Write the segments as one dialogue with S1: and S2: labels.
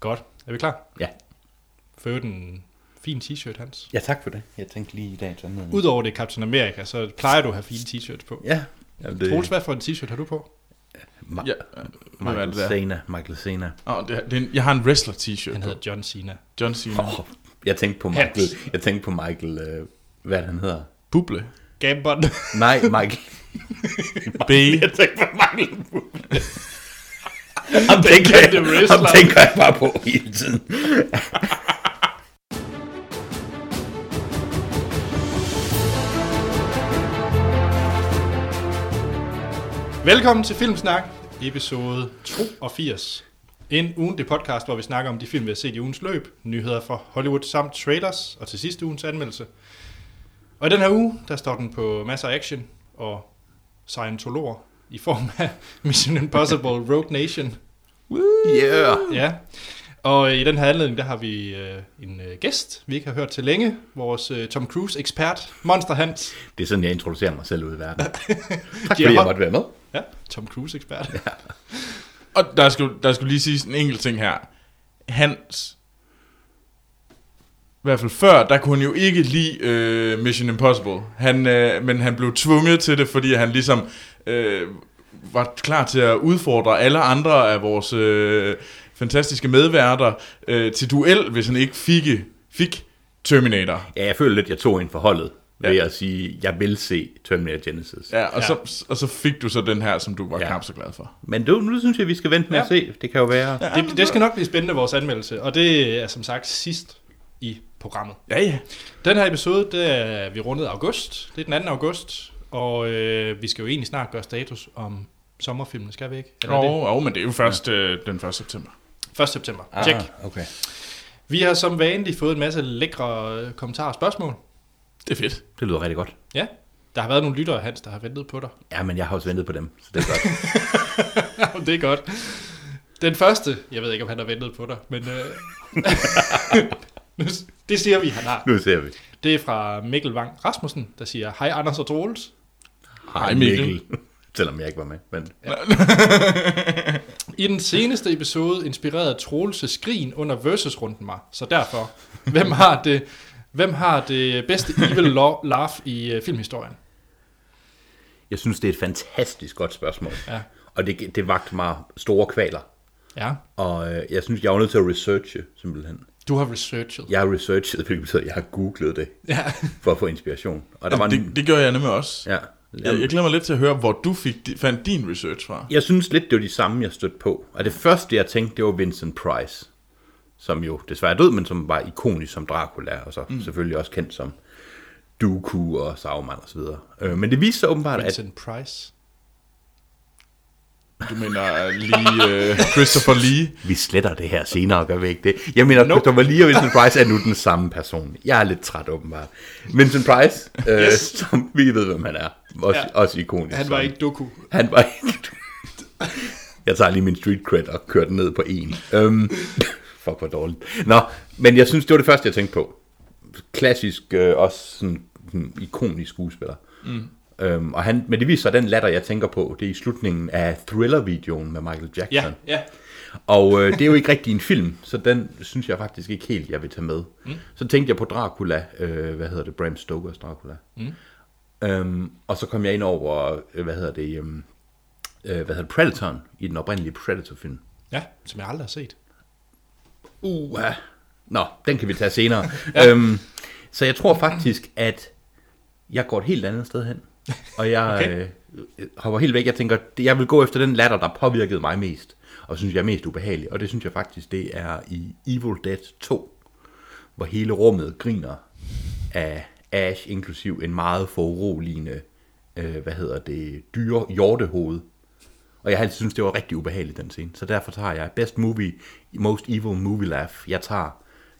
S1: Godt. Er vi klar?
S2: Ja.
S1: Føv den fin t-shirt, Hans.
S2: Ja, tak for det. Jeg tænkte lige i dag sådan noget.
S1: Udover det er Captain America, så plejer du at have fine t-shirts på.
S2: Ja. Jamen,
S1: Det... Troels, hvad for en t-shirt har du på?
S2: Ma-
S3: Ja.
S2: ja.
S3: Hvad er
S2: Michael
S3: det der?
S2: Cena. Michael Cena.
S3: Oh, det, er- det er en, jeg har en wrestler-t-shirt
S1: Han
S3: på.
S1: hedder John Cena.
S3: John Cena. Oh.
S2: Oh, jeg tænkte på
S1: Hans.
S2: Michael. Jeg tænkte på Michael, øh, hvad han hedder.
S3: Buble.
S1: Gambon.
S2: Nej, Michael.
S3: B.
S2: jeg tænkte på Michael. Ham tænker, jeg,
S1: kendte wrestler.
S2: ham tænker jeg bare på hele tiden.
S1: Velkommen til Filmsnak, episode 82. En ugentlig podcast, hvor vi snakker om de film, vi har set i ugens løb, nyheder fra Hollywood samt trailers, og til sidste ugens anmeldelse. Og i den her uge, der står den på masser af action og Scientologer i form af Mission Impossible Rogue Nation.
S2: Yeah.
S1: Ja, og i den her anledning, der har vi øh, en øh, gæst, vi ikke har hørt til længe, vores øh, Tom Cruise-ekspert, Monster Hans.
S2: Det er sådan, jeg introducerer mig selv ud i verden. Tak
S1: Ja.
S2: fordi jeg måtte være med.
S1: Ja, Tom Cruise-ekspert.
S3: Og der skulle, der skulle lige sige en enkelt ting her. Hans... I hvert fald før, der kunne han jo ikke lide øh, Mission Impossible. Han, øh, men han blev tvunget til det, fordi han ligesom øh, var klar til at udfordre alle andre af vores øh, fantastiske medværter øh, til duel, hvis han ikke fik, fik Terminator.
S2: Ja, jeg føler lidt, jeg tog ind for holdet ved
S3: Ja.
S2: at sige, jeg vil se Terminator Genesis.
S3: Ja, og,
S1: Ja.
S3: ja. Så, og så fik du så den her, som du var ja.
S2: Ja.
S3: knap så glad for.
S2: Men du, nu synes jeg, vi skal vente med
S1: Ja.
S2: at se. Det kan jo være...
S1: Det, det skal nok blive spændende, vores anmeldelse, og det er som sagt sidst i programmet.
S3: Ja, ja.
S1: Den her episode, det er, vi rundet august. Det er den 2. august, og øh, vi skal jo egentlig snart gøre status om sommerfilmen, skal vi ikke? Eller
S3: Åh,
S1: er
S3: oh, oh, men det er jo først øh, den 1. september.
S1: det 1. september. Tjek.
S2: Ah, okay.
S1: Vi har som vanligt fået en masse lækre øh, kommentarer og spørgsmål.
S3: Det er fedt.
S2: Det lyder rigtig godt.
S1: Ja, der har været nogle lyttere, Hans, der har ventet på dig.
S2: Ja, men jeg har også ventet på dem, så det er godt.
S1: Jamen, det er godt. Den første, jeg ved ikke, om han har ventet på dig, men øh, nu- det siger vi, han har.
S2: nu ser vi.
S1: Det er fra Mikkel Wang Rasmussen, der siger, hej Anders og Troels.
S3: Hej, Mikkel.
S2: Selvom jeg ikke var med. Men
S1: I den seneste episode inspirerede Troelses skrin under versus-runden mig, så derfor, hvem har det, hvem har det bedste evil lo- laugh i øh, filmhistorien?
S2: jeg synes, det er et fantastisk godt spørgsmål.
S1: Ja.
S2: Og det, det vagte mig store kvaler.
S1: Ja,
S2: Og øh, jeg synes, jeg var nødt til at researche, simpelthen.
S1: du har researchet.
S2: Jeg har researchet, hvilket betyder, at jeg har googlet det,
S1: Ja.
S2: for at få inspiration. Og der var en,
S3: Det, det gjorde jeg nemlig også.
S2: ja,
S3: Jeg, jeg glæder mig lidt til at høre, hvor du fik, di- fandt din research fra.
S2: Jeg synes lidt, det var de samme, jeg stødte på. Og det første, jeg tænkte, det var Vincent Price, som jo desværre er død, men som var ikonisk som Dracula, og så mm. selvfølgelig også kendt som Dooku og Sauron og så videre. Øh, men det viste sig åbenbart, at...
S1: Vincent Price.
S3: Du mener lige øh, Christopher Lee.
S2: Vi sletter det her senere, gør vi ikke det? Jeg mener, nope. Christopher Lee og Vincent Price er nu den samme person. Jeg er lidt træt, åbenbart. Vincent Price, øh, yes. som vi ved, hvem han er. Også,
S1: Ja.
S2: ja. også ikonisk.
S1: Han
S2: som-
S1: var ikke Doku.
S2: Han var ikke... jeg tager lige min street cred og kører den ned på en. Um, fuck, hvor dårligt. Nå, men jeg synes, det var det første, jeg tænkte på. Klassisk, øh, også sådan, sådan ikonisk skuespiller. Mm. Um, og han, men det viser sig, at den latter, jeg tænker på, det er i slutningen af Thriller-videoen med Michael
S1: Ja,
S2: Jackson.
S1: ja.
S2: Og øh, det er jo ikke rigtig en film, så den synes jeg faktisk ikke helt, jeg vil tage med. Mm. Så tænkte jeg på Dracula, øh, hvad hedder det, Bram Stokers Dracula. Mm. Øhm, og så kom jeg ind over, øh, hvad hedder det, øhm, øh, hvad hedder det, Predator, i den oprindelige Predator-film.
S1: Ja, som jeg aldrig har set.
S2: Uh, Nå, den kan vi tage senere. ja. øhm, så jeg tror faktisk, at jeg går et helt andet sted hen. Og jeg
S1: Okay.
S2: okay. øh, hopper helt væk. Jeg tænker, det- jeg vil gå efter den latter, der påvirkede mig mest. Og synes, jeg er mest ubehagelig. Og det synes jeg faktisk, det er i Evil Dead 2. Hvor hele rummet griner af Ash, inklusiv en meget foruroligende, øh, hvad hedder det, dyre hjortehoved. Og jeg har altid syntes, det var rigtig ubehageligt, den scene. Så derfor tager jeg Best Movie, Most Evil Movie Laugh. Jeg tager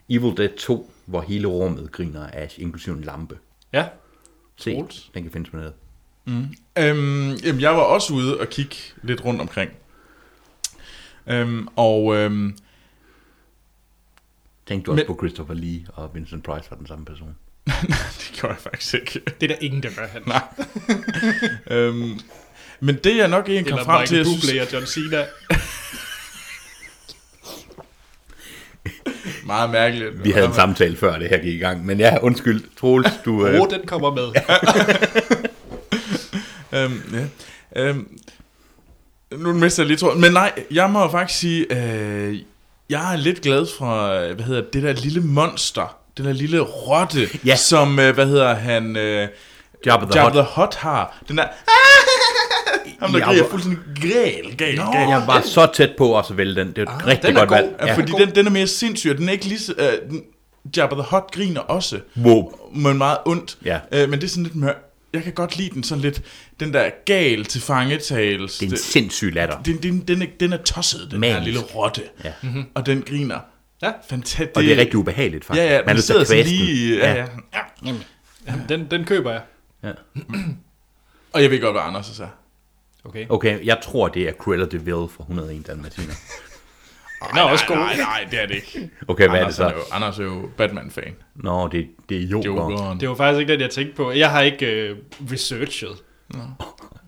S2: Evil Dead 2, hvor hele rummet griner af Ash, inklusive en lampe.
S1: Ja,
S2: Se,
S1: Troels?
S2: den kan findes på nettet.
S3: Øhm, jamen, jeg var også ude og kigge lidt rundt omkring. Øhm, og øhm,
S2: Tænkte du også
S3: Men-
S2: Men... på Christopher Lee og Vincent Price var den samme person?
S3: det gjorde jeg faktisk ikke.
S1: det er der ingen, der gør, han.
S3: Nej. øhm, men det jeg nok egentlig
S1: Eller
S3: kom frem til,
S1: Michael Bublé
S3: jeg synes,
S1: og John Cena.
S3: Meget mærkeligt.
S2: Vi havde en samtale før det her gik i gang, men ja, undskyld, Troels, du... Øh,
S1: Åh, den kommer med.
S3: Øhm, ja. øhm, nu mister jeg lige tråden. Men nej, jeg må faktisk sige, øh, jeg er lidt glad for, øh, hvad hedder det der lille monster, den der lille rotte,
S2: Ja.
S3: som, øh, hvad hedder han, øh,
S2: Jabba the
S3: Jabba
S2: Hutt.
S3: the Hutt har. Den der, ham der
S2: Jabba-
S3: griner fuldstændig græl, græl,
S2: Nå,
S3: græl.
S2: jeg var så tæt på også at vælge den. Det er et ah, rigtig
S1: den er
S2: godt
S1: god.
S2: valg.
S3: Ja, fordi den, den er mere sindssyg, og den er ikke lige så, øh, den, Jabba the Hutt griner også,
S2: Wow.
S3: men meget ondt.
S2: Ja.
S3: Øh, men det er sådan lidt mør. Jeg kan godt lide den sådan lidt, den der gal til fangetagelse.
S2: Det er en sindssyg latter.
S3: den, den, den, er, den er tosset, den Manisk. her
S2: Manisk.
S3: lille rotte.
S2: Ja.
S3: Mm-hmm. Og den griner.
S1: Ja.
S3: Fantastisk.
S2: Og det er rigtig ubehageligt, faktisk.
S3: Ja, ja,
S2: Man
S3: den
S2: er
S3: sidder
S2: sidder
S3: sådan lige... Ja, ja. ja.
S1: Jamen, den, den køber jeg.
S3: Og jeg ved godt, hvad Anders så sagde.
S1: Okay.
S2: Okay, jeg tror, det er Cruella de Vil fra 101 Dalmatiner.
S1: Den er også god.
S3: Nej, nej, det er det ikke.
S2: Okay, hvad er det
S3: Anders, Ah, er
S2: så?
S3: jo, Anders er jo Batman-fan.
S2: Nå, det, det er Joker.
S3: Jokeren.
S1: Det var faktisk ikke den, jeg tænkte på. Jeg har ikke øh, researchet.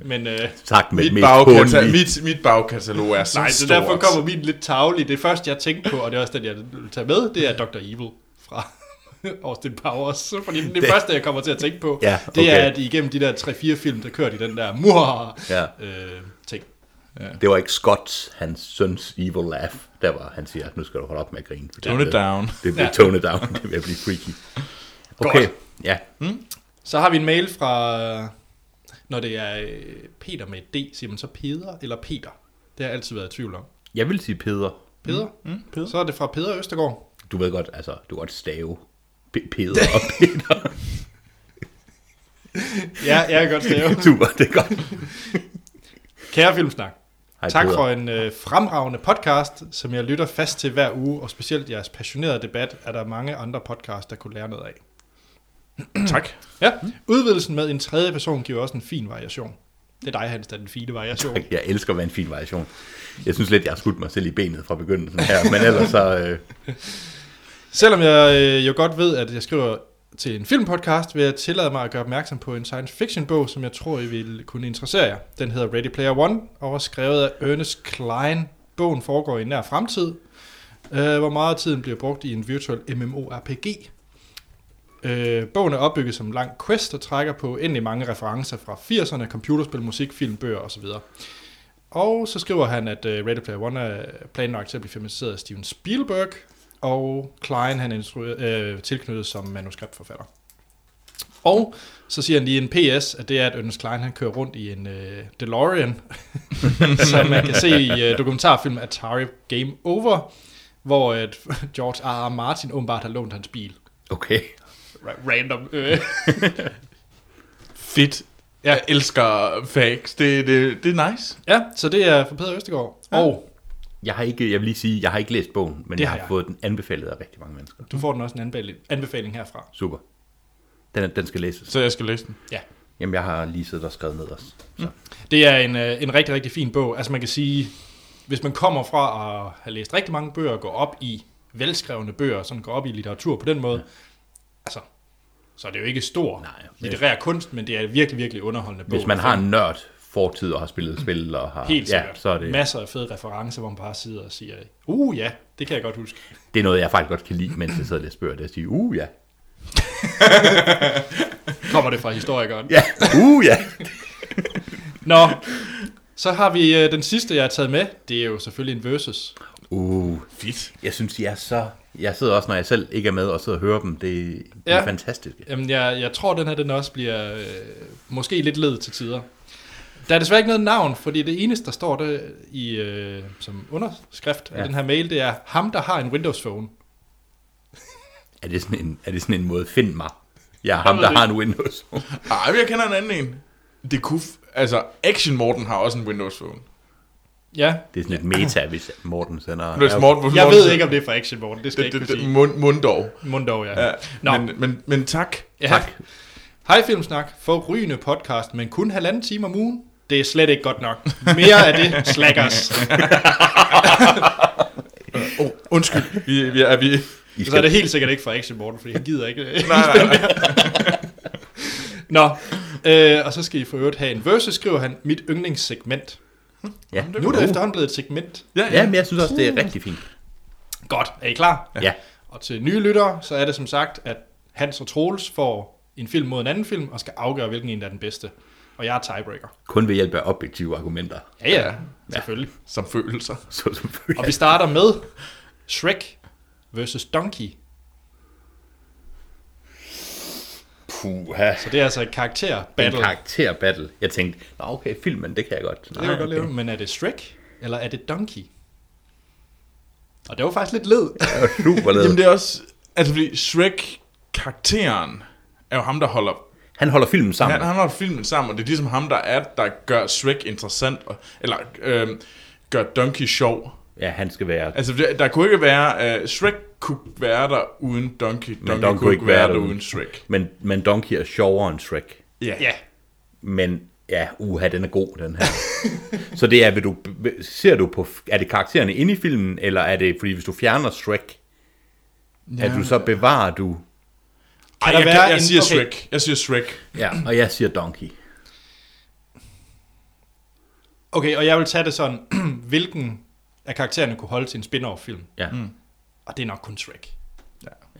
S1: Men øh,
S2: Sagt med
S3: Mit,
S2: et mest
S3: bagkata-
S2: hånlige-
S3: mit, mit bagkatalog er så
S1: nej, så
S3: stort.
S1: derfor kommer min lidt tavlig. Det første, jeg tænkte på, og det er også den, jeg vil tage med, det er Dr. Evil fra Austin Powers. Fordi det, det første, jeg kommer til at tænke på,
S2: Ja,
S1: det er,
S2: okay.
S1: at igennem de der 3-4 film, der kørte i den der mur
S2: Ja.
S1: øh, ting.
S2: Det var ikke Scott, hans søns evil laugh. Der var, han siger, at nu skal du holde op med at grine. for det
S3: Tone it
S2: er-
S3: down.
S2: Det bliver tone it down. Det vil blive freaky. Okay, ja.
S1: Så har vi en mail fra, når det er øh, Peter med et D, siger man så Peder eller Peter? Det har jeg altid været i tvivl om.
S2: Jeg vil sige Peder.
S1: Peder? Mm, mm, Peder. Så er det fra Peder Østergaard.
S2: Du ved godt, altså, du kan godt stave P- Peder og Peter.
S1: Ja, jeg kan godt stave.
S2: Super, det er godt.
S1: Kære Filmsnak,
S2: Hej,
S1: tak
S2: Peder.
S1: for en øh, fremragende podcast, som jeg lytter fast til hver uge, og specielt jeres passionerede debat er der mange andre podcasts, der kunne lære noget af.
S3: Tak.
S1: Ja, udvidelsen med en tredje person giver også en fin variation. Det er dig, Hans, der er den fine variation.
S2: Jeg elsker at være en fin variation. Jeg synes lidt, jeg har skudt mig selv i benet fra begyndelsen her, men ellers så... Øh,
S1: Selvom jeg øh, jo godt ved, at jeg skriver til en filmpodcast, vil jeg tillade mig at gøre opmærksom på en science fiction bog, som jeg tror, I vil kunne interessere jer. Den hedder Ready Player One, og er skrevet af Ernest Klein. Bogen foregår i nær fremtid, øh, hvor meget af tiden bliver brugt i en virtuel MMORPG. Øh, bogen er opbygget som en lang quest og trækker på endelig mange referencer fra 80'erne, computerspil, musik, film, bøger osv. Og så skriver han, at øh, Ready Player One er planlagt til at blive filmatiseret af Steven Spielberg, og Klein han er instru- øh, tilknyttet som manuskriptforfatter. Og så siger han lige en PS, at det er, at Ernest Klein han kører rundt i en øh, DeLorean, som man kan se i øh, dokumentarfilmen Atari Game Over, hvor at George R. R. Martin åbenbart har lånt hans bil.
S2: okay.
S1: Ra- Random. Øh.
S3: Fedt. Jeg elsker facts. Det, det, det er nice.
S1: Ja, så det er fra Peder Østegård. Ja. Og
S2: Jeg har ikke, jeg vil lige sige, jeg har ikke læst bogen, men
S1: Det
S2: jeg
S1: har
S2: har
S1: jeg.
S2: fået den anbefalet af rigtig mange mennesker.
S1: du får den også en anbefaling, anbefaling herfra.
S2: Super. Den, er- den skal læses.
S3: Så jeg skal læse den.
S1: Ja.
S2: Jamen, jeg har lige siddet og skrevet ned også. Så.
S1: Mm. Det er en, øh, en rigtig, rigtig fin bog. Altså man kan sige, hvis man kommer fra at have læst rigtig mange bøger, og går op i velskrevne bøger, sådan går op i litteratur på den måde, ja. altså, så er det jo ikke stor
S2: Nej, det-
S1: litterær kunst, men det er virkelig, virkelig underholdende bog.
S2: Hvis man har en nørd fortid og har spillet spil og har...
S1: Helt
S2: ja,
S1: sikkert.
S2: så er det,
S1: Masser af fede referencer, hvor man bare sidder og siger, uh ja, det kan jeg godt huske.
S2: det er noget, jeg faktisk godt kan lide, mens jeg sidder og læser bøger. Det er at sige, uh ja,
S1: Kommer det fra historikeren.
S2: ja, uh ja.
S1: Nå, så har vi øh, den sidste, jeg har taget med. Det er jo selvfølgelig en versus.
S2: Uh,
S3: Fedt.
S2: jeg synes, de er så... Jeg sidder også, når jeg selv ikke er med og sidder og hører dem. Det, det
S1: Ja.
S2: er fantastisk.
S1: Jamen, jeg, jeg tror, den her den også bliver øh, måske lidt led til tider. Der er desværre ikke noget navn, fordi det eneste, der står der i, øh, som underskrift ja. af
S2: Ja.
S1: den her mail, det er ham, der har en Windows Phone.
S2: Er det sådan en, er det sådan en måde, find mig? Jeg er ham,
S1: ved
S2: der
S1: det
S2: har en Windows.
S3: Ej, men jeg kender en anden en. Det kunne... F- altså, Action Morten har også en Windows Phone.
S1: Ja,
S2: Det er sådan et meta, hvis Morten sender...
S3: Hvis Morten, hvis
S1: jeg
S3: Morten,
S1: ved ikke, om det er fra Action Morten, det skal
S3: Det,
S1: jeg
S3: det,
S1: ikke kunne
S3: det,
S1: sige.
S3: mund, mund dog.
S1: Mundov, ja.
S3: Ja,
S1: Nå.
S3: men, men, men tak.
S1: ja.
S2: Tak.
S1: Hej Filmsnak, forrygende podcast, men kun halvanden time om ugen. Det er slet ikke godt nok. Mere af det, slackers.
S3: Oh, undskyld. Vi, vi, er
S2: I
S3: vi...
S1: Så er
S2: skal,
S1: det helt sikkert ikke fra Action Morten, fordi han gider ikke. øh,
S3: Nej, nej, nej.
S1: Nå, øh, og så skal I for øvrigt have en versus, skriver han, mit yndlingssegment.
S2: ja.
S1: Nu er det efterhånden blevet et segment.
S2: Ja, men jeg synes også, det er rigtig fint.
S1: Godt, er I klar?
S2: Ja.
S1: Og til nye lyttere, så er det som sagt, at Hans og Troels får en film mod en anden film, og skal afgøre, hvilken en der er den bedste. Og jeg er tiebreaker.
S2: Kun ved hjælp af objektive argumenter.
S1: Ja, ja, selvfølgelig.
S3: som følelser.
S2: Så som følger.
S1: Og vi starter med Shrek versus Donkey.
S2: Puha.
S1: Så det er altså et
S2: En
S1: karakter-battle.
S2: karakterbattle. Jeg tænkte, nå okay, filmen, det kan jeg godt.
S1: Det kan jeg godt
S2: Ah, okay.
S1: lave. Men er det Shrek, eller er det Donkey? Og det var faktisk lidt led.
S2: Det er jo super lavet.
S3: Jamen det er også, altså fordi Shrek-karakteren er jo ham, der holder
S2: Han holder filmen sammen.
S3: Han, han har filmen sammen, og det er ligesom ham, der er, der gør Shrek interessant, og, eller øh, gør Donkey sjov.
S2: Ja, han skal være...
S3: Altså, der, der kunne ikke være... Øh, Shrek kunne være der uden Donkey. Donkey,
S2: Donkey kunne ikke være
S3: der
S2: der
S3: uden
S2: uden.
S3: Shrek.
S2: Men, men Donkey er sjovere end Shrek.
S3: Ja.
S1: ja,
S2: Men ja, uha, den er god, den her. så det er, vil du, ser du på, er det karaktererne inde i filmen, eller er det, fordi hvis du fjerner Shrek, ja. er du så bevarer du...
S3: Ej,
S1: der
S3: jeg,
S1: være
S3: jeg, jeg
S1: en-
S3: siger
S1: okay.
S3: Shrek. Jeg siger Shrek.
S2: Ja, og jeg siger Donkey.
S1: Okay, og jeg vil tage det sådan, hvilken af karaktererne kunne holde til en spin-off-film.
S2: Ja, mm.
S1: Og det er nok kun Shrek.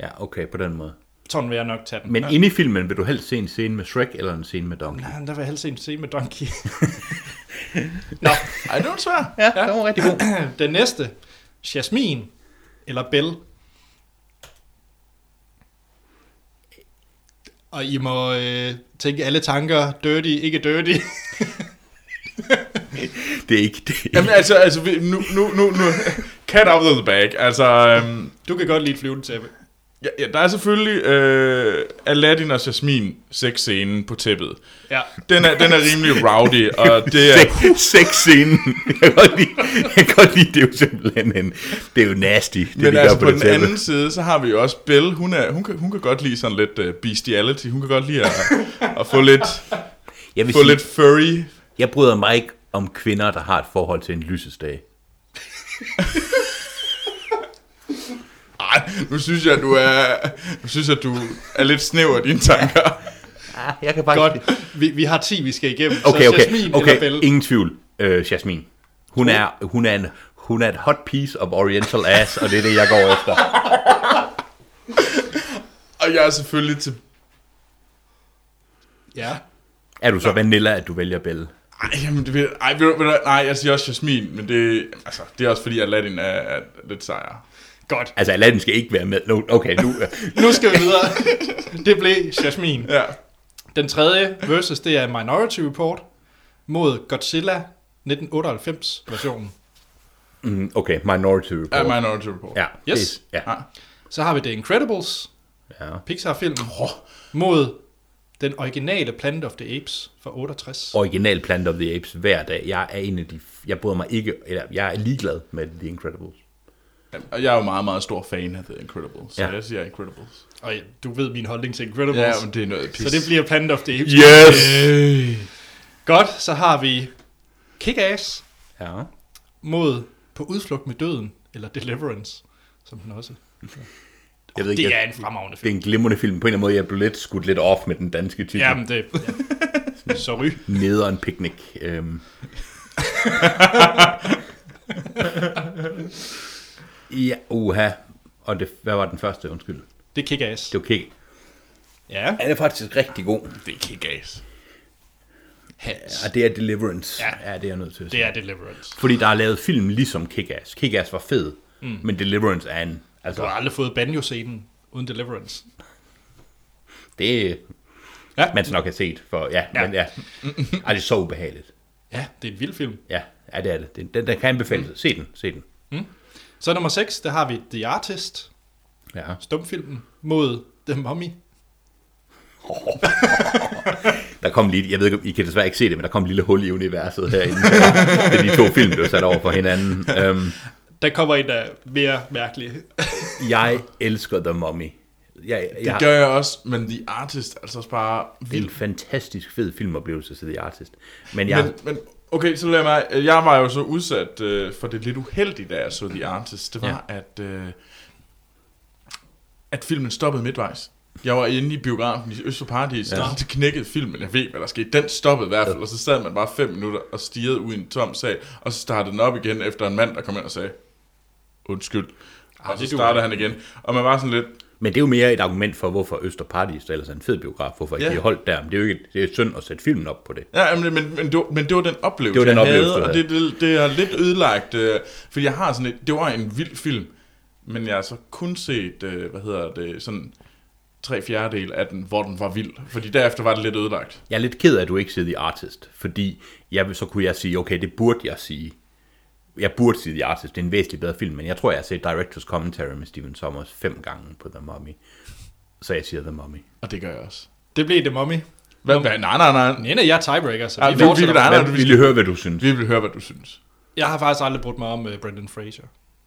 S2: ja okay, på den måde.
S1: Sådan vil jeg nok tage den.
S2: Men ja. inde i filmen, vil du helst se en scene med Shrek, eller en scene med Donkey?
S1: Nej, men der vil jeg helst se en scene med Donkey. Nå,
S3: Ej, det var svært.
S2: Ja, ja. det var rigtig god.
S1: den næste. Jasmine eller Belle? Og I må øh, tænke alle tanker, dirty, ikke dirty.
S2: det er ikke det.
S3: Jamen, altså, altså vi- nu, nu, nu, nu. Cat out of the bag. Altså, øhm,
S1: Du kan godt lide et flyvende tæppe.
S3: ja, ja, der er selvfølgelig øh, Aladdin og Jasmin sexscenen på tæppet.
S1: Ja.
S3: Den er, den er rimelig rowdy, og det er...
S2: Sex scenen. Jeg kan godt lide, jeg kan godt lide det er jo simpelthen en, det er jo nasty, det
S3: Men
S2: de
S3: altså
S2: gør
S3: på,
S2: på det
S3: den
S2: tæppe.
S3: anden side, så har vi jo også Belle. Hun, er, hun, kan, hun kan godt lide sådan lidt uh, bestiality. Hun kan godt lide at, at få lidt,
S2: Jeg vil
S3: få
S2: sige,
S3: lidt furry.
S2: Jeg bryder mig ikke om kvinder, der har et forhold til en lysestage.
S3: Ej, nu synes jeg, du er, nu synes jeg, du er lidt snæv af dine tanker.
S2: Ah, jeg kan faktisk...
S1: Godt. Vi, vi har 10, vi skal igennem.
S2: Okay,
S1: så
S2: okay,
S1: Jasmine eller
S2: okay.
S1: Belle?
S2: Ingen tvivl. Øh, Jasmine. Hun er, hun, er en, hun er et hot piece of oriental ass, og det er det, jeg går efter.
S3: Og jeg er selvfølgelig til...
S1: Ja.
S2: Er du så vanilla, at du vælger Belle?
S3: Ej, jamen, det ved, ej, ved, du- ved, du- nej, jeg siger også Jasmin, men det, altså, det er også fordi, Aladdin er, er lidt sejere.
S1: Godt.
S2: Altså, Aladdin skal ikke være med. No, okay, nu...
S1: Nu skal vi videre. Det blev Jasmine.
S3: Ja.
S1: Den tredje versus, det er Minority Report mod Godzilla 1998-versionen.
S2: Mm, Okay, Minority
S3: Er
S2: Report.
S3: Minority Report.
S2: Ja,
S1: Yes.
S2: det- Ja.
S3: Ja.
S1: Så har vi The Incredibles,
S2: ja.
S1: Pixar-filmen, mod den originale Planet of the Apes fra 68.
S2: Original Planet of the Apes hver dag. Jeg er en af de... Jeg bryder mig ikke... Eller, jeg er ligeglad med The Incredibles.
S3: Og jeg er jo meget, meget stor fan af The Incredibles, så
S2: Ja.
S3: jeg siger Incredibles.
S1: Og ja, du ved min holdning til Incredibles.
S3: Ja, men det er noget pis.
S1: så det bliver Planet of the Apes.
S2: Yes!
S1: Godt, så har vi Kick-Ass
S2: Ja.
S1: mod På udflugt med døden, eller Deliverance, som den også.
S2: Jeg ved
S1: Det
S2: jeg-
S1: er en fremragende
S2: Det
S1: film.
S2: er en glimrende film. På en eller anden måde, jeg blev lidt skudt lidt off med den danske titel. Ja.
S1: Jamen, det... Ja. Sorry.
S2: Nederen Picnic. Øhm. ja, uha. Og det, hvad var den første? Undskyld.
S1: Det er Kick-Ass.
S2: Det var Kick.
S1: Ja.
S2: Den er faktisk rigtig god.
S3: det er kick-ass.
S1: Hans.
S2: Og det er Deliverance.
S1: Ja.
S2: Ja, det er jeg nødt til at
S1: Det
S2: sige.
S1: er Deliverance.
S2: Fordi der er lavet film ligesom Kick-Ass. Kick-Ass var fed, mm. men Deliverance er en...
S1: Du har
S2: Altså,
S1: aldrig fået banjo-scenen uden Deliverance.
S2: det
S1: Ja.
S2: ja. man så nok har set. For, ja,
S1: Ja.
S2: ja. Men, ja. Ej, det er så ubehageligt.
S1: Ja, det er en vild film.
S2: Ja, ja det er det. Den, den, den kan anbefales. Se den, se den.
S1: Så nummer 6, der har vi The Artist,
S2: Ja.
S1: stumfilmen, mod The Mummy.
S2: Der kom lige, jeg ved ikke, I kan desværre ikke se det, men der kom et lille hul i universet herinde. Det er de to film, der var sat over for hinanden. Øhm,
S1: Der kommer en, der er mere mærkelig.
S2: jeg elsker The Mummy. Jeg,
S3: Det
S2: jeg, det
S3: gør jeg også, men The Artist er altså også bare
S2: er en
S3: vild.
S2: fantastisk fed filmoplevelse til The Artist. Men
S3: Ja.
S2: jeg,
S3: Men, men okay, så lad mig... Jeg var jo så udsat øh, for det lidt uheldige, da jeg så The Artist. Det var, ja. at, øh, at filmen stoppede midtvejs. Jeg var inde i biografen i Øst for Paradis, ja.
S2: Ja.
S3: og det knækkede filmen. Jeg ved, hvad der skete. Den stoppede i hvert fald, og så sad man bare fem minutter og stirrede ud i en tom sal, og så startede den op igen efter en mand, der kom ind og sagde, undskyld. og så starter han igen. Og man var sådan lidt,
S2: Men det er jo mere et argument for, hvorfor Østerpartis, der ellers er en fed biograf, hvorfor ikke
S3: Ja.
S2: de er holdt der. Men det er jo ikke det er synd at sætte filmen op på det.
S3: Ja, men, men, men, det var, men det var den oplevelse,
S2: Det var den
S3: jeg
S2: oplevelse,
S3: havde,
S2: du
S3: og det, det, det har lidt ødelagt, øh, fordi jeg har sådan et, det var en vild film, men jeg har så kun set, øh, hvad hedder det, sådan tre fjerdedel af den, hvor den var vild, fordi derefter var det lidt ødelagt.
S2: Jeg er lidt ked af, at du ikke siger The Artist, fordi jeg, vil- så kunne jeg sige, okay, det burde jeg sige. Jeg burde sige The Artist, det er en væsentlig bedre film, men jeg tror, jeg har set Directors Commentary med Steven Sommers fem gange på The Mummy. Så jeg siger The Mummy.
S3: Og det gør jeg også.
S1: Det blev The Mummy.
S3: Hvad, hvad, nej, nej, nej.
S1: Den ender jeg er tiebreaker, så
S3: Ej,
S1: vi
S3: vi- vi-
S1: fortsætter.
S3: nej, nej.
S2: Men vi vil lige høre, hvad du synes.
S3: Vi vil høre, hvad du synes.
S1: Jeg har faktisk aldrig brugt mig om uh, Brendan Fraser.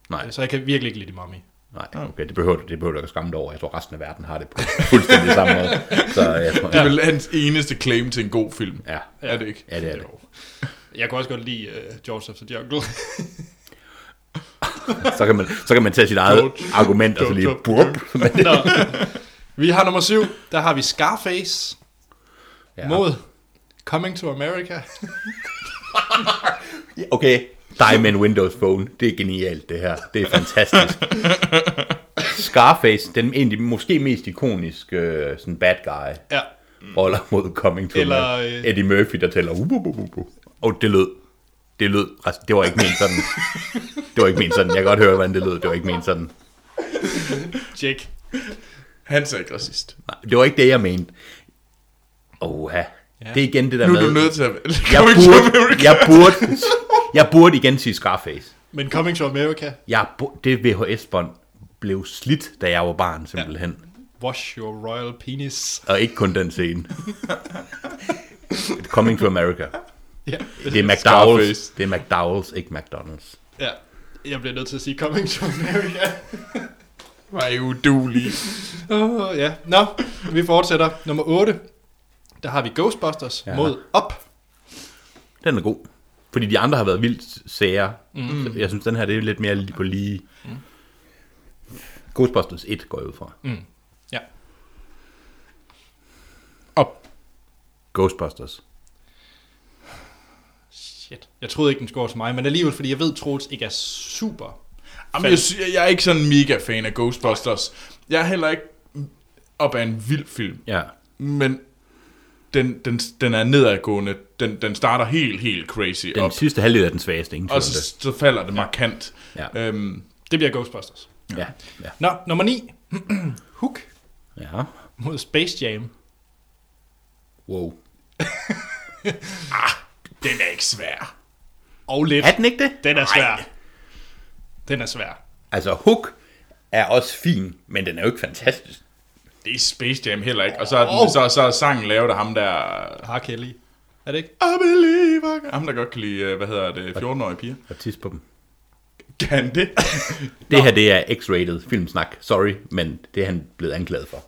S2: Nej.
S1: Så jeg kan virkelig ikke lide The Mummy.
S2: Nej, okay, det behøver, du- det behøver du ikke at skamme dig over. Jeg tror, resten af verden har det på fuldstændig samme måde. Så jeg tror,
S3: Det er vel hans eneste claim til en god film.
S2: ja.
S3: Er det ikke?
S2: Ja, det er det.
S1: Jeg kunne også godt lide uh, George of the Jungle.
S2: Så kan man, så kan man tage sit eget argument og så lige... Burp.
S1: Nå. Vi har nummer syv. Der har vi Scarface ja. mod Coming to America.
S2: Okay, dig med en Windows Phone. Det er genialt, det her. Det er fantastisk. Scarface, den egentlig måske mest ikoniske øh, sådan bad guy,
S1: ja.
S2: holder mod Coming to
S1: Eller,
S2: America.
S1: øh,
S2: Eddie Murphy, der tæller... Uh, uh, uh, uh. Og det lød... Det lød... altså, Det var ikke ment sådan. Det var ikke ment sådan. Jeg kan godt høre, hvordan det lød. Det var ikke ment sådan.
S1: Jake.
S3: Han er ikke racist.
S2: Nej, det var ikke det, jeg mente. Oha. Ja. Det er igen det der
S3: Nu
S2: med...
S3: er du nødt til at...
S2: jeg, burde, jeg, burde, jeg burde igen sige Scarface.
S1: Men Coming to America,
S2: Jeg, bu- det VHS-bånd blev slidt, da jeg var barn, simpelthen.
S1: wash your royal penis.
S2: Og ikke kun den scene. Coming to America.
S1: Ja.
S2: Det er McDowell's.
S3: Scarface.
S2: Det er McDowell's, ikke McDonald's.
S1: ja. Jeg bliver nødt til at sige Coming to America.
S3: Var jo udulig.
S1: Åh, ja. Nå, vi fortsætter. Nummer 8. Der har vi Ghostbusters
S2: Ja.
S1: ja. mod Op.
S2: Den er god. Fordi de andre har været vildt sære. Mm. Jeg synes, den her det er lidt mere lige på lige. Mm. Ghostbusters 1 går jeg ud fra. Mm.
S1: Ja.
S3: Op.
S2: Ghostbusters.
S1: Shit. Jeg troede ikke, den scorede til mig, men alligevel, fordi jeg ved, Troels ikke er super.
S3: Jamen, jeg, sy- jeg er ikke sådan mega fan af Ghostbusters. Jeg er heller ikke op af en vild film,
S2: Ja.
S3: men den, den, den er nedadgående. Den, den starter helt, helt crazy
S2: Den
S3: op,
S2: Op. sidste halvdel er den svageste, ingen
S3: og
S2: tvivl om det.
S3: så, så falder det markant.
S2: Ja.
S3: Øhm,
S1: Det bliver Ghostbusters.
S2: Ja. ja.
S1: Nå, nummer 9. Hook
S2: ja.
S1: mod Space Jam.
S2: Wow.
S3: den er ikke svær.
S1: Og lidt.
S2: Er den ikke det?
S1: Den er svær. Den er svær.
S2: Altså, Hook er også fin, men den er jo ikke fantastisk.
S3: Det er Space Jam heller ikke. Og så er, den, så, så er sangen lavet af ham der...
S1: Har Kelly. Er det ikke?
S3: I believe I can- Ham der godt kan lide, øh, hvad hedder det, 14-årige piger.
S2: Og tis på dem.
S3: Kan det?
S2: Det her, det er X-rated filmsnak. Sorry, men det er han blevet anklaget for.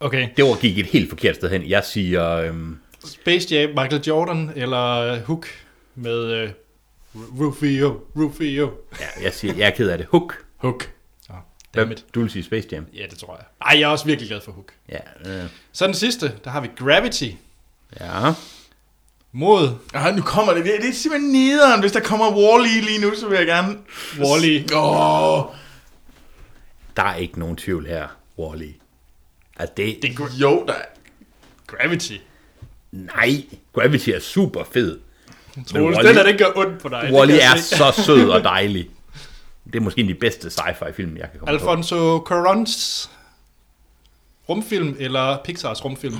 S1: Okay.
S2: Det var gik et helt forkert sted hen. Jeg siger... Øhm,
S1: Space Jam, Michael Jordan eller øh, Hook med uh, Rufio. Rufio.
S2: ja, jeg siger, jeg er ked af det. Hook.
S3: Hook.
S1: Oh,
S2: Hvem?
S1: dammit.
S2: Du vil sige Space Jam.
S1: Ja, det tror jeg. Ej, jeg er også virkelig glad for Hook.
S2: Ja. Øh,
S1: Så den sidste, der har vi Gravity
S2: ja.
S1: mod
S3: Ah, nu kommer det. Det er simpelthen nederen. Hvis der kommer Wall-E lige nu, så vil jeg gerne...
S1: Wall-E.
S3: Åh, oh,
S2: Der er ikke nogen tvivl her, Wally. Altså, det...
S1: Det
S2: det...
S1: er gra-
S3: jo, der...
S1: Gravity.
S2: Nej! Gravity er super fed.
S1: Troels,
S2: Wall-E-
S1: den her, den gør ondt på dig. Det
S2: Wally
S1: kan jeg
S2: er
S1: se.
S2: så sød og dejlig. Det er måske en af de bedste sci-fi-film, jeg kan komme
S1: Altså,
S2: på.
S1: Alfonso Cuarons rumfilm eller Pixars rumfilm?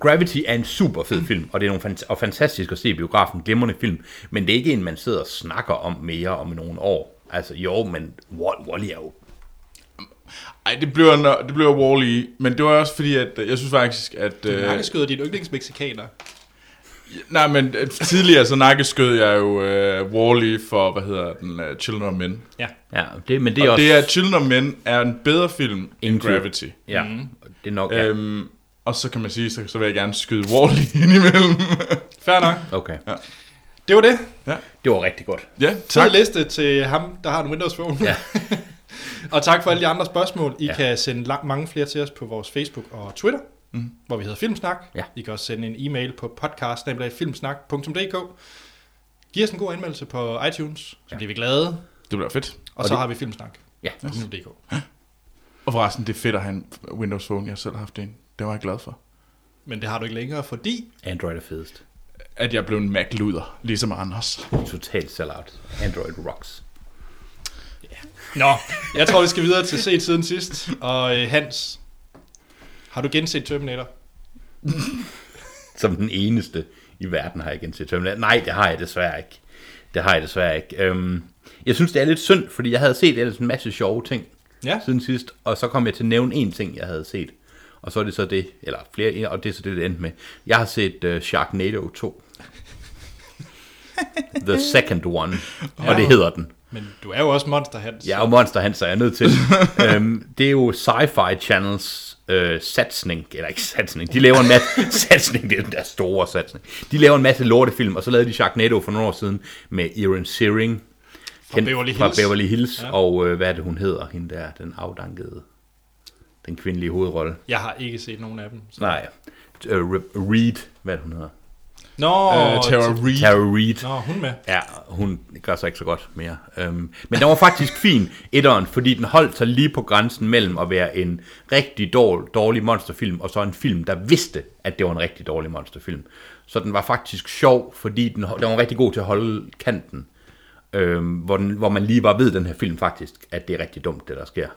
S2: Gravity er en super fed film, og det er nogle fant- og fantastisk at se i biografen, glimrende film, men det er ikke en, man sidder og snakker om mere om nogle år. Altså jo, men Wall- Wall-E er jo...
S3: Ej, det bliver, no- det bliver Wall-E, men det var også fordi, at øh, jeg synes faktisk, at...
S1: Øh.
S3: Øh,
S1: Nakkeskød din yndlingsmexikaner.
S3: nej, men øh, tidligere så nakkeskød jeg jo øh, Wall-E for, hvad hedder den, øh, Children of Men.
S1: Ja.
S2: Ja, det, men det er
S3: Og
S2: også...
S3: det er, Children of Men er en bedre film end
S2: Ingen tvivl.
S3: Gravity.
S2: Ja, det er nok... Ja.
S3: Mm. Øhm, og så kan man sige, så, så vil jeg gerne skyde Wall-E ind imellem.
S1: Fair nok.
S2: Okay,
S1: Det var det.
S2: det var rigtig godt.
S3: ja, tak.
S1: Fed liste til ham, der har en Windows Phone.
S2: Ja.
S1: og tak for alle de andre spørgsmål. I ja.
S2: Ja.
S1: kan sende lang, mange flere til os på vores Facebook og Twitter, mm. hvor vi hedder Filmsnak.
S2: Ja.
S1: I kan også sende en e-mail på podcast.filmsnak.dk. Giv os en god anmeldelse på iTunes, så
S2: Ja.
S1: bliver vi glade.
S3: Det bliver fedt.
S1: Og, og så
S2: det-
S1: har vi Filmsnak.
S2: Ja.
S1: Yes.
S3: Og forresten, det er fedt at have en Windows Phone. Jeg har selv haft en. Det var jeg glad for.
S1: Men det har du ikke længere, fordi
S2: Android er fedest.
S3: At jeg blev en Mac-luder, ligesom Anders.
S2: Total sellout. Android rocks.
S1: Nå, jeg tror, vi skal videre til set siden sidst. Og øh, Hans, har du genset Terminator?
S2: Som den eneste i verden har jeg genset Terminator. Nej, det har jeg desværre ikke. Det har jeg desværre ikke. Øhm, jeg synes, det er lidt synd, fordi jeg havde set ellers en masse sjove ting
S1: Ja.
S2: siden sidst, og så kom jeg til at nævne en ting, jeg havde set. Og så er det så det, eller flere, og det er så det, det endte med. Jeg har set uh, Sharknado 2. The second one. Og det hedder den.
S1: Men du er jo også monster, Hans.
S2: Jeg er jo Monster Hans, så jeg er nødt til. øhm, det er jo Sci-Fi Channels øh, satsning, eller ikke satsning, de laver en masse, satsning, det er den der store satsning. De laver en masse lortefilm, og så lavede de Sharknado for nogle år siden med Erin Searing. Fra
S1: Beverly
S2: Fra
S1: Hills.
S2: Beverly Hills,
S1: Ja.
S2: ja. og øh, hvad er det, hun hedder, hende der, den afdankede, den kvindelige hovedrolle.
S1: Jeg har ikke set nogen af dem. Så.
S2: Nej, øh, Re- Reed, hvad er det, hun hedder?
S1: Nå,
S3: Oh, øh, Tara
S1: t-
S3: Reid.
S2: Tara Reed.
S1: Nå, hun med.
S2: Ja, hun gør sig ikke så godt mere. Øhm, men den var faktisk fin, etteren, fordi den holdt sig lige på grænsen mellem at være en rigtig dårlig, dårlig monsterfilm, og så en film, der vidste, at det var en rigtig dårlig monsterfilm. Så den var faktisk sjov, fordi den, den var rigtig god til at holde kanten. Øhm, hvor, den, hvor man lige bare ved den her film faktisk, at det er rigtig dumt, det der sker.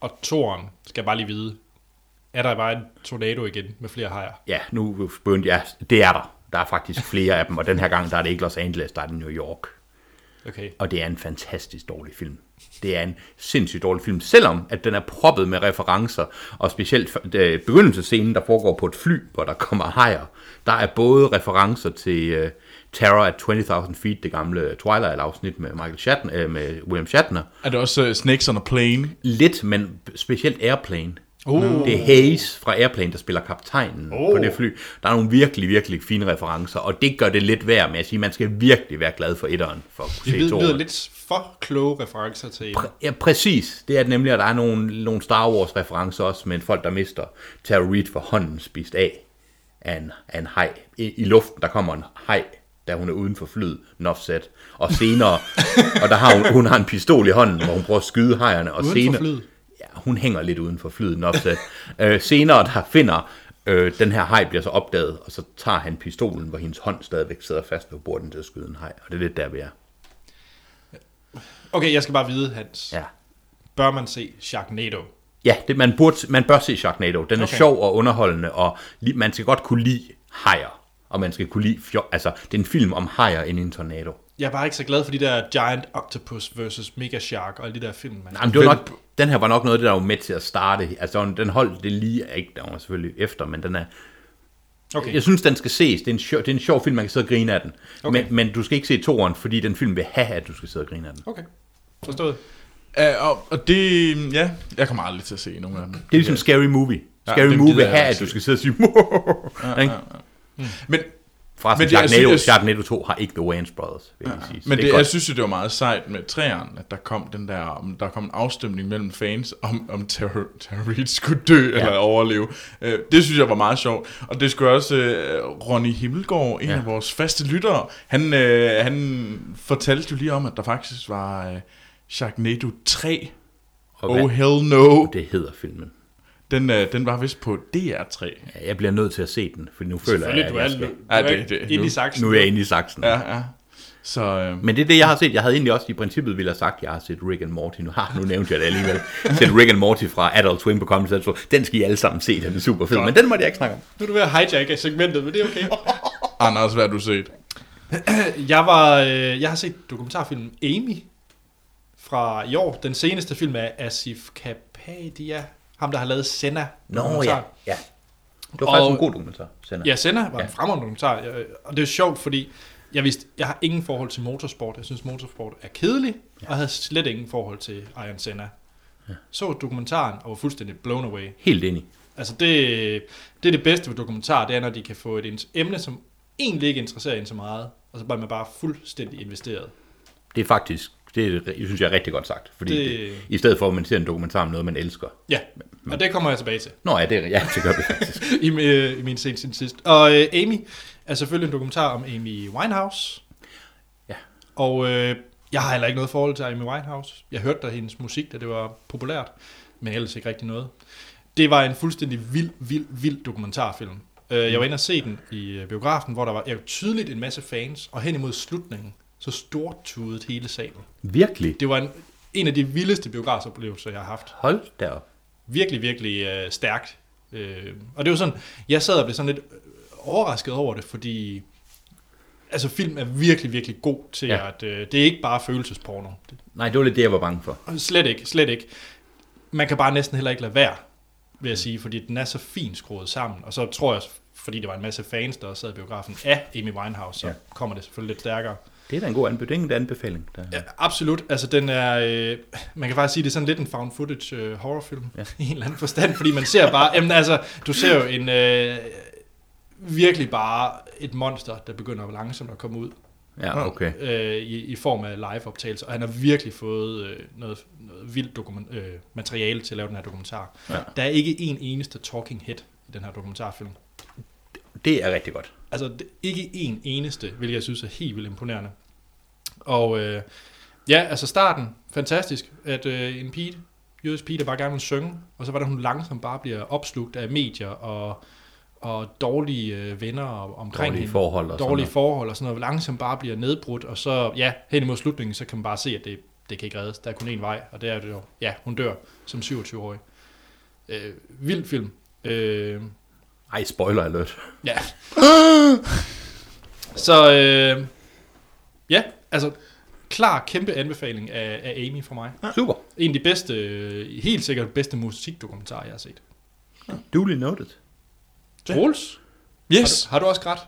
S1: Og Toren skal jeg bare lige vide. Er der bare en tornado igen med flere hajer?
S2: Ja, nu begyndte jeg, det er der. Der er faktisk flere af dem, og den her gang, der er det ikke Los Angeles, der er det New York.
S1: Okay.
S2: Og det er en fantastisk dårlig film. Det er en sindssygt dårlig film, selvom at den er proppet med referencer, og specielt øh, begyndelsescenen, der foregår på et fly, hvor der kommer hajer. Der er både referencer til øh, Terror at 20.000 Feet, det gamle Twilight-afsnit med, Michael Shatner, øh, med William Shatner.
S3: Er det også uh, Snakes on a Plane?
S2: Lidt, men specielt Airplane.
S1: Uh.
S2: Det er Hayes fra Airplane, der spiller kaptajnen
S1: Oh.
S2: oh. på det fly. Der er nogle virkelig, virkelig fine referencer, og det gør det lidt værd med at sige, at man skal virkelig være glad for etteren for at kunne
S1: Det
S2: se
S1: lyder,
S2: toeren.
S1: lyder lidt for kloge referencer til en.
S2: Præ- Ja, præcis. Det er nemlig, at der er nogle, nogle Star Wars-referencer også, men folk, der mister Tara Reid for hånden spist af af en, af en hej. I, I luften, der kommer en hej, da hun er uden for flyet, en offset. Og senere, og der har hun, hun har en pistol i hånden, hvor hun prøver at skyde hejerne. Og
S1: Uden for
S2: senere,
S1: flyet?
S2: Ja, hun hænger lidt uden for flyet, en offset. øh, senere, der finder øh, den her hej bliver så opdaget, og så tager han pistolen, hvor hendes hånd stadigvæk sidder fast på borden til at skyde en hej. Og det er lidt der, vi er.
S1: Okay, jeg skal bare vide, Hans.
S2: Ja.
S1: Bør man se Sharknado?
S2: Ja, det, man, burde, man bør se Sharknado. Den
S1: Okay.
S2: er okay. sjov og underholdende, og li, man skal godt kunne lide hajer. Og man skal kunne lide... Fjol, altså, det er en film om hajer end en tornado.
S1: Jeg er bare ikke så glad for de der Giant Octopus versus Mega Shark og alle de der film, man.
S2: Jamen, det var
S3: Vel-
S2: nok, den her var nok noget, af det, der var med til at starte. Altså, den- den holdt det lige... Ikke, der var selvfølgelig efter, men den er...
S1: Okay.
S2: Jeg synes, den skal ses. Det er en sjov, det er en sjov film, man kan sidde og grine af den.
S1: Okay.
S2: Okay. Men, men du skal ikke se toeren, fordi den film vil have, at du skal sidde og grine af den.
S1: Okay. Forstået.
S3: Uh, og, og det, ja, jeg kommer aldrig til at se nogen af dem.
S2: Det er ligesom Scary Movie.
S3: Ja,
S2: Scary
S3: den
S2: Movie
S3: gider
S2: vil
S3: jeg
S2: have,
S3: ikke
S2: at du
S3: se.
S2: skal sidde og sige... ja, ja.
S3: Men, Men
S2: Forresten,
S3: det er-
S2: Sharknado,
S3: jeg-
S2: Sharknado 2 har ikke The Wayans Brothers, vil jeg ja, sige. Så
S3: men det,
S2: er
S3: jeg
S2: godt.
S3: synes jo, det var meget sejt med træerne, at der kom den der, om der kom en afstemning mellem fans, om, om Tara, Tara Reid skulle dø ja. eller overleve. Uh, det synes jeg var meget sjovt. Og det skulle også uh, Ronny Himmelgaard, en ja.
S2: Ja.
S3: af vores faste lyttere, han, uh, han fortalte jo lige om, at der faktisk var uh, Sharknado 3.
S2: Og
S3: oh
S2: hvad-
S3: hell no.
S2: Uh, Det hedder filmen.
S3: Den, uh, den var vist på DR3.
S2: Ja, jeg bliver nødt til at se den, for nu føler jeg,
S1: Selvfølgelig,
S2: at
S1: du er,
S2: jeg
S1: du
S2: skal.
S3: Ja,
S1: er
S3: det- det-
S1: inde
S3: nu-
S1: i saksen.
S2: Nu er jeg inde i saksen. Ja.
S3: Ja, ja. Så, uh,
S2: Men det er det, jeg har set. Jeg havde egentlig også i princippet ville have sagt, at jeg har set Rick and Morty. Nu har nu nævnte jeg det alligevel. set Rick and Morty fra Adult Swim på Comedy Central. Den skal I alle sammen se, den er super fed. Men den måtte jeg ikke snakke om.
S1: Nu er du ved at hijacke segmentet, men det er okay.
S3: Anders, hvad har du set?
S1: Jeg, var, øh, jeg har set dokumentarfilmen Amy fra i år. Den seneste film er Asif Kapadia, ham der har lavet Senna.
S2: Nå
S1: dokumentar.
S2: ja, ja. Det var faktisk
S1: Og-
S2: en god dokumentar, Sender.
S1: Ja, Senna var ja.
S2: Ja.
S1: en fremragende dokumentar, øh, og det er sjovt, fordi jeg, vidste, jeg har ingen forhold til motorsport. Jeg synes, motorsport er kedelig, ja. og havde slet ingen forhold til Iron Senna. Ja. Så dokumentaren og var fuldstændig blown away.
S2: Helt enig.
S1: Altså det, det er det bedste ved dokumentar, det er, når de kan få et ens- emne, som egentlig ikke interesserer en så meget, og så bliver man bare fuldstændig investeret.
S2: Det er faktisk, det er, jeg synes jeg er rigtig godt sagt. Fordi
S1: Det-
S2: det... Det, i stedet for, at man ser en dokumentar om noget, man elsker.
S1: Ja, og det kommer jeg tilbage til
S2: Nå ja, det, er- ja, det gør vi faktisk.
S1: i, øh, i min sen sin sidst. Og øh, Amy er selvfølgelig en dokumentar om Amy Winehouse.
S2: Ja.
S1: Og øh, Jeg har heller ikke noget forhold til Amy Winehouse. Jeg hørte da hendes musik, da det var populært, men ellers ikke rigtig noget. Det var en fuldstændig vild, vild, vild dokumentarfilm. Øh, Jeg var inde og se den i øh, biografen, hvor der var jeg, tydeligt en masse fans, og hen imod slutningen, så stortudede hele salen.
S2: Virkelig?
S1: Det var en, en af de vildeste biografoplevelser, jeg har haft
S2: Hold da op.
S1: virkelig, virkelig øh, stærkt. Øh, og det var sådan, jeg sad og blev sådan lidt øh, overrasket over det, fordi altså film er virkelig, virkelig god til ja.
S2: Ja.
S1: at, øh, det er ikke bare følelsesporno. Det-
S2: Nej, det var lidt det, jeg var bange for.
S1: Slet ikke, slet ikke. Man kan bare næsten heller ikke lade være, vil jeg sige, fordi den er så fint skruet sammen. Og så tror jeg, fordi der var en masse fans, der også sad i biografen af Amy Winehouse, så ja.
S2: Ja.
S1: kommer det selvfølgelig lidt stærkere.
S2: Det er da en god anbefaling. Det er en god anbefaling. Der...
S1: Ja, absolut. Altså, den er, øh, man kan faktisk sige, det er sådan lidt en found footage øh, horrorfilm ja.
S2: Ja.
S1: i en eller anden forstand, fordi man ser bare, jamen, altså, du ser jo en øh, virkelig bare et monster, der begynder langsomt at komme ud
S3: Ah.
S2: ja okay.
S1: øh, i, i form af live-optagelser, og han har virkelig fået øh, noget, noget vildt dokument, øh, materiale til at lave den her dokumentar. Ja.
S2: Ja.
S1: Der er ikke en eneste talking head i den her dokumentarfilm.
S2: Det er rigtig godt.
S1: Altså det- ikke en eneste, hvilket jeg synes er helt vildt imponerende. Og øh, ja, altså starten, fantastisk, at øh, en pige, jødisk pige, der bare gerne vil synge, og så var det, hun langsomt bare bliver opslugt af medier og, og dårlige øh, venner og- omkring
S2: Dårlige
S1: hende.
S2: forhold og
S1: dårlige
S2: sådan
S1: forhold og sådan noget, langsomt bare bliver nedbrudt, og så ja, hen imod slutningen, så kan man bare se, at det, det kan ikke reddes. Der er kun én vej, og det er det jo, ja, hun dør som 27-årig. Øh, vild film. Øh,
S2: noget. Ej, spoiler alert.
S1: Ja. Så øh, ja, altså klar kæmpe anbefaling af, af Amy for mig.
S3: Ah.
S2: Super.
S1: En af de bedste, øh, helt sikkert bedste musikdokumentarer, jeg har set.
S2: Duly noted.
S1: Troels,
S3: Yes.
S1: har, du, har du også grædt?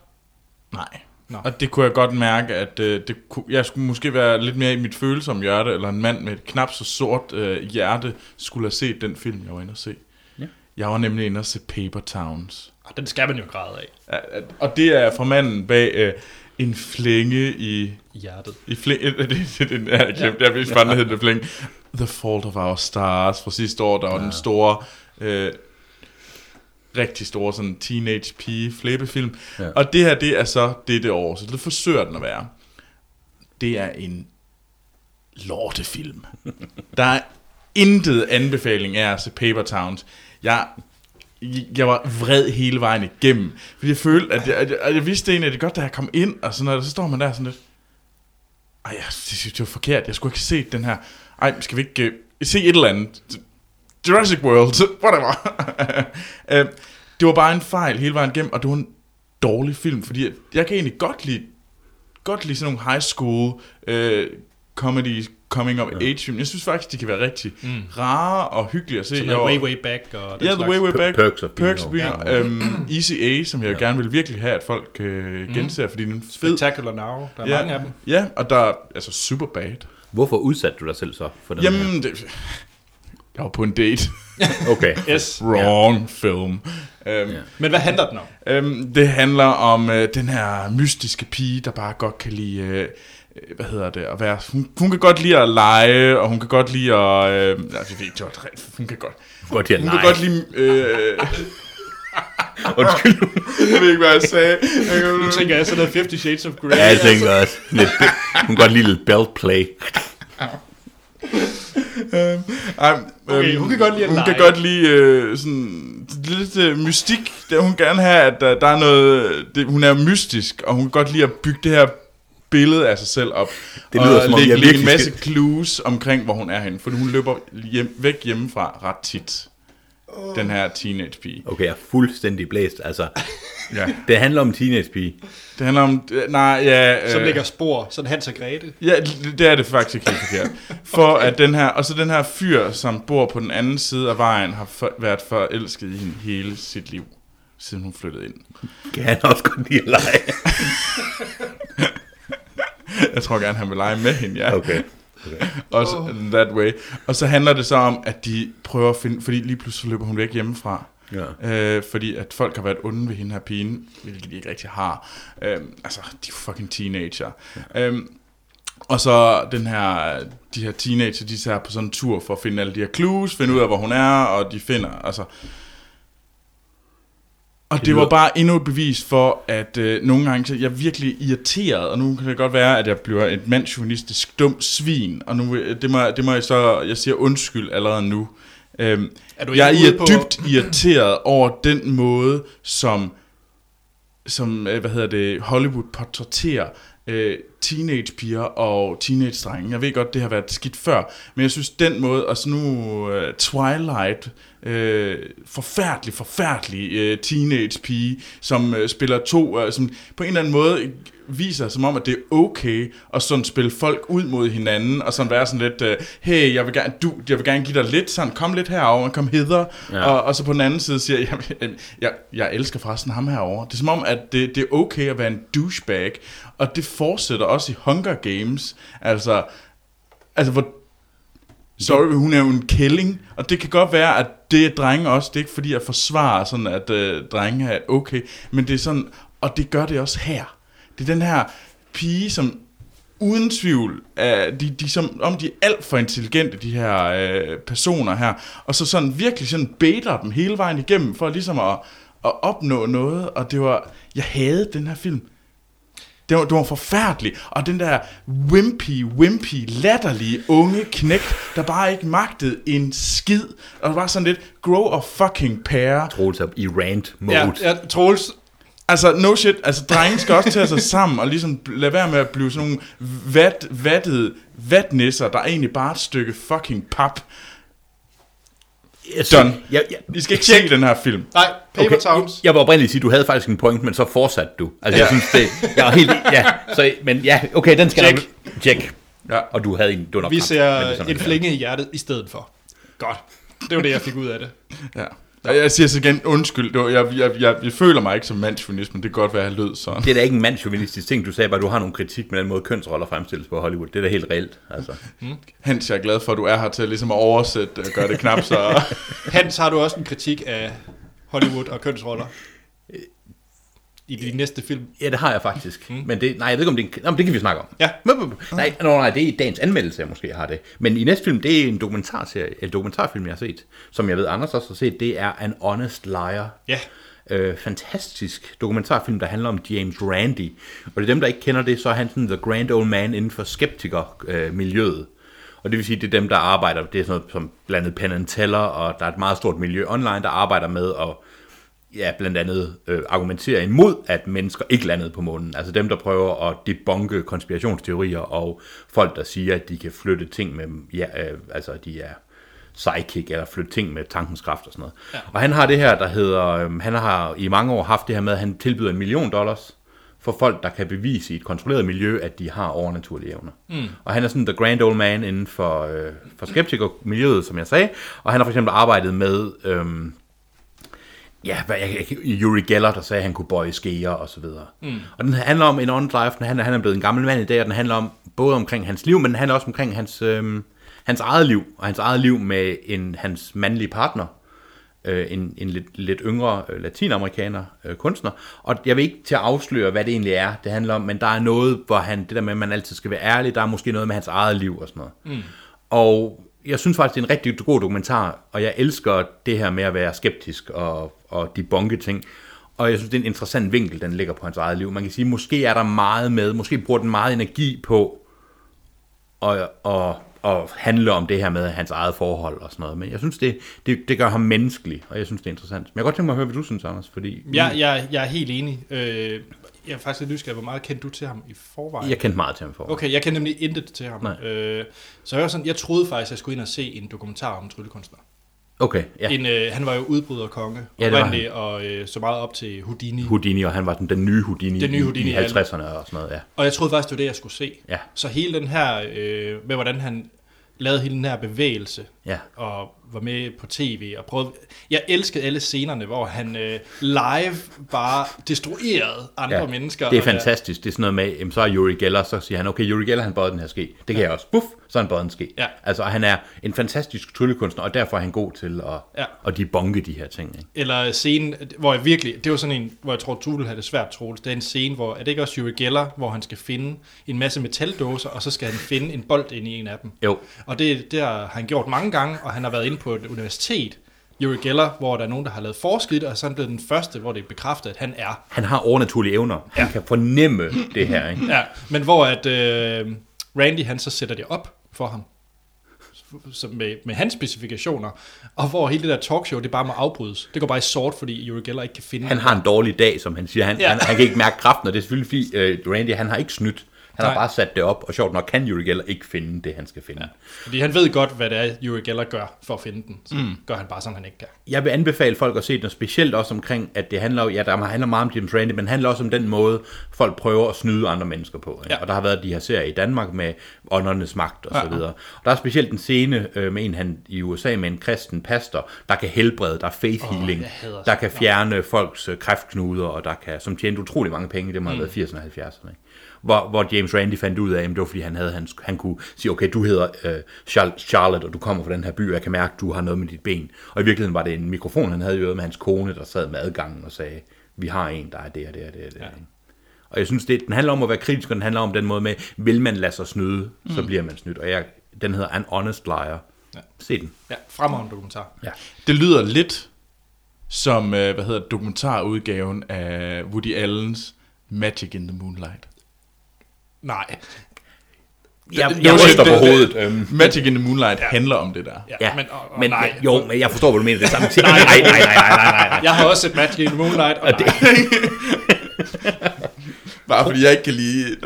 S3: Nej.
S1: Nå.
S3: Og det kunne jeg godt mærke, at øh, det kunne, jeg skulle måske være lidt mere i mit følsomme hjerte, eller en mand med et knap så sort øh, hjerte skulle have set den film, jeg var inde og se.
S2: Ja.
S3: Jeg var nemlig inde og se Paper Towns.
S1: Ah, Den skal man jo græde af
S3: Øh, øh, Og det er fra manden bag øh, en flænge i...
S1: i hjertet.
S3: i flæng, øh, det, det, det, ja, jeg glemte, jeg vidste bare, den hedder Fling. The Fault of Our Stars fra sidste år, der var den store, øh, rigtig store sådan teenage pige flæbefilm.
S2: Ja.
S3: Ja. Og det her, det er så dette år, så det forsøger den at være. Det er en lortefilm. Der er intet anbefaling af at se Paper Towns. Jeg, jeg var vred hele vejen igennem, fordi jeg følte, at jeg, at jeg, at jeg vidste egentlig, at det er godt, da jeg kom ind, og sådan noget, og så står man der sådan lidt, ej, jeg, det, det var forkert, jeg skulle ikke se den her, ej, skal vi ikke øh, se et eller andet, Jurassic World, whatever. Øh, det var bare en fejl hele vejen igennem, og det var en dårlig film, fordi jeg, jeg kan egentlig godt lide, godt lide sådan nogle high school øh, comedy coming of age film. Jeg synes faktisk, de kan være rigtig
S1: Mm.
S3: rare og hyggelige at se.
S1: Sådan
S3: Jeg
S1: noget
S3: var-
S1: way, way back og den
S3: Ja, The
S1: slags.
S3: Way Way
S2: Per-
S3: Back.
S2: Perks of Being
S3: Perks of Being,
S1: Old.
S3: øhm, Easy A, som jeg
S2: Ja.
S3: jo gerne vil virkelig have, at folk
S1: Mhm.
S3: øh, genser, fordi den er fed.
S1: Spectacular Now, der er
S3: Ja.
S1: mange af dem.
S3: Ja, og der er altså super bad.
S2: Hvorfor udsatte du dig selv så for den her?
S3: Jamen, det, jeg var på en date.
S2: Okay.
S1: Yes.
S3: Wrong film. Øhm,
S2: Ja.
S1: Men hvad handler den om?
S3: Øhm, det handler om øh, den her mystiske pige, der bare godt kan lide... Øh, øh, hvad hedder det? At være, hun, hun kan godt lide at lege, og hun kan godt lide at... Øh, nej, vi ved ikke, det var et rigtigt- hun kan godt,
S2: Godt, jeg
S3: hun kan godt lide... Øh,
S2: Undskyld.
S3: jeg ved ikke, hvad jeg sagde. Jeg kan-
S1: Nu tænker jeg sådan noget 50 Shades of
S2: Ja,
S1: Grey.
S2: jeg tænker også. Lidt, hun kan godt lide lidt belt play.
S3: Øhm, ej,
S1: Okay,
S3: øhm,
S1: hun kan godt lide at
S3: Hun
S1: lege.
S3: kan godt lide øh, sådan lidt øh, mystik. Der, hun gerne have, at øh, der, der er noget... Det, hun er mystisk, og hun kan godt lide at bygge det her billede af sig selv op.
S2: Det lyder,
S3: og
S2: som om
S3: lægge,
S2: jeg
S3: lægge en
S2: virkelig
S3: masse
S2: skal-
S3: clues omkring, hvor hun er henne. Fordi hun løber hjem, væk hjemmefra ret tit. Den her teenage pige.
S2: Okay, jeg er fuldstændig blæst. Altså,
S3: Ja.
S2: det handler om en teenagepige.
S3: Det handler om... øh, Nej, ja...
S1: altså, Som lægger spor, sådan Hans og Grete.
S3: Ja, det det er det faktisk ikke helt forkert. For at den her, og så den her fyr, som bor på den anden side af vejen, har for, været forelsket i hende hele sit liv, siden hun flyttede ind.
S2: Kan han også godt lide at lege?
S3: Jeg tror gerne, han vil lege med hende, ja.
S2: Okay.
S3: Og så, that way. Og så handler det så om, at de prøver at finde, fordi lige pludselig så løber hun væk hjemmefra.
S2: Ja.
S3: Øh, fordi at folk har været onde ved hende her pigen, hvilket de ikke rigtig har. Øh, altså, de er jo fucking teenager. Ja. Øh, og så den her, de her teenager, de tager på sådan en tur for at finde alle de her clues, finde ud af, hvor hun er, og de finder, altså... Og det, det var bare endnu et bevis for, at øh, nogle gange så er jeg virkelig irriteret, og nu kan det godt være, at jeg bliver et mandsjournalistisk dumt svin, og nu, vil- det, må, det må jeg så, jeg siger undskyld allerede nu. Øhm,
S1: Er du
S3: jeg
S1: ikke
S3: er
S1: ude på-
S3: dybt irriteret over den måde, som, som øh, hvad hedder det, Hollywood portrætterer øh, teenagepiger og teenage-drenge. Jeg ved godt, det har været skidt før, men jeg synes den måde, altså nu øh, Twilight, øh, forfærdelig, forfærdelig øh, teenage-pige, som øh, spiller to, øh, som på en eller anden måde viser som om, at det er okay at sådan spille folk ud mod hinanden, og sådan være sådan lidt, øh, hey, jeg vil, gerne, du, jeg vil gerne give dig lidt, sådan, kom lidt herover, kom heder, ja.
S2: Ja.
S3: og, og så på den anden side siger jeg, "Jamen, jeg, jeg elsker forresten ham herover. Det er som om, at det, det er okay at være en douchebag, og det fortsætter også i Hunger Games, altså, altså hvor Sorry, hun er jo en kælling, og det kan godt være, at det er drenge også. Det er ikke fordi, jeg forsvarer sådan, at øh, drenge er okay, men det er sådan, og det gør det også her. Det er den her pige, som uden tvivl, er, de, de er som, om de er alt for intelligente, de her øh, personer her, og så sådan virkelig sådan beder dem hele vejen igennem, for ligesom at, at opnå noget, og det var, jeg havde den her film. Det var, det var forfærdelig. Og den der wimpy, wimpy, latterlige unge knægt, der bare ikke magtede en skid. Og var sådan lidt, grow a fucking pair.
S2: Troels er i rant mode.
S1: Ja, ja, Troels,
S3: Altså, no shit. Altså, drenge skal også tage sig sammen og ligesom lade være med at blive sådan nogle vat, vattede vatnisser, der er egentlig bare et stykke fucking pap.
S2: Jeg synes-
S3: Done.
S2: Jeg, jeg,
S3: I skal ikke tjekke den her film.
S1: nej, Paper okay. Towns.
S2: jeg var oprindeligt sige, at du havde faktisk en point, men så fortsatte du. Altså, jeg
S3: Ja.
S2: synes det... Jeg er helt... Ja, så, men ja, okay, den skal
S1: Check.
S2: nok- Check.
S3: Ja.
S2: Og du havde en... Du var nok
S1: Vi
S2: ramt, men det er
S1: ser
S2: sådan,
S1: en
S2: det er.
S1: flænge i hjertet i stedet for. Godt. Det var det, jeg fik ud af det.
S3: ja. Og Jeg siger så igen, undskyld, det var, jeg, jeg, jeg, jeg, føler mig ikke som mandsjournalist, men det kan godt være, at jeg lød sådan.
S2: Det er da ikke en mandsjuvenistisk ting, du sagde bare, at du har nogle kritik med den måde, kønsroller fremstilles på Hollywood. Det er da helt reelt, altså.
S3: Hens, jeg er glad for, at du er her til at ligesom at oversætte og gøre det knap så...
S1: Hans, har du også en kritik af Hollywood og kønsroller? I de næste film.
S2: Ja, det har jeg faktisk. Mm. Men det, nej, jeg ved ikke, om det, er en- Nå, men det kan vi snakke om.
S1: Ja.
S2: Men, men, men- nej, nå, nej, det er i dagens anmeldelse, jeg måske har det. Men i næste film, det er en dokumentarserie, en dokumentarfilm, jeg har set, som jeg ved, Anders også har set, det er An Honest Liar.
S1: Ja.
S2: Øh, fantastisk dokumentarfilm, der handler om James Randi. Og det er dem, der ikke kender det, så er han sådan the grand old man inden for skeptikermiljøet. Øh, miljøet. og det vil sige, det er dem, der arbejder, det er sådan noget som blandt andet Penn and Teller, og der er et meget stort miljø online, der arbejder med at ja, blandt andet øh, argumenterer imod, at mennesker ikke landede på månen. Altså dem, der prøver at debunke konspirationsteorier, og folk, der siger, at de kan flytte ting med, ja, øh, altså at de er psychic, eller flytte ting med tankens kraft og sådan noget. Ja. Og han har det her, der hedder, øh, han har i mange år haft det her med, at han tilbyder en million dollars, for folk, der kan bevise i et kontrolleret miljø, at de har overnaturlige evner. Mm. Og han er sådan the grand old man inden for, øh, for skeptikermiljøet, som jeg sagde. Og han har for eksempel arbejdet med øhm, ja, hvad, jeg, jeg, Yuri Geller, der sagde, at han kunne bøje skeer og så videre. Mm. Og den handler om en åndelig life, den handler, han er blevet en gammel mand i dag, og den handler om både omkring hans liv, men den handler også omkring hans, øhm, hans eget liv, og hans eget liv med en, hans mandlige partner, øh, en, en lidt, lidt yngre øh, latinamerikaner øh, kunstner. Og jeg vil ikke til at afsløre, hvad det egentlig er, det handler om, men der er noget, hvor han, det der med, at man altid skal være ærlig, der er måske noget med hans eget liv og sådan noget. Mm. Og jeg synes faktisk, det er en rigtig god dokumentar, og jeg elsker det her med at være skeptisk og, og debunke ting. Og jeg synes, det er en interessant vinkel, den ligger på hans eget liv. Man kan sige, måske er der meget med, måske bruger den meget energi på og, og, og handle om det her med hans eget forhold og sådan noget. Men jeg synes, det, det, det gør ham menneskelig, og jeg synes, det er interessant. Men jeg kan godt tænke mig at høre, hvad du synes, Anders, fordi
S1: Jeg, jeg, jeg er helt enig. Øh, jeg er faktisk lidt nysgerrig, hvor meget kendte du til ham i forvejen?
S2: jeg kendte meget til ham for.
S1: Okay, jeg kendte nemlig intet til ham.
S2: Nej.
S1: Øh, så jeg, var sådan, jeg troede faktisk, jeg skulle ind og se en dokumentar om en tryllekunstner.
S2: okay ja.
S1: Ja. En, øh, han var jo udbryderkonge, ja,
S2: Ja, det var
S1: oprindeligt, og øh, så meget op til Houdini.
S2: Houdini, og han var den, den nye Houdini,
S1: Den nye
S2: i-
S1: Houdini,
S2: i
S1: ja.
S2: 50'erne og sådan noget, ja.
S1: Og jeg troede faktisk, det var det, jeg skulle se.
S2: Ja,
S1: Så hele den her, øh, med hvordan han lavede hele den her bevægelse,
S2: ja.
S1: og var med på tv og prøvede... Jeg elskede alle scenerne, hvor han øh, live bare destruerede andre
S2: ja.
S1: mennesker.
S2: Det er
S1: og der-
S2: fantastisk. Det er sådan noget med, jamen, så er Yuri Geller, så siger han, okay, Yuri Geller, han bøjede den her ske. Det kan jeg også. Buff, så han bøjede en ske.
S1: Ja.
S2: Altså, han er en fantastisk tryllekunstner, og derfor er han god til at,
S1: Ja.
S2: at debunke de her ting. Ikke?
S1: Eller scenen, hvor jeg virkelig, det var sådan en, hvor jeg tror, Tutel havde det svært, Troels. Det er en scene, hvor, er det ikke også Yuri Geller, hvor han skal finde en masse metaldåser, og så skal han finde en bold ind i en af dem.
S2: Jo,
S1: Og det, det har han gjort mange gange, og han har været inde på et universitet, Yuri Geller, hvor der er nogen, der har lavet forskeligt, og så er han blevet den første, hvor det er bekræftet, at han er.
S2: Han har overnaturlige evner. Han kan fornemme det her, ikke?
S1: Ja, men hvor at øh, Randy, han så sætter det op for ham. Så med, med hans specifikationer. Og hvor hele det der talkshow, det bare må afbrydes. Det går bare i sort, fordi Yuri Geller ikke kan finde
S2: Han har en dårlig dag, som han siger. Han,
S1: Ja.
S2: ja. han, han kan ikke mærke kraften, og det er selvfølgelig fordi, øh, Randy, han har ikke snydt. Han
S1: Nej.
S2: har bare sat det op, og sjovt nok kan Yuri Geller ikke finde det, han skal finde. Ja.
S1: Fordi han ved godt, hvad det er, Yuri Geller gør for at finde den. Så mm. gør han bare sådan, han ikke kan.
S2: Jeg vil anbefale folk at se den, og specielt også omkring, at det handler, jo- ja, der handler meget om James Randi, men handler også om den måde, folk prøver at snyde andre mennesker på. Ikke?
S1: Ja.
S2: Ja. Og der har været de her serier i Danmark med åndernes magt og
S1: Ja.
S2: så videre. Og der er specielt en scene øh, med en han i USA med en kristen pastor, der kan helbrede, der er faith healing,
S1: jeg hader
S2: der
S1: sådan
S2: kan fjerne folks øh, kræftknuder, og der kan, som tjente utrolig mange penge, det må have været 80'erne og 70'erne. Ikke? Hvor, hvor James Randi fandt ud af, at det var fordi han, havde, han, han kunne sige, okay, du hedder øh, Charl- Charlotte, og du kommer fra den her by, og jeg kan mærke, at du har noget med dit ben. Og i virkeligheden var det en mikrofon, han havde i øret med hans kone, der sad med adgangen og sagde, vi har en, der er det og det og det. Og, det. Ja. og jeg synes, det, den handler om at være kritisk, og den handler om den måde med, vil man lade sig snyde, mm. så bliver man snydt. Og jeg, den hedder An Honest Liar.
S1: Ja.
S2: Ja. Se den.
S1: Ja, fremragende dokumentar.
S2: Ja.
S3: Det lyder lidt som, øh, hvad hedder det, dokumentarudgaven af Woody Allens Magic in the Moonlight.
S1: Nej.
S2: Jeg,
S3: det-
S2: jeg
S3: det-
S2: ryster
S3: det-
S2: på
S3: det-
S2: hovedet. Øhm.
S3: Magic in the Moonlight ja. handler om det der.
S1: Ja,
S2: Ja,
S1: men, og, og
S2: men
S1: nej.
S2: jo, men jeg forstår, hvad du mener det samme ting. nej, nej, nej, nej, nej, nej, nej.
S1: Jeg har også set Magic in the Moonlight, og, det,
S3: Bare fordi jeg ikke kan lide... Det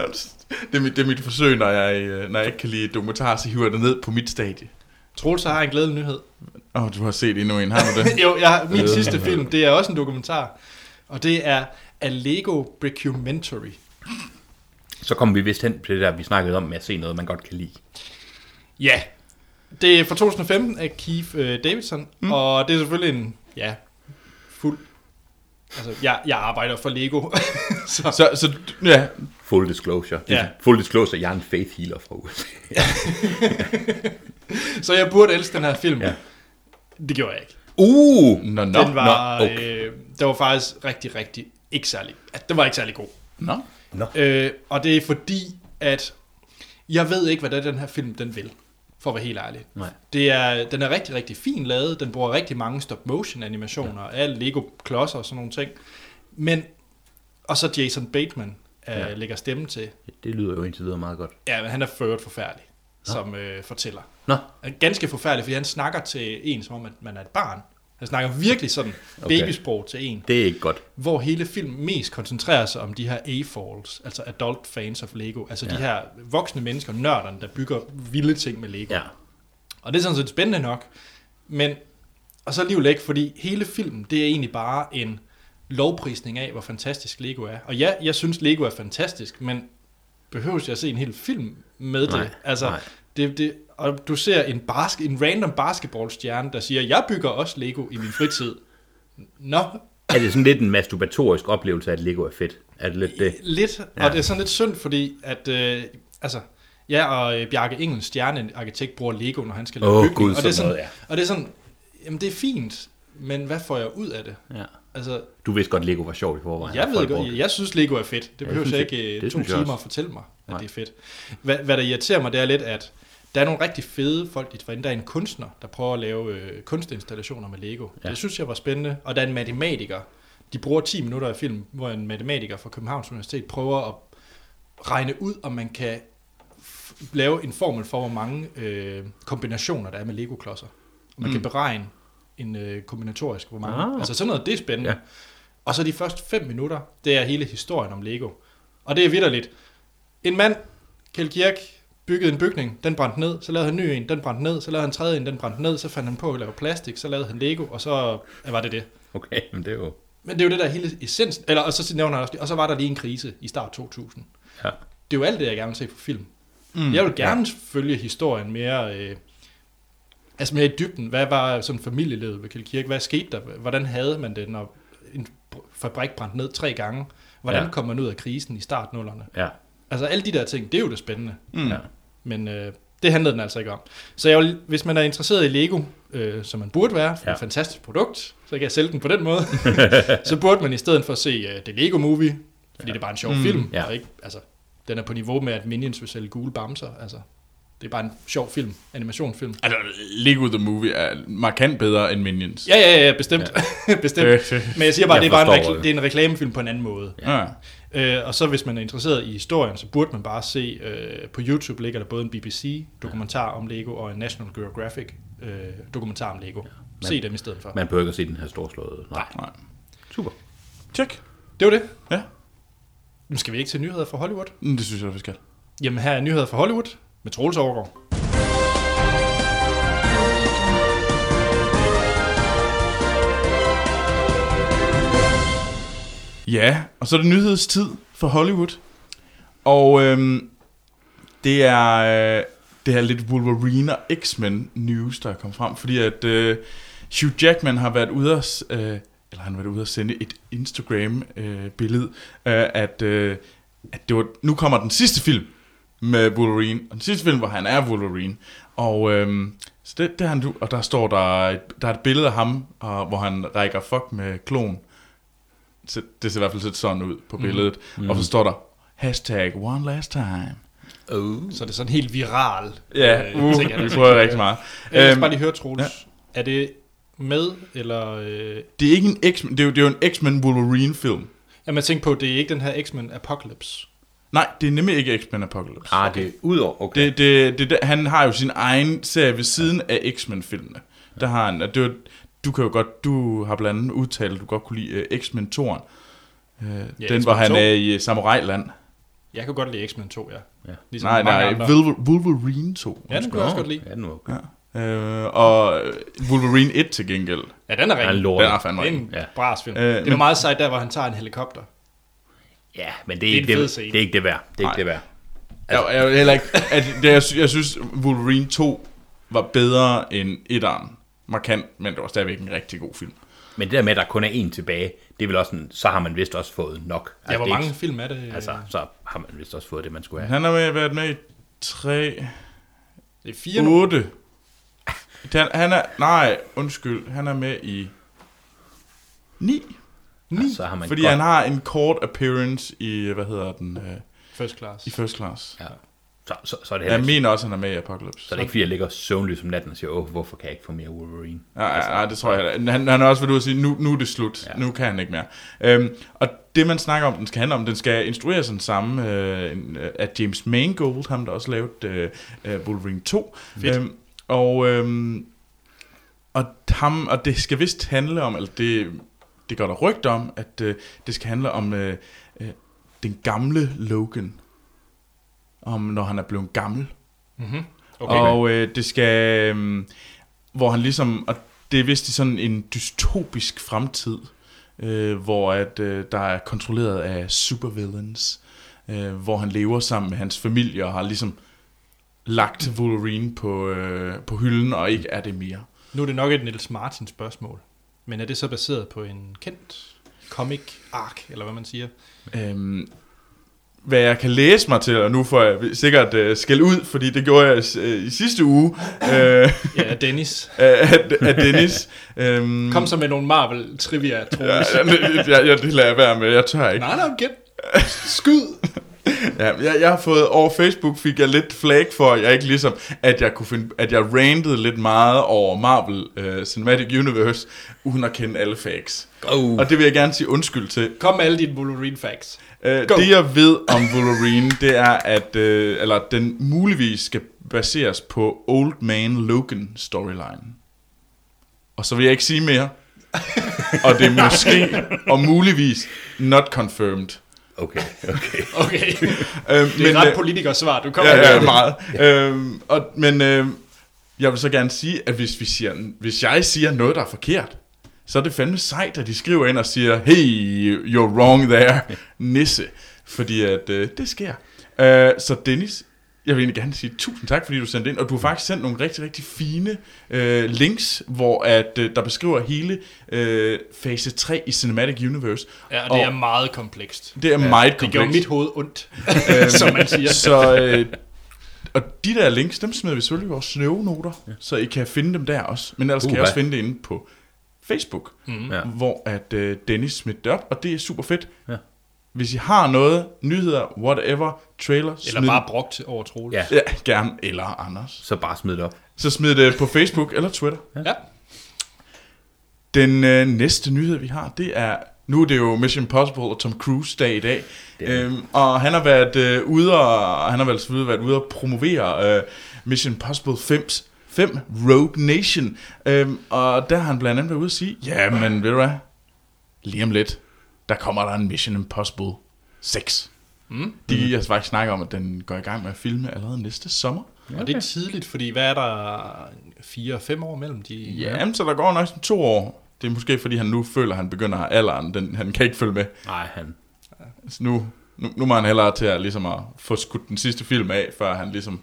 S3: er mit, det er mit forsøg, når jeg, øh, når jeg ikke kan lide dokumentar, så hiver jeg det ned på mit stadie.
S1: Troels har en glædelig nyhed.
S3: Åh, oh, du har set endnu en, har du det?
S1: jo, jeg, min sidste film, det er også en dokumentar. Og det er A Lego Brickumentary.
S2: Så kommer vi vist hen til det der, vi snakkede om med at se noget, man godt kan lide.
S1: Ja. Det er fra 2015 af Keith øh, Davidson, mm. og det er selvfølgelig en, ja, fuld... Altså, jeg, jeg arbejder for Lego. så,
S3: Så, så ja,
S2: Full disclosure.
S1: Ja.
S2: Ja. Full disclosure, jeg er en faith healer fra USA.
S1: så jeg burde elske den her film. Ja.
S2: Ja.
S1: Det gjorde jeg ikke.
S2: Uh!
S3: nå, nå,
S1: Nå, den var,
S2: nå,
S1: nå,
S2: okay.
S1: okay. øh, det var faktisk rigtig, rigtig ikke særlig... At den var ikke særlig god.
S3: nå.
S1: Øh, og det er fordi, at jeg ved ikke, hvad det er, den her film den vil, for at være helt ærlig.
S2: Nej.
S1: Det er, den er rigtig, rigtig fin lavet. Den bruger rigtig mange stop-motion-animationer og alle Lego-klodser og sådan nogle ting. Men, og så Jason Bateman øh, ja.
S2: Ja.
S1: lægger stemme til.
S2: Det lyder jo indtil videre meget godt.
S1: Ja, men han er ført forfærdelig, som øh, fortæller.
S2: Nå,
S1: Han er ganske forfærdelig, fordi han snakker til en, som om at man er et barn. Han snakker virkelig sådan
S2: Okay.
S1: babysprog til en
S2: det er ikke godt.
S1: hvor hele filmen mest koncentrerer sig om de her A-Falls, altså adult fans of Lego, altså ja. de
S2: Ja.
S1: her voksne mennesker, nørderne, der bygger vilde ting med Lego.
S2: Ja.
S1: Og det er sådan set spændende nok, men, og så alligevel ikke, fordi hele filmen, det er egentlig bare en lovprisning af, hvor fantastisk Lego er. Og ja, jeg synes Lego er fantastisk, men behøver jeg at se en hel film med det?
S2: Nej,
S1: altså,
S2: nej.
S1: Det, det, og du ser en, basket, en random basketballstjerne, der siger, jeg bygger også Lego i min fritid. Nå,
S2: Er det sådan lidt en masturbatorisk oplevelse, at Lego er fedt? Er det lidt det?
S1: Lidt, ja.
S2: Ja.
S1: og det er sådan lidt synd, fordi at, øh, altså, ja, og øh, Bjarke Engels stjernearkitekt bruger Lego, når han skal lave
S2: Åh,
S1: bygning,
S2: Gud,
S1: og, det er
S2: sådan
S1: sådan,
S2: noget,
S1: og det er sådan, jamen det er fint, men hvad får jeg ud af det?
S2: Ja.
S1: Altså,
S2: Du vidste godt, Lego var sjovt i forvejen.
S1: jeg
S2: at
S1: ved
S2: folk
S1: godt,
S2: brugte
S1: jeg synes Lego er fedt. Det behøver
S2: synes
S1: jeg
S2: jeg-
S1: ikke øh,
S2: det
S1: to
S2: synes jeg
S1: timer
S2: også.
S1: at fortælle mig, at
S2: Nej.
S1: det er fedt. Hvad, hvad der irriterer mig, det er lidt, at der er nogle rigtig fede folk, dit forinde. Der er en kunstner, der prøver at lave øh, kunstinstallationer med Lego. Ja.
S2: Ja.
S1: Det synes jeg var spændende. Og der er en matematiker. De bruger 10 minutter af film, hvor en matematiker fra Københavns Universitet prøver at regne ud, om man kan f- lave en formel for, hvor mange øh, kombinationer der er med Lego-klodser. Og man mm. kan beregne en øh, kombinatorisk, hvor mange. Ah.
S2: Ah.
S1: Altså sådan noget, det er spændende. Ja.
S2: Ja.
S1: Og så de første 5 minutter, det er hele historien om Lego. Og det er vidderligt. En mand, Kjeld Kirk, byggede en bygning, den brændte ned, så lavede han en ny en, den brændte ned, så lavede han en tredje en, den brændte ned, så fandt han på at lave plastik, så lavede han Lego, og så ja, var det det.
S2: Okay, men det er jo...
S1: Men det er jo det der er hele essensen, eller, og, så nævner han også, og så var der lige en krise i start 2000.
S2: Ja.
S1: Det er jo alt det, jeg gerne vil se på film. Mm, jeg vil gerne ja. følge historien mere, øh, altså mere i dybden. Hvad var sådan familielivet ved Kjeld Kirk? Hvad skete der? Hvordan havde man det, når en br- fabrik brændte ned tre gange? Hvordan ja.
S2: Ja.
S1: kom man ud af krisen i startnullerne?
S2: Ja.
S1: Altså alle de der ting, det er jo det spændende.
S2: Mm. ja.
S1: Men øh, det handlede den altså ikke om. Så jeg vil, hvis man er interesseret i Lego, øh, som man burde være, for ja.
S2: Ja.
S1: et fantastisk produkt, så kan jeg sælge den på den måde, så burde man i stedet for se øh, The Lego Movie, fordi ja. det er bare en sjov mm. film,
S2: ja.
S1: og ikke, altså, den er på niveau med, at Minions vil sælge gule bamser. Altså, Det er bare en sjov film, animationsfilm.
S3: Altså, Lego The Movie er markant bedre end Minions.
S1: Ja, ja, ja, bestemt. Ja. bestemt.
S3: Øh,
S1: Men jeg siger bare,
S2: Jeg
S1: det er, bare en,
S2: forstår
S1: rekl-
S2: det.
S1: det er en reklamefilm på en anden måde.
S3: Ja.
S1: Øh, og så hvis man er interesseret i historien, så burde man bare se, øh, på YouTube ligger der både en BBC-dokumentar om Lego og en National Geographic-dokumentar om Lego. Se dem i stedet for.
S2: Man behøver ikke at se den her storslåede. Nej.
S3: Nej.
S2: Super.
S3: Tjek.
S1: Det var det.
S3: Ja,
S1: Nu skal vi ikke til nyheder fra Hollywood.
S3: Mm, det synes jeg, vi skal.
S1: Jamen her er nyheder fra Hollywood med Troels Overgaard.
S3: Ja, og så er det nyhedstid for Hollywood. Og øhm, det er øh, det er lidt Wolverine og X-Men news, der er kommet frem, fordi at øh, Hugh Jackman har været ude at, s- øh, eller han har været ude at sende et Instagram øh, billede øh, at øh, at det var nu kommer den sidste film med Wolverine, og den sidste film hvor han er Wolverine. Og øhm, så det, det er han nu, og der står der et, der er et billede af ham, og, hvor han rækker fuck med klon. Så det ser i hvert fald lidt sådan ud på billedet. Mm. Og så står der, hashtag one last time.
S2: Oh.
S1: Så er det sådan helt viral. øh,
S3: Ja, uh,
S1: ting, han
S3: vi
S1: har
S3: prøver
S1: sagt.
S3: rigtig meget.
S1: Øh, Jeg skal
S3: Øhm,
S1: bare lige høre, Troels. Ja. Er det med, eller... Øh...
S3: Det er ikke en X-Men, det er jo, det er jo en X-Men Wolverine-film.
S1: Jamen, jeg tænkte på, det er ikke den her X-Men Apocalypse.
S3: Nej, det er nemlig ikke X-Men Apocalypse.
S2: Ah, det er ud over. Okay.
S3: Det, det, det, det, han har jo sin egen serie ved siden af X-Men-filmene. Der har han, og det var, du kan jo godt, du har blandt andet udtalt, at du godt kunne lide uh, X-Men 2'eren. Uh,
S1: Ja,
S3: den, hvor
S1: X-Men
S3: han
S1: 2.
S3: er i øh, Samurai-land.
S1: Jeg kunne godt lide X-Men 2, ja.
S2: Ja.
S1: Ligesom
S3: Nej,
S1: mange
S3: nej,
S1: andre.
S3: Wolver- Wolverine 2.
S1: Ja, den kunne jeg også godt lide.
S2: Ja, den var okay.
S3: Ja. Øh, og Wolverine 1 til gengæld.
S1: Ja, den er
S2: Den er
S1: rigtig.
S2: lort.
S3: Den er Ah, fandme
S1: Det er
S3: rigtig.
S1: en
S2: Ja.
S1: bras film.
S3: Øh,
S1: det er jo
S3: men-
S1: meget sejt der, hvor han tager en helikopter.
S2: Ja, men det
S1: Det er
S2: er,
S1: en
S2: ikke
S1: fed
S2: det,
S1: scene.
S2: det er ikke det værd. Det er
S3: Nej.
S2: ikke det værd. Altså-
S3: Jeg, jeg, vil heller ikke, at det, jeg, sy- jeg synes, Wolverine 2 var bedre end 1'eren. Markant, men det var stadigvæk en rigtig god film.
S2: Men det der med, at der kun er en tilbage, det er vel også sådan, så har man vist også fået nok. Altså,
S1: Ja, hvor
S2: det er
S1: mange
S2: Ikke,
S1: film er det?
S2: altså, så har man vist også fået det, man skulle have.
S3: Han har med- været med i 3,
S1: Det er fire nu.
S3: 8. Han, han er, nej, undskyld, han er med i 9.
S2: Ja, Altså, så har man
S3: Fordi
S2: godt.
S3: han har en kort appearance i, hvad hedder den, øh,
S1: First Class.
S3: i First Class.
S2: Ja. Så, så, så, er det heller
S3: Jeg
S2: ikke,
S3: mener også, han er med i Apocalypse.
S2: så er det ikke, fordi jeg ligger søvnløs om natten og siger, åh, hvorfor kan jeg ikke få mere Wolverine?
S3: Nej, altså, nej, det tror jeg heller. Han, han har også været ude at sige, nu, nu er det slut. Ja.
S2: Ja.
S3: Nu kan han ikke mere. Øhm, og det, man snakker om, den skal handle om, den skal instrueres den samme øh, en, øh, af James Mangold, ham der også lavede øh, øh, Wolverine 2.
S1: Fedt.
S3: Øhm, og, øhm, og, ham, og det skal vist handle om, eller det, det går der rygt om, at øh, det skal handle om øh, øh, den gamle Logan. Om når han er blevet gammel.
S1: Mm-hmm. Okay.
S3: Okay. Og øh, det skal... Øh, hvor han ligesom... Og det er vist i sådan en dystopisk fremtid, øh, hvor at, øh, der er kontrolleret af supervillains, øh, hvor han lever sammen med hans familie og har ligesom lagt Wolverine på, øh, på hylden og ikke er det mere.
S1: Nu er det nok et Niels Martin spørgsmål. Men er det så baseret på en kendt comic ark, eller hvad man siger?
S3: Øhm, hvad jeg kan læse mig til, og nu får jeg sikkert øh, skæld ud, fordi det gjorde jeg øh, i sidste uge, øh,
S1: Ja, Dennis.
S3: af, af Dennis. Øhm,
S1: Kom så med nogle Marvel-trivia,
S3: Ja,
S1: Troels.
S3: ja, det- ja, ja, det lader jeg være med. Jeg tør ikke.
S1: Nej, nej, gæt. Skyd.
S3: Ja, jeg, jeg har fået over Facebook fik jeg lidt flag for, at jeg ikke ligesom at jeg kunne finde, at jeg rantede lidt meget over Marvel uh, Cinematic Universe uden at kende alle facts.
S2: Oh.
S3: Og det vil jeg gerne sige undskyld til.
S1: Kom med alle dine Wolverine-facts.
S3: Uh,
S1: Go.
S3: det jeg ved om Wolverine, det er at uh, eller den muligvis skal baseres på Old Man Logan storyline. Og så vil jeg ikke sige mere. og det er måske og muligvis not confirmed.
S2: Okay, okay.
S1: Okay.
S3: Uh,
S1: Det er ret politikersvar, du kommer
S3: ja, ja,
S1: med.
S3: meget. Øhm, og, men øhm, jeg vil så gerne sige, at hvis, vi siger, hvis jeg siger noget, der er forkert, så er det fandme sejt, at de skriver ind og siger, hey, you're wrong there, nisse. Fordi at øh, det sker. Øh, så Dennis, jeg vil egentlig gerne sige tusind tak, fordi du sendte ind, og du har faktisk sendt nogle rigtig, rigtig fine øh, links, hvor at øh, der beskriver hele øh, fase 3 i Cinematic Universe.
S1: Ja, og det er meget komplekst.
S3: det er meget komplekst. Øhm,
S1: Det gjorde mit hoved ondt, som man siger.
S3: Så, øh, og de der links, dem smider vi selvfølgelig i vores snøvenoter, ja. så I kan finde dem der også. Men ellers uh, kan I
S2: Uha.
S3: også finde det inde på Facebook, mm.
S2: Ja.
S3: hvor at øh, Dennis smidt det op, og det er super fedt.
S2: Ja.
S3: Hvis I har noget, nyheder, whatever, trailer,
S1: Eller
S3: smid
S1: bare brugt over Troels.
S2: Ja.
S3: Ja, gerne. Eller Anders.
S2: Så bare smid det op.
S3: Så smid det på Facebook eller Twitter.
S1: ja.
S3: Den øh, næste nyhed, vi har, det er... Nu er det jo Mission Impossible og Tom Cruise dag i dag.
S2: Det er det.
S3: Øhm, og han har været øh, ude og, han har været, selvfølgelig været ude og promovere øh, Mission Impossible 5's 5 Rogue Nation. Øhm, og der har han blandt andet været ude og sige, jamen ved du hvad, lige om lidt, der kommer der en Mission Impossible 6.
S1: Mm.
S3: De har faktisk snakket om, at den går i gang med at filme allerede næste sommer.
S1: Og det er tidligt, fordi hvad er der 4-5 år mellem de...
S3: Ja, Jamen, så der går nok sådan to år. Det er måske, fordi han nu føler, at han begynder at have alderen. Den, han kan ikke følge med.
S2: Nej, han...
S3: Så nu, nu, nu må han hellere til at, ligesom at få skudt den sidste film af, før han ligesom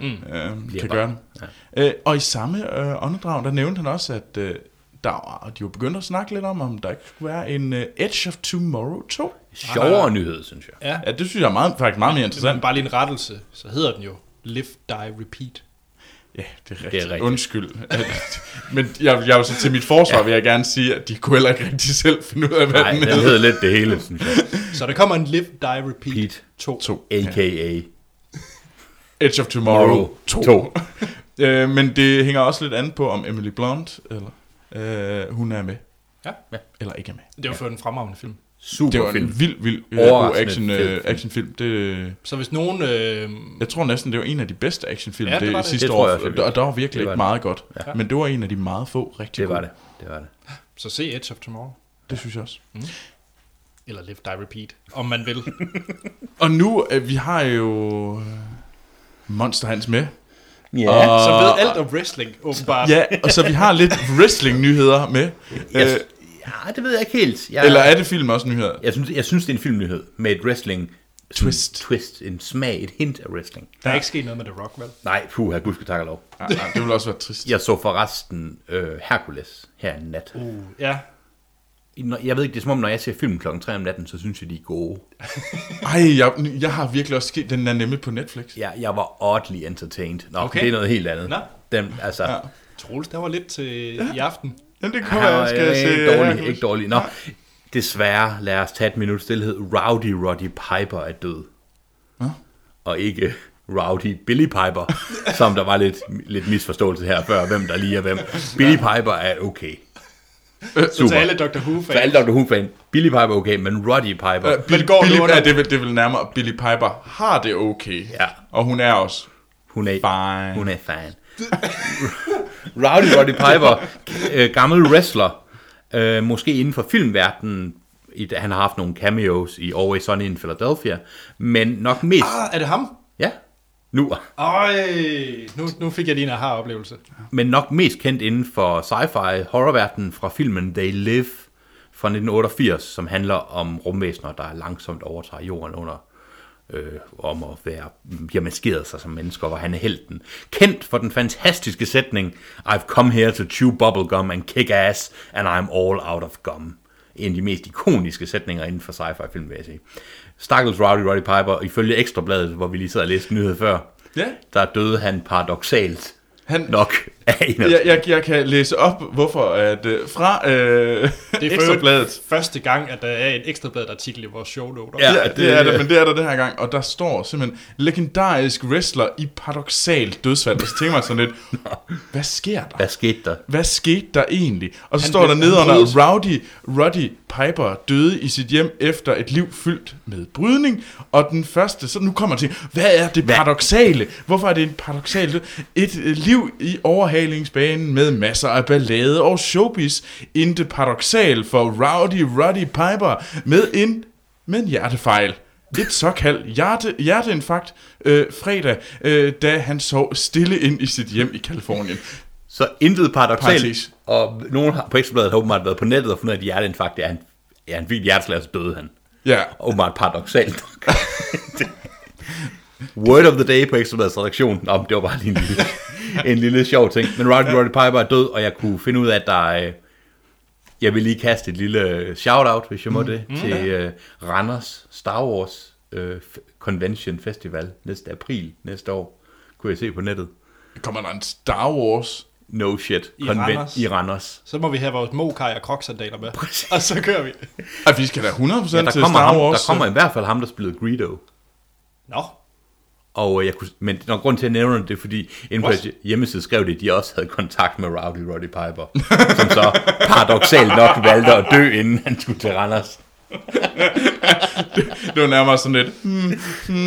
S1: Mm.
S3: øh,
S2: Bliver bare-
S3: kan gøre det. Ja. Øh, og i samme øh, åndedrag, der nævnte han også, at øh, der, var- de jo begyndte at snakke lidt om, om der ikke skulle være en øh, Edge of Tomorrow 2.
S2: Sjovere nyhed, synes jeg.
S1: ja.
S3: Ja, det synes jeg er meget, faktisk meget mere
S1: Men
S3: interessant.
S1: bare lige en rettelse, så hedder den jo Live, Die, Repeat.
S3: Ja, det er rigtigt.
S2: Det er rigtigt.
S3: Undskyld. Men jeg, jeg, vil så til mit forsvar vil jeg gerne sige, at de kunne heller ikke rigtig selv finde ud af, hvad
S2: Nej,
S3: den
S2: det
S3: hed.
S2: hedder lidt det hele, synes jeg.
S1: Så der kommer en Live, Die, Repeat
S2: Pete,
S1: 2.
S3: To.
S2: a.k.a.
S3: Edge of Tomorrow
S2: Tomorrow
S3: 2.
S2: to.
S3: øh, men det hænger også lidt an på, om Emily Blunt, eller øh, hun er med.
S1: Ja.
S2: Ja.
S3: Eller ikke er med.
S1: Det var for en fremragende film.
S3: Det
S2: Super
S3: var
S2: film.
S3: en vild, vild øh, god
S2: Overraskende
S3: action,
S2: fed
S3: øh,
S2: film.
S3: actionfilm. Det, øh,
S1: Så hvis nogen... Øh,
S3: jeg tror næsten, det var en af de bedste actionfilm
S1: Ja, det
S3: det,
S1: var
S3: det
S1: det.
S3: sidste
S2: Det tror
S3: år.
S2: jeg også, det var.
S3: og der var virkelig
S2: Det
S3: ikke
S2: var det.
S3: meget godt.
S1: Ja.
S3: Ja. Men det var en af de meget få rigtig
S2: Det var
S3: gode.
S2: det. Det var det.
S1: så se Edge of Tomorrow.
S3: Det synes jeg også.
S1: Eller Live, Die, Repeat. Om man vil.
S3: Og nu, øh, vi har jo øh, Monster Hans med.
S2: Ja.
S3: Og-
S1: Så ved alt om wrestling, åbenbart.
S3: Ja, og så vi har lidt wrestling-nyheder med.
S2: Jeg,
S3: Øh,
S2: ja, det ved jeg ikke helt. Jeg,
S3: eller er det film også nyheder?
S2: jeg, synes, jeg synes, det er en filmnyhed med et wrestling sådan
S3: Twist.
S2: twist. En smag, et hint af wrestling.
S1: Der er ikke sket noget med The Rock, vel?
S2: Nej, puh, her gudske tak og lov.
S3: Nej, nej, Ah, det ville også være trist.
S2: Jeg så forresten øh, Hercules her en nat.
S3: Mm.
S1: Uh, ja.
S2: Når- Jeg ved ikke, det er som om, når jeg ser film klokken 3 om natten, så synes jeg, de er gode.
S3: Ej, jeg, jeg har virkelig også sket, den er nemlig på Netflix.
S2: Jeg, jeg var oddly entertained. Nå,
S1: Okay.
S2: okay. det er noget helt andet.
S1: Nå.
S2: Den, altså,
S3: Ja.
S2: ja.
S1: Troels, der var lidt til i aften.
S3: Jamen, det
S2: Han
S3: kommer
S2: var
S3: jeg, skal jeg se.
S2: ikke
S3: Ja,
S2: dårlig, ikke dårlig. Nå, desværre, lad os tage et minut stillhed. Rowdy Roddy Piper er død.
S3: Nå.
S2: Og ikke Rowdy Billy Piper, som der var lidt, lidt misforståelse her før, hvem der lige er hvem. Billy Piper er okay.
S1: Så til
S2: Øh, Super.
S1: alle Dr. who
S2: For alle Dr. Who-fan, Billy Piper er okay, men Roddy Piper...
S3: Øh, Billy,
S1: det går nu
S3: Billy,
S1: under-
S3: ja, det, er vel- det vil nærmere. Billy Piper har det okay.
S2: Ja.
S3: Og hun er også.
S2: Hun er,
S3: Fine.
S2: Hun er fan. Rowdy Roddy Piper, øh, gammel wrestler, øh, måske inden for filmverdenen, i- han har haft nogle cameos i Always Sunny in Philadelphia, men nok mest,
S1: Ah, er det ham?
S2: ja, nu,
S1: Øj, nu, nu fik jeg lige en aha-oplevelse.
S2: men nok mest kendt inden for sci-fi horrorverdenen fra filmen They Live fra 1988, som handler om rumvæsener, der langsomt overtager jorden under øh, om at være, bliver maskeret sig som mennesker, hvor han er helten. Kendt for den fantastiske sætning, I've come here to chew bubblegum and kick ass, and I'm all out of gum. En af de mest ikoniske sætninger inden for sci-fi film, vil jeg sige. Stakkels Rowdy Roddy Piper, ifølge Ekstrabladet, hvor vi lige sad og læste nyhed før,
S3: Ja.
S2: der døde han paradoxalt
S3: Han,
S2: nok af en af
S3: jeg, jeg, jeg kan læse op, hvorfor at øh, fra øh,
S1: Det er for
S3: Ekstrabladet.
S1: øvrigt første gang, at der er en ekstrabladet artikel i vores show noter.
S2: Ja.
S3: Ja, det, det
S2: det-
S3: er det, men det er der det her gang. Og der står simpelthen, legendarisk wrestler i paradoxal dødsfald. Og så tænker man sådan lidt, hvad sker der?
S2: Hvad skete der?
S3: Hvad skete der egentlig? Og så
S1: Han
S3: han står der
S1: blev- han
S3: nedenunder,
S1: brød sig.
S3: Rowdy Roddy Piper døde i sit hjem efter et liv fyldt med brydning. Og den første, så nu kommer til, hvad er det
S2: Hvad?
S3: paradoxale? Hvorfor er det en paradoxal død? Et øh, liv i overhalingsbanen med masser af ballade og showbiz. Intet paradoxal for Rowdy Roddy Piper med en, med en hjertefejl. Et såkaldt hjerte, hjerteinfarkt øh, fredag, øh, da han sov stille ind i sit hjem i Kalifornien.
S2: Så intet paradoxalt.
S3: Parentes.
S2: Og nogen har på Ekstrabladet har åbenbart været på nettet og fundet, at hjerteinfarkt er en, er en vild hjerteslag, og så døde han.
S3: Ja.
S2: Åbenbart paradoxalt nok. Det- Word of the day på Ekstrabladets redaktion. Nå, men det var bare lige en lille, en lille sjov ting. Men Roddy Roddy Piper er død, og jeg kunne finde ud af, at der er... Jeg vil lige kaste et lille øh, shout-out, hvis jeg må det, til uh, Randers Star Wars uh, Convention Festival næste april næste år. Kunne jeg se på nettet.
S3: Kommer der en Star Wars
S2: No shit.
S1: I
S2: Konvent
S1: Randers.
S2: I Randers.
S1: Så må vi have vores mokaj og kroksandaler med. Og så kører vi.
S3: Ej, vi skal da 100%
S2: Ja,
S3: ja,
S2: der
S3: til
S2: kommer,
S3: Star
S2: ham,
S3: Wars.
S2: der kommer i hvert fald ham, der spillede Greedo.
S1: Nå,
S2: Og øh, jeg kunne, men når grund til, at jeg nævner det, det er, fordi inde på
S1: What?
S2: deres hjemmeside skrev de, at de også havde kontakt med Rowdy Roddy Piper, som så paradoxalt nok valgte at dø, inden han skulle til Randers.
S3: Det var nærmere sådan lidt. "Hmm,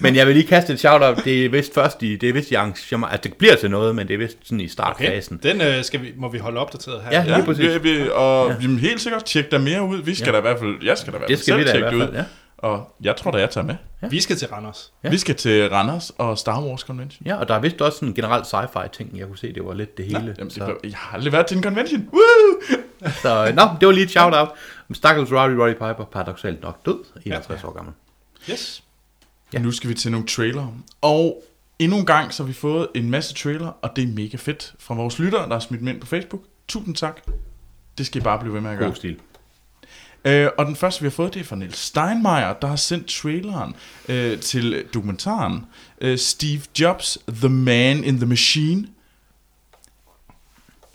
S2: Men jeg vil lige kaste et shout-out. Det er vist først i, det er vist i arrangement. Altså, det bliver til noget, men det er vist sådan i
S1: okay.
S2: startfasen. Okay.
S1: Den øh, skal vi, må vi holde opdateret her.
S2: Ja,
S3: Ja,
S2: lige præcis.
S3: vi, vi, og ja. vi helt sikkert tjekke der mere ud. Vi skal ja. da i hvert fald, jeg skal da i hvert fald
S2: Det skal
S3: selv
S2: vi da i
S3: tjekke
S2: hvert
S3: ud.
S2: fald,
S3: Og jeg tror da, jeg tager med.
S1: Vi skal til Randers.
S2: Ja.
S3: Ja. Vi skal til Randers og Star Wars Convention.
S2: Ja, og der er vist også sådan en generelt sci-fi ting, jeg kunne se, det var lidt det hele. Nå,
S3: Jamen, det
S2: så,
S3: blev, jeg har aldrig været til en convention. Woo!
S2: så, øh, nå, det var lige et shout-out. Stakkels Rowdy Roddy Piper, paradoxalt nok død, 51 år gammel.
S1: Yes.
S2: Ja.
S3: Ja. Nu skal vi til nogle trailer. Og endnu en gang, så har vi fået en masse trailer, og det er mega fedt fra vores lyttere, der har smidt dem ind på Facebook. Tusind tak. Det skal I bare blive ved med at gøre.
S2: God stil.
S3: Øh, og den første, vi har fået, det er fra Niels Steinmeier, der har sendt traileren øh, til dokumentaren øh, Steve Jobs, The Man in the Machine.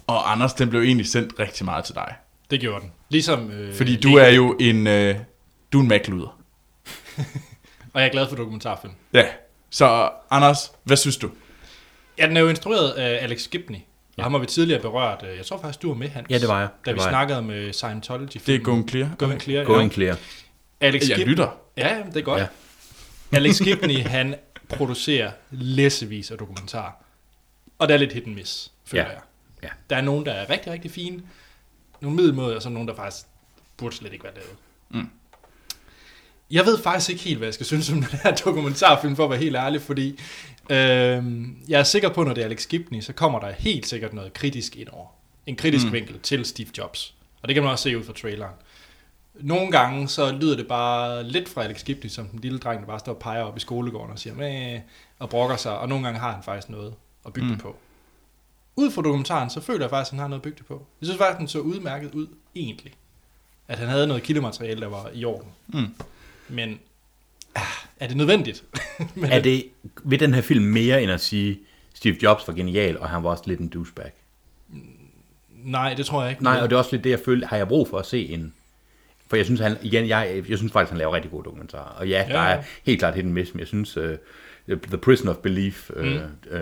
S3: Og Anders, den blev egentlig sendt rigtig meget til dig.
S1: Det gjorde den. Ligesom... Øh,
S3: Fordi du er jo en, øh, du er en Mac-luder.
S1: Og jeg er glad for dokumentarfilm.
S3: Ja. Så Anders, hvad synes du?
S1: Ja, den er jo instrueret af Alex Gibney. Og ham har vi tidligere berørt. Øh, Jeg tror faktisk, du var med, Hans.
S2: Ja, det var jeg.
S1: Da
S2: Det
S1: vi
S2: var jeg.
S1: snakkede om øh, Scientology.
S3: Det er Going Clear.
S1: Going Clear.
S2: Going clear.
S1: Alex
S3: Jeg
S1: Gib-
S3: lytter.
S1: Ja, jamen, det er godt.
S2: Ja.
S1: Ja. Alex Gibney, han producerer læsevis af dokumentarer. Og der er lidt hit and miss, føler
S2: Ja.
S1: ja. jeg.
S2: Ja.
S1: Der er nogen, der er rigtig, rigtig fine. Nogle middelmåde, og så nogen, der faktisk burde slet ikke være lavet.
S3: Mm.
S1: Jeg ved faktisk ikke helt, hvad jeg skal synes om den her dokumentarfilm, for at være helt ærlig, fordi øh, jeg er sikker på, når det er Alex Gibney, så kommer der helt sikkert noget kritisk indover. En kritisk mm. vinkel til Steve Jobs. Og det kan man også se ud fra traileren. Nogle gange, så lyder det bare lidt fra Alex Gibney, som den lille dreng, der bare står og peger op i skolegården og siger, Mæh, og brokker sig, og nogle gange har han faktisk noget at bygge mm.
S3: Mm.
S1: på. Ud fra dokumentaren, så føler jeg faktisk, at han har noget at bygge det på. Jeg synes faktisk, den så udmærket ud, egentlig. At han havde noget kildemateriale, der var i orden.
S3: Mm.
S1: Men ah, er det nødvendigt? Men,
S2: Er det ved den her film mere end at sige, Steve Jobs var genial, og han var også lidt en douchebag?
S1: Nej, det tror jeg ikke.
S2: Nej, og det er også lidt det, jeg føler, har jeg brug for at se en... For jeg synes, han, igen, jeg, jeg synes faktisk, han laver rigtig gode dokumentarer. Og ja, ja. der
S1: Ja, ja.
S2: er helt klart hidden miss, men jeg synes, uh, The Prison of Belief uh,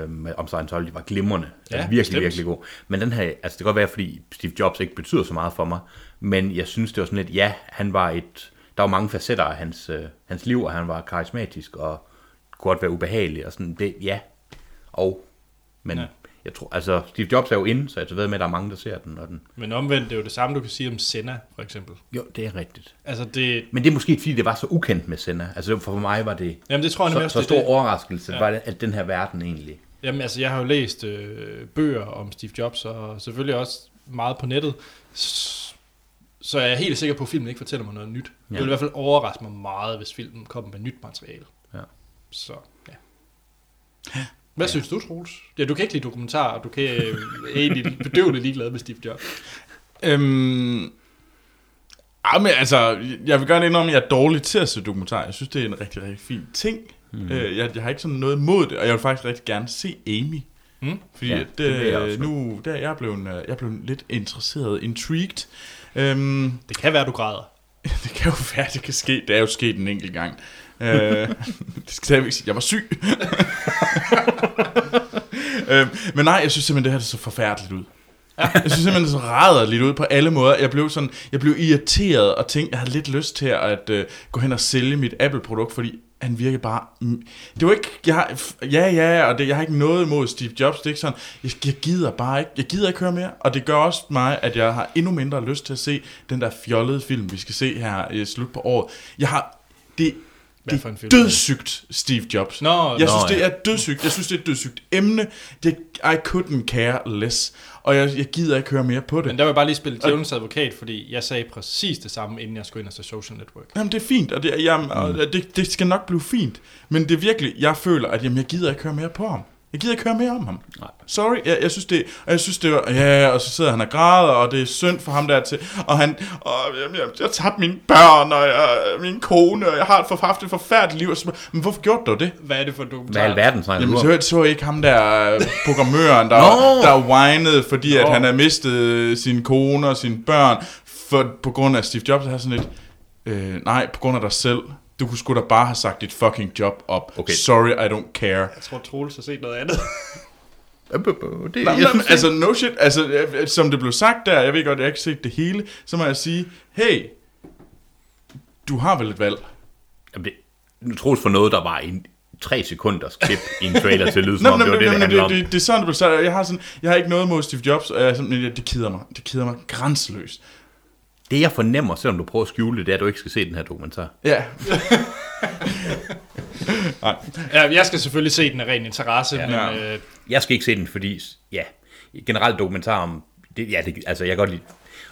S2: mm. uh, om Scientology var glimrende. Ja,
S1: Ja,
S2: altså, virkelig,
S1: bestemt.
S2: virkelig god. Men den her, altså det kan godt være, fordi Steve Jobs ikke betyder så meget for mig, men jeg synes, det var sådan lidt, ja, han var et... Der var mange facetter af hans, uh, hans liv, og han var karismatisk og kunne godt være ubehagelig og sådan det, ja. Og, men ja.
S1: Ja.
S2: jeg tror, altså Steve Jobs er jo inde, så jeg ved med, at der er mange, der ser den, og den
S1: Men omvendt, det er jo det samme, du kan sige om Senna, for eksempel.
S2: jo, det er rigtigt.
S1: Altså, det,
S2: Men det er måske fordi, det var så ukendt med Senna. Altså for mig var det
S1: jamen, det tror jeg nemlig
S2: så,
S1: også,
S2: så
S1: det er
S2: stor
S1: det.
S2: overraskelse, ja.
S1: Ja.
S2: var det, at den her verden egentlig.
S1: Jamen altså, jeg har jo læst øh, bøger om Steve Jobs, og selvfølgelig også meget på nettet, S- så jeg er helt sikker på, at filmen ikke fortæller mig noget nyt. Ja.
S2: Ja.
S1: Det vil i hvert fald overraske mig meget, hvis filmen kom med nyt materiale.
S2: Ja.
S1: Så, ja. Hvad ja. synes du, Troels? Ja, du kan ikke lide dokumentarer, og du kan øh, egentlig bedøvende ligeglad med Steve Jobs.
S3: Øhm, ah, men altså, jeg vil gerne indrømme, at jeg er dårlig til at se dokumentarer. Jeg synes, det er en rigtig, rigtig fin ting. Mm. Øh, jeg, jeg har ikke sådan noget imod det, og jeg vil faktisk rigtig gerne se Amy.
S1: Mm.
S3: Fordi
S2: Ja,
S3: ja,
S2: det
S3: det,
S2: vil jeg også
S3: det nu der er jeg blevet, øh, jeg er blevet lidt interesseret, intrigued. Øhm,
S1: Det kan være, du græder.
S3: det kan jo være, det kan ske. Det er jo sket en enkelt gang. Øh, det skal jeg ikke sige. Jeg var syg. øh, men nej, jeg synes simpelthen, det her det så forfærdeligt ud. Jeg synes simpelthen, det så ræder lidt ud på alle måder. Jeg blev, sådan, jeg blev irriteret og tænkte, jeg havde lidt lyst til at øh, gå hen og sælge mit Apple-produkt, fordi han virker bare... Mm, det var ikke... Jeg har, f- ja, ja, og det, jeg har ikke noget imod Steve Jobs. Det er ikke sådan... Jeg, jeg gider bare ikke... Jeg gider ikke høre mere. Og det gør også mig, at jeg har endnu mindre lyst til at se den der fjollede film, vi skal se her i slut på året. Jeg har... Det,
S1: Hvad
S3: det
S1: for en
S3: er
S1: film?
S3: dødssygt, Steve Jobs.
S1: Nå,
S3: jeg
S1: nå,
S3: synes, det
S2: ja.
S3: er dødssygt. Jeg synes, det er et dødssygt emne. Det, I couldn't care less. Og jeg, jeg gider ikke høre mere på det.
S1: Men der vil jeg bare lige spille djævelens advokat, fordi jeg sagde præcis det samme, inden jeg skulle ind og se Social Network.
S3: Jamen, det er fint, og, det, jamen, og det, det skal nok blive fint. Men det er virkelig, jeg føler, at jamen, jeg gider ikke høre mere på ham. Jeg gider ikke høre mere om ham.
S2: Nej.
S3: Sorry, jeg, jeg synes det, og jeg synes det var, ja, og så sidder han og græder, og det er synd for ham dertil, og han, og jeg, jeg, jeg tabte mine børn, og jeg, min kone, og jeg har for- haft et forfærdeligt liv, og så, men hvorfor gjorde du det?
S1: Hvad er det for en
S2: Hvad i
S1: dokumentar?
S2: alverden snakker du
S3: Jamen,
S2: om?
S3: så, så I ikke ham der øh, programmøren, der,
S2: Nå!
S3: der whinede, fordi at
S1: Nå.
S3: han har mistet øh, sin kone og sine børn, for, på grund af Steve Jobs, der har sådan lidt, øh, nej, på grund af dig selv, du kunne sgu da bare have sagt dit fucking job op.
S2: Okay.
S3: Sorry, I don't care.
S1: Jeg tror, Troels har set noget andet.
S2: Øh, øh, øh, Det,
S3: Nå,
S2: jeg
S3: men,
S2: synes, det-
S3: altså, no shit, altså, øh, øh, som det blev sagt der, jeg ved godt, jeg har ikke set det hele, så må jeg sige, hey, du har vel et valg.
S2: Jamen, det, nu troes for noget, der var en tre sekunders klip i en trailer til at lyde, som
S3: Nå,
S2: om
S3: nå,
S2: det var
S3: nå,
S2: det, det
S3: nå,
S2: handlede om.
S3: det, det, det er sådan, det blev sagt. Jeg har, sådan, jeg har ikke noget mod Steve Jobs, og jeg er sådan, men det keder mig. Det keder mig grænseløst.
S2: Det, jeg fornemmer, selvom du prøver at skjule det, det er, at du ikke skal se den her dokumentar.
S3: Ja,
S1: ja, jeg skal selvfølgelig se den af ren interesse, ja. men
S3: Ja.
S1: øh,
S2: Jeg skal ikke se den, fordi, ja, generelt dokumentar om, det, ja, det, altså, jeg kan godt lide,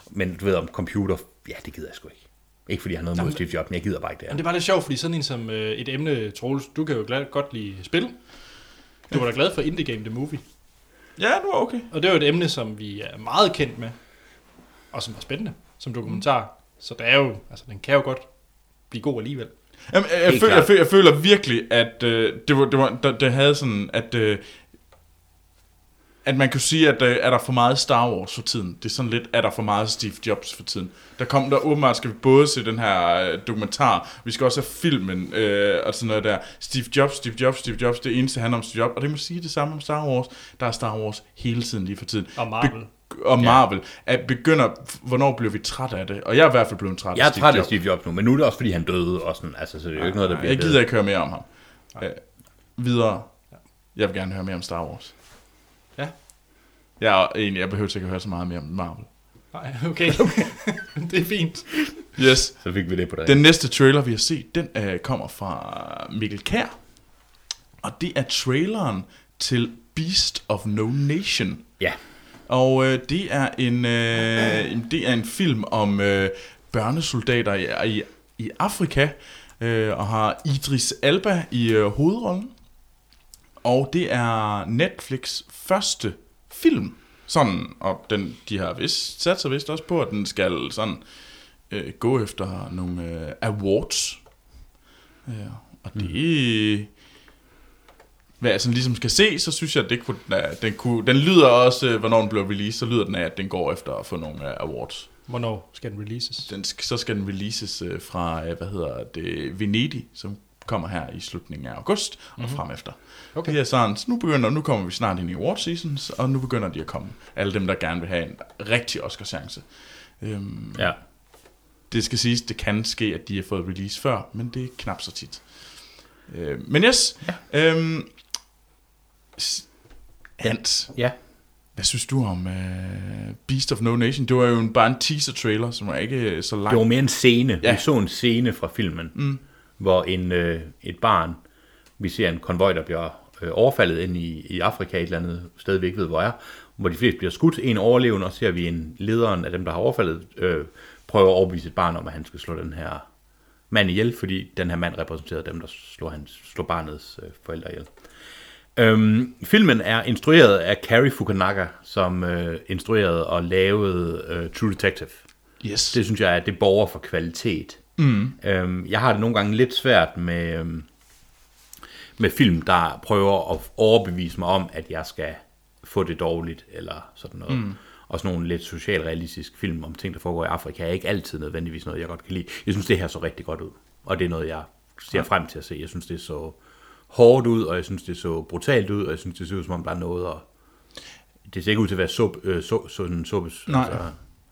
S2: men du ved, om computer, ja, det gider jeg sgu ikke. Ikke fordi jeg har noget mod Steve Jobs, men jeg gider bare ikke det
S1: men
S2: her.
S1: det er bare lidt sjovt, fordi sådan en som øh, et emne, Troels, du kan jo glad, godt lide spil. Du var da glad for Indie Game The Movie.
S3: ja det var okay.
S1: Og det er jo et emne, som vi er meget kendt med, og som var spændende som dokumentar. Så der er jo, altså, den kan jo godt blive god alligevel.
S3: Jamen, jeg, jeg,
S2: Helt
S3: føler, jeg,
S2: klart.
S3: føler, jeg føler virkelig, at øh, det, var, det, var, der, det havde sådan, at, øh, at man kunne sige, at øh, er der for meget Star Wars for tiden. Det er sådan lidt, er der for meget Steve Jobs for tiden. Der kom der åbenbart, skal vi både se den her øh, dokumentar, vi skal også have filmen øh, og sådan noget der. Steve Jobs, Steve Jobs, Steve Jobs, det eneste handler om Steve Jobs. Og det må sige det samme om Star Wars. Der er Star Wars hele tiden lige for tiden.
S1: Og Marvel.
S3: og Marvel. At begynder, hvornår bliver vi træt af det? Og jeg er i hvert fald blevet træt
S2: Jeg er
S3: af Steve
S2: træt af
S3: Jobs.
S2: Steve Jobs nu, men nu er det også, fordi han døde, og sådan, altså, så det er jo ikke noget, der bliver
S3: Jeg
S2: bedre.
S3: gider ikke høre mere om ham. Øh, videre. Jeg vil gerne høre mere om Star Wars.
S1: Ja.
S3: Jeg, er, egentlig, jeg behøver ikke at høre så meget mere om Marvel.
S1: Nej, okay. det er fint.
S3: Yes.
S2: Så fik vi det på dig.
S3: Den næste trailer, vi har set, den øh, kommer fra Mikkel Kær. Og det er traileren til Beast of No Nation.
S2: Ja,
S3: Og øh, det, er en, øh, en- det er en film om øh, børnesoldater i, i, i Afrika, øh, og har Idris Alba i øh, hovedrollen. Og det er Netflix første film. Sådan, og den, de har vist, sat sig vist også på, at den skal sådan øh, gå efter nogle øh, awards. Øh, og det... Mm. Hvad jeg sådan ligesom skal se, så synes jeg, at det kunne, at den, kunne, den lyder også, øh, hvornår den bliver released, så lyder den af, at den går efter at få nogle øh, awards.
S1: Hvornår skal den releases?
S3: Den, sk- så skal den releases øh, fra, øh, hvad hedder det, Venedig, som kommer her i slutningen af august og mm-hmm. frem efter. Okay.
S1: Okay.
S3: Det er sådan, så nu begynder, nu kommer vi snart ind i award seasons, og nu begynder de at komme. Alle dem, der gerne vil have en rigtig Oscar-chance. Øhm,
S2: ja.
S3: det skal siges, det kan ske, at de har fået release før, men det er knap så tit. Øh, men yes, ja. øhm, s- Hans,
S2: Ja.
S3: hvad synes du om øh, Beast of No Nation? Det var jo en, bare en teaser-trailer, som var ikke øh, så
S2: Det var
S3: lang.
S2: mere en scene.
S3: Ja.
S2: Ja. Vi så en scene fra filmen, mm. hvor en, øh, et barn, vi ser en konvoj, der bliver øh, overfaldet ind i, i Afrika, et eller andet sted, vi ikke ved, hvor er, hvor de fleste bliver skudt. En overlevende, og ser vi en lederen af dem, der har overfaldet, øh, prøver at overbevise et barn om, at han skal slå den her mand ihjel, fordi den her mand repræsenterede dem, der slog, hans, slog barnets øh, forældre ihjel. Øhm, filmen er instrueret af Cary Fukunaga, som øh, instruerede og lavede øh, True Detective.
S3: Yes.
S2: Det synes jeg, at det borger for kvalitet. Mm. Øhm, jeg har det nogle gange lidt svært med, øhm, med film, der prøver at overbevise mig om, at jeg skal få det dårligt, eller sådan noget. Mm. Og sådan nogle lidt socialrealistiske film om ting, der foregår i Afrika, er ikke altid nødvendigvis noget, jeg godt kan lide. Jeg synes, det her så rigtig godt ud, og det er noget, jeg ser frem til at se. Jeg synes, det så hårdt ud, og jeg synes, det så brutalt ud, og jeg synes, det ser ud, som om der er noget, og det ser ikke ud til at være sup, øh, så, sådan suppes.
S3: Nej.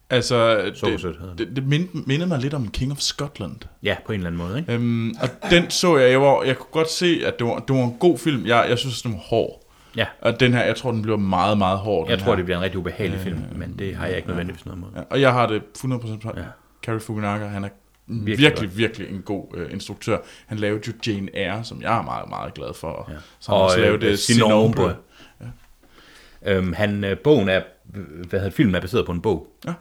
S3: Altså,
S2: Sukkersødt hedder
S3: det, det, det mind- mindede mig lidt om King of Scotland.
S2: ja, på en eller anden måde, ikke?
S3: Øhm, og den så jeg, jeg, var, jeg kunne godt se, at det var, det var en god film. Jeg, jeg synes, den var hård.
S2: Ja.
S3: Og den her, jeg tror, den bliver meget, meget hård.
S2: Jeg
S3: den
S2: tror,
S3: her.
S2: det bliver en rigtig ubehagelig film, men det har jeg ikke nødvendigvis noget imod.
S3: Ja, og jeg har det 100% fra. Ja.
S2: Ja.
S3: Cary Fukunaga, han er virkelig,
S2: Virkelig
S3: virkelig, virkelig en god øh, instruktør. Han lavede jo Jane Eyre, som jeg er meget, meget glad for. Og, ja. Så han og, også lavede øh, Sinombre.
S2: Øhm, han, øh, bogen er, hvad hedder det, filmen er baseret på en bog.
S3: Ja.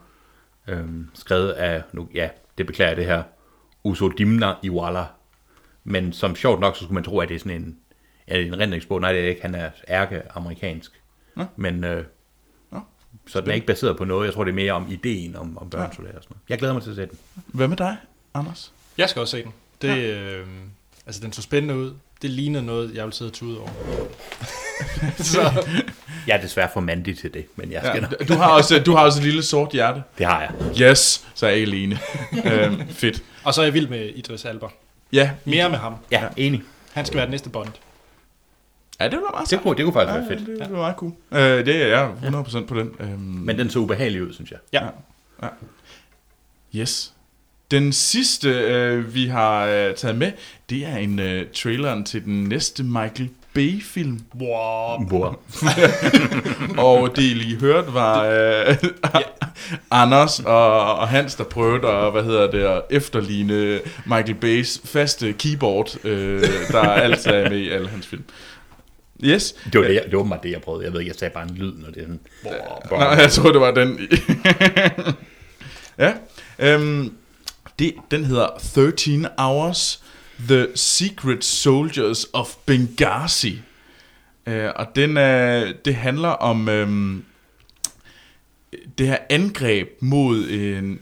S2: Øhm, skrevet af, nu, ja, det beklager jeg det her, Uso Dimna Iwala. Men som sjovt nok, så skulle man tro, at det er sådan en, Ja, en rendringsbog, nej det er det ikke, han er ærke-amerikansk.
S3: Nå.
S2: Men, øh,
S3: Nå,
S2: så den er ikke baseret på noget. Jeg tror, det er mere om ideen om, om børnesoldater og sådan noget. Jeg glæder mig til at se den.
S3: Hvad med dig, Anders?
S1: Jeg skal også se den. Det, øh, altså, den så spændende ud. Det ligner noget, jeg vil sidde og tude over. så,
S2: Jeg er desværre for mandig til det, men jeg skal ja. nok.
S3: Du, har også, du har også et lille sort hjerte.
S2: Det har jeg.
S3: Yes, så er jeg ikke alene. øhm, fedt.
S1: og så er jeg vild med Idris Alba.
S3: Ja,
S1: Mere med ham.
S2: Ja, ja. enig.
S1: Han skal være den næste Bond.
S3: ja det var meget
S2: Det
S3: sejt.
S2: kunne, det kunne faktisk
S3: Ja,
S2: være fedt.
S3: det, det var meget cool. Øh, det er jeg 100% på den. Øhm,
S2: Men den så ubehagelig ud, synes jeg.
S1: Ja.
S3: Yes. Den sidste, øh, vi har øh, taget med, det er en øh, traileren til den næste Michael Bay-film.
S1: Wow.
S2: Wow.
S3: Og det, I lige hørte, var øh, Anders og, og Hans, der prøvede at, hvad hedder det, at efterligne Michael Bays faste keyboard, øh, der altid er med i alle hans film. Yes.
S2: Det var, det, jeg, det var åbenbart det, jeg prøvede. Jeg ved ikke, jeg sagde bare en lyd, når det er sådan... Wow.
S3: Nej, jeg tror det var den. ja. Øhm, det, den hedder 13 Hours, The Secret Soldiers of Benghazi. Øh, og den, øh, det handler om øhm, det her angreb mod en,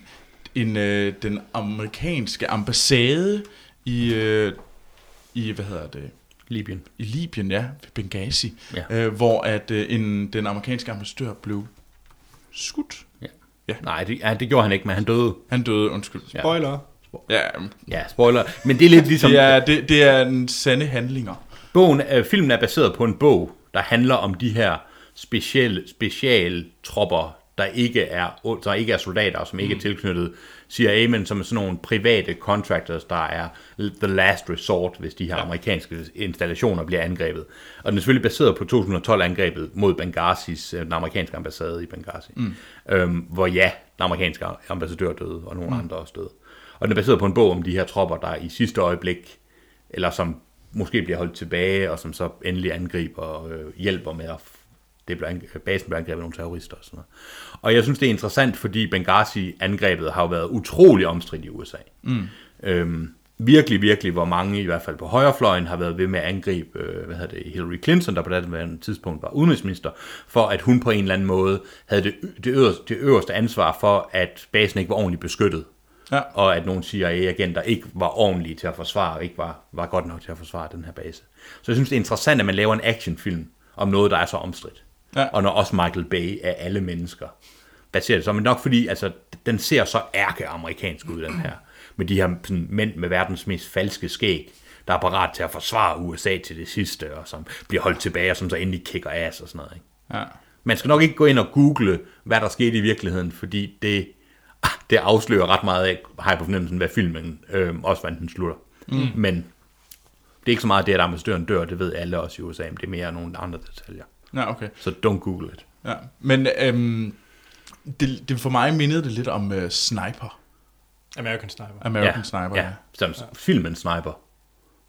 S3: en, øh, den amerikanske ambassade i, øh, i, hvad hedder det,
S2: Libyen.
S3: i Libyen, ja, ved Benghazi,
S2: Ja.
S3: øh, hvor at øh, en, den amerikanske ambassadør blev skudt.
S2: Nej, det, ja, det gjorde han ikke, men han døde.
S3: Han døde, undskyld. Ja,
S2: Ja.
S1: Spoiler.
S3: ja
S2: Ja, spoiler. Men det er lidt ligesom...
S3: det, er, det, det er en sande handlinger.
S2: Bogen, øh, filmen er baseret på en bog, der handler om de her specielle, specialtropper, der ikke er, der ikke er soldater, og som ikke er tilknyttet CIA, men som er sådan nogle private contractors, der er the last resort, hvis de her amerikanske installationer bliver angrebet. Og den er selvfølgelig baseret på 2012-angrebet mod Benghazis, øh, den amerikanske ambassade i Benghazi, mm. øhm, hvor ja, den amerikanske ambassadør døde, og nogle mm. andre også døde. Og den er baseret på en bog om de her tropper, der i sidste øjeblik eller som måske bliver holdt tilbage, og som så endelig angriber og øh, hjælper med at f- det bliver ang- basen bliver angrebet af nogle terrorister og sådan noget. Og jeg synes, det er interessant, fordi Benghazi-angrebet har jo været utrolig omstridt i USA. Mm. Øhm, virkelig, virkelig, hvor mange, i hvert fald på højrefløjen, har været ved med at angribe øh, hvad hedder det, Hillary Clinton, der på det tidspunkt var udenrigsminister, for at hun på en eller anden måde havde det, ø- det, øverste, det øverste ansvar for, at basen ikke var ordentligt beskyttet
S3: Ja.
S2: og at nogle CIA-agenter ikke var ordentlige til at forsvare, og ikke var, var godt nok til at forsvare den her base. Så jeg synes, det er interessant, at man laver en actionfilm om noget, der er så omstridt.
S3: Ja.
S2: Og når også Michael Bay af alle mennesker baserer det så, men nok fordi, altså, den ser så ærke-amerikansk ud, den her, med de her sådan, mænd med verdens mest falske skæg, der er parat til at forsvare USA til det sidste, og som bliver holdt tilbage, og som så endelig kicker ass og sådan noget. Ikke?
S3: Ja.
S2: Man skal nok ikke gå ind og google, hvad der skete i virkeligheden, fordi det, det afslører ret meget af, har jeg på fornemmelsen, hvad filmen øh, også, hvordan den slutter. Mm. Men det er ikke så meget det, at ambassadøren dør, det ved alle også i USA, men det er mere nogle andre detaljer.
S3: ja, okay.
S2: Så don't google it.
S3: Ja. Men øhm, det, det for mig mindede det lidt om uh, Sniper.
S1: American Sniper.
S3: American Sniper.
S2: ja. Som filmen Sniper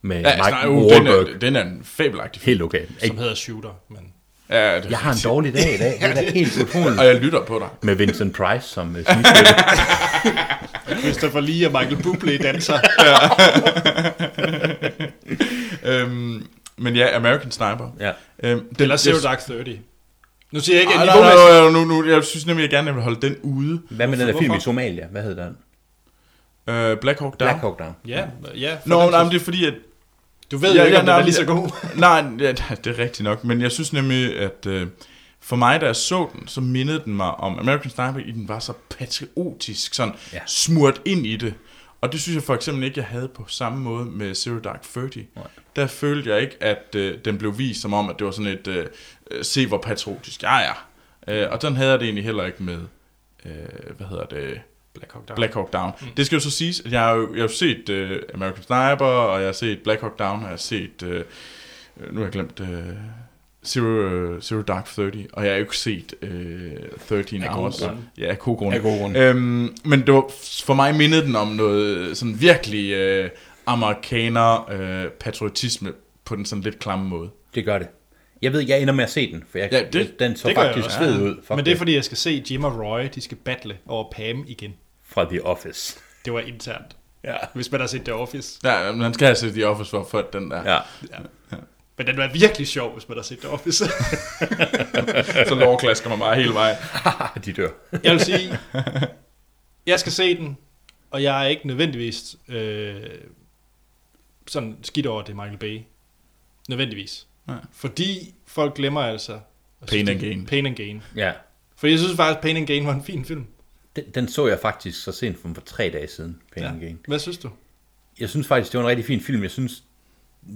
S2: med
S3: Ja,
S2: ja, Mike
S3: sniper, uh, den,
S2: Wahlberg.
S3: er, den er en fabelagtig film.
S2: Helt okay.
S1: Som hedder Shooter, men...
S3: Ja, det,
S2: Jeg har en dårlig dag i dag. Det er da helt utroligt.
S3: Og jeg lytter på dig.
S2: Med Vincent Price som øh, snigskytte.
S1: Christopher Lee og Michael Bublé danser.
S3: Øhm, men ja, American Sniper.
S2: Ja.
S3: Øhm, den,
S1: Eller Zero
S3: jeg-
S1: Dark Thirty. Nu siger jeg ikke,
S3: Ej,
S1: at
S3: nej, nej, nej, nej, nu, nu, jeg synes nemlig, jeg gerne vil holde den ude.
S2: Hvad med den der
S1: Hvorfor?
S2: film i Somalia? Hvad hed den?
S3: Øh, Black Hawk Down.
S2: Black Hawk Down.
S1: Ja, ja. for
S3: Nå,
S1: den
S3: nej,
S1: sags-
S3: men det er fordi, at...
S1: du ved
S3: Ja,
S1: jo ikke,
S3: ja,
S1: om den
S3: nej,
S1: er
S3: men
S1: lige så
S3: jeg-
S1: god.
S3: Nej, ja, det er rigtigt nok, men jeg synes nemlig, at øh, for mig, da jeg så den, så mindede den mig om American Sniper, i den var så patriotisk, sådan ja.
S2: Ja.
S3: smurt ind i det. Og det synes jeg for eksempel ikke, jeg havde på samme måde med Zero Dark Thirty.
S2: Nej.
S3: Der følte jeg ikke, at øh, den blev vist som om, at det var sådan et, øh, øh, se hvor patriotisk jeg er. Øh, og den havde jeg det egentlig heller ikke med, øh, hvad hedder det,
S1: Black Hawk Down.
S3: Black Hawk Down. Mm. Det skal jo så siges, at jeg har jo jeg har jo set uh, American Sniper, og jeg har set Black Hawk Down, og jeg har set, uh, nu har jeg glemt, uh, Zero, uh, Zero Dark Thirty, og jeg har jo ikke set uh, 13
S1: Af gode
S3: Hours.
S1: grunde.
S3: Ja, af gode grunde.
S2: Af gode grunde.
S3: Øhm, men det var, for mig mindede den om noget sådan virkelig uh, amerikaner uh, patriotisme på den sådan lidt klamme måde.
S2: Det gør det. Jeg ved, jeg ender med at se den, for jeg,
S3: Ja,
S2: ja,
S3: det-
S2: det, den så
S1: det gør jeg
S2: faktisk
S1: også.
S2: fed ud Fuck
S1: Men det er,
S2: for...
S1: fordi jeg skal se Jim og Roy, de skal battle over Pam igen.
S2: fra The Office.
S1: Det var internt.
S2: Ja.
S1: Hvis man har set The Office.
S3: altså Ja, man skal have set The Office for, for at den der.
S2: ja.
S1: Men den var virkelig sjov, hvis man har set The Office.
S3: Så lovklasker man bare hele vejen.
S1: Ah,
S2: de dør.
S1: jeg vil sige, jeg skal se den, og jeg er ikke nødvendigvis øh, sådan skidt over at det, er Michael Bay. Nødvendigvis.
S3: Nej.
S1: Fordi folk glemmer altså... at
S3: Pain
S1: synes,
S3: and
S1: det-
S3: Gain.
S1: Pain and Gain.
S2: Ja.
S1: For jeg synes faktisk, Pain and Gain var en fin film.
S2: Den, den så jeg faktisk så sent som for tre dage siden. Pain and Gain.
S1: Hvad synes du?
S2: Jeg synes faktisk, det var en rigtig fin film. Jeg synes,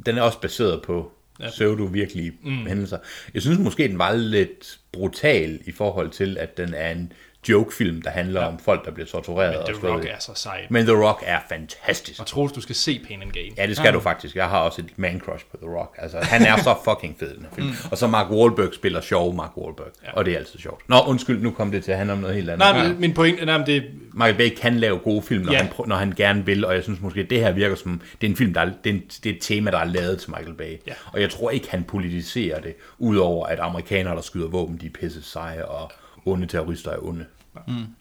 S2: den er også baseret på
S1: Ja.
S2: ja. pseudo virkelige mm. hændelser. Jeg synes måske, den var lidt brutal i forhold til, at den er en jokefilm, der handler ja. om folk, der bliver tortureret
S1: Men
S2: og
S1: The
S2: slået.
S1: Rock
S2: ihjel.
S1: er så sej.
S2: Men The Rock er fantastisk.
S1: Og Troels, du skal se Pain and Gain.
S2: Ja, det skal ja. du faktisk. Jeg har også et man-crush på The Rock. Altså, han er så fucking fed, den her film.
S1: Mm.
S2: Og så Mark Wahlberg spiller sjov Mark Wahlberg. Ja. Og det er altid sjovt. Nå, undskyld, nu kom det til at handle om noget helt andet.
S1: Nej, men min pointe, nej, men det,
S2: Michael Bay kan lave gode film, når,
S1: Ja.
S2: ja. han, prø- når han gerne vil, og jeg synes måske, at det her virker som, det er en film, der er, det, er en, det er et tema, der er lavet til Michael Bay.
S1: Ja.
S2: Og jeg tror ikke, han politiserer det, udover at amerikanere, der skyder våben, de er pisse seje, og onde terrorister er onde.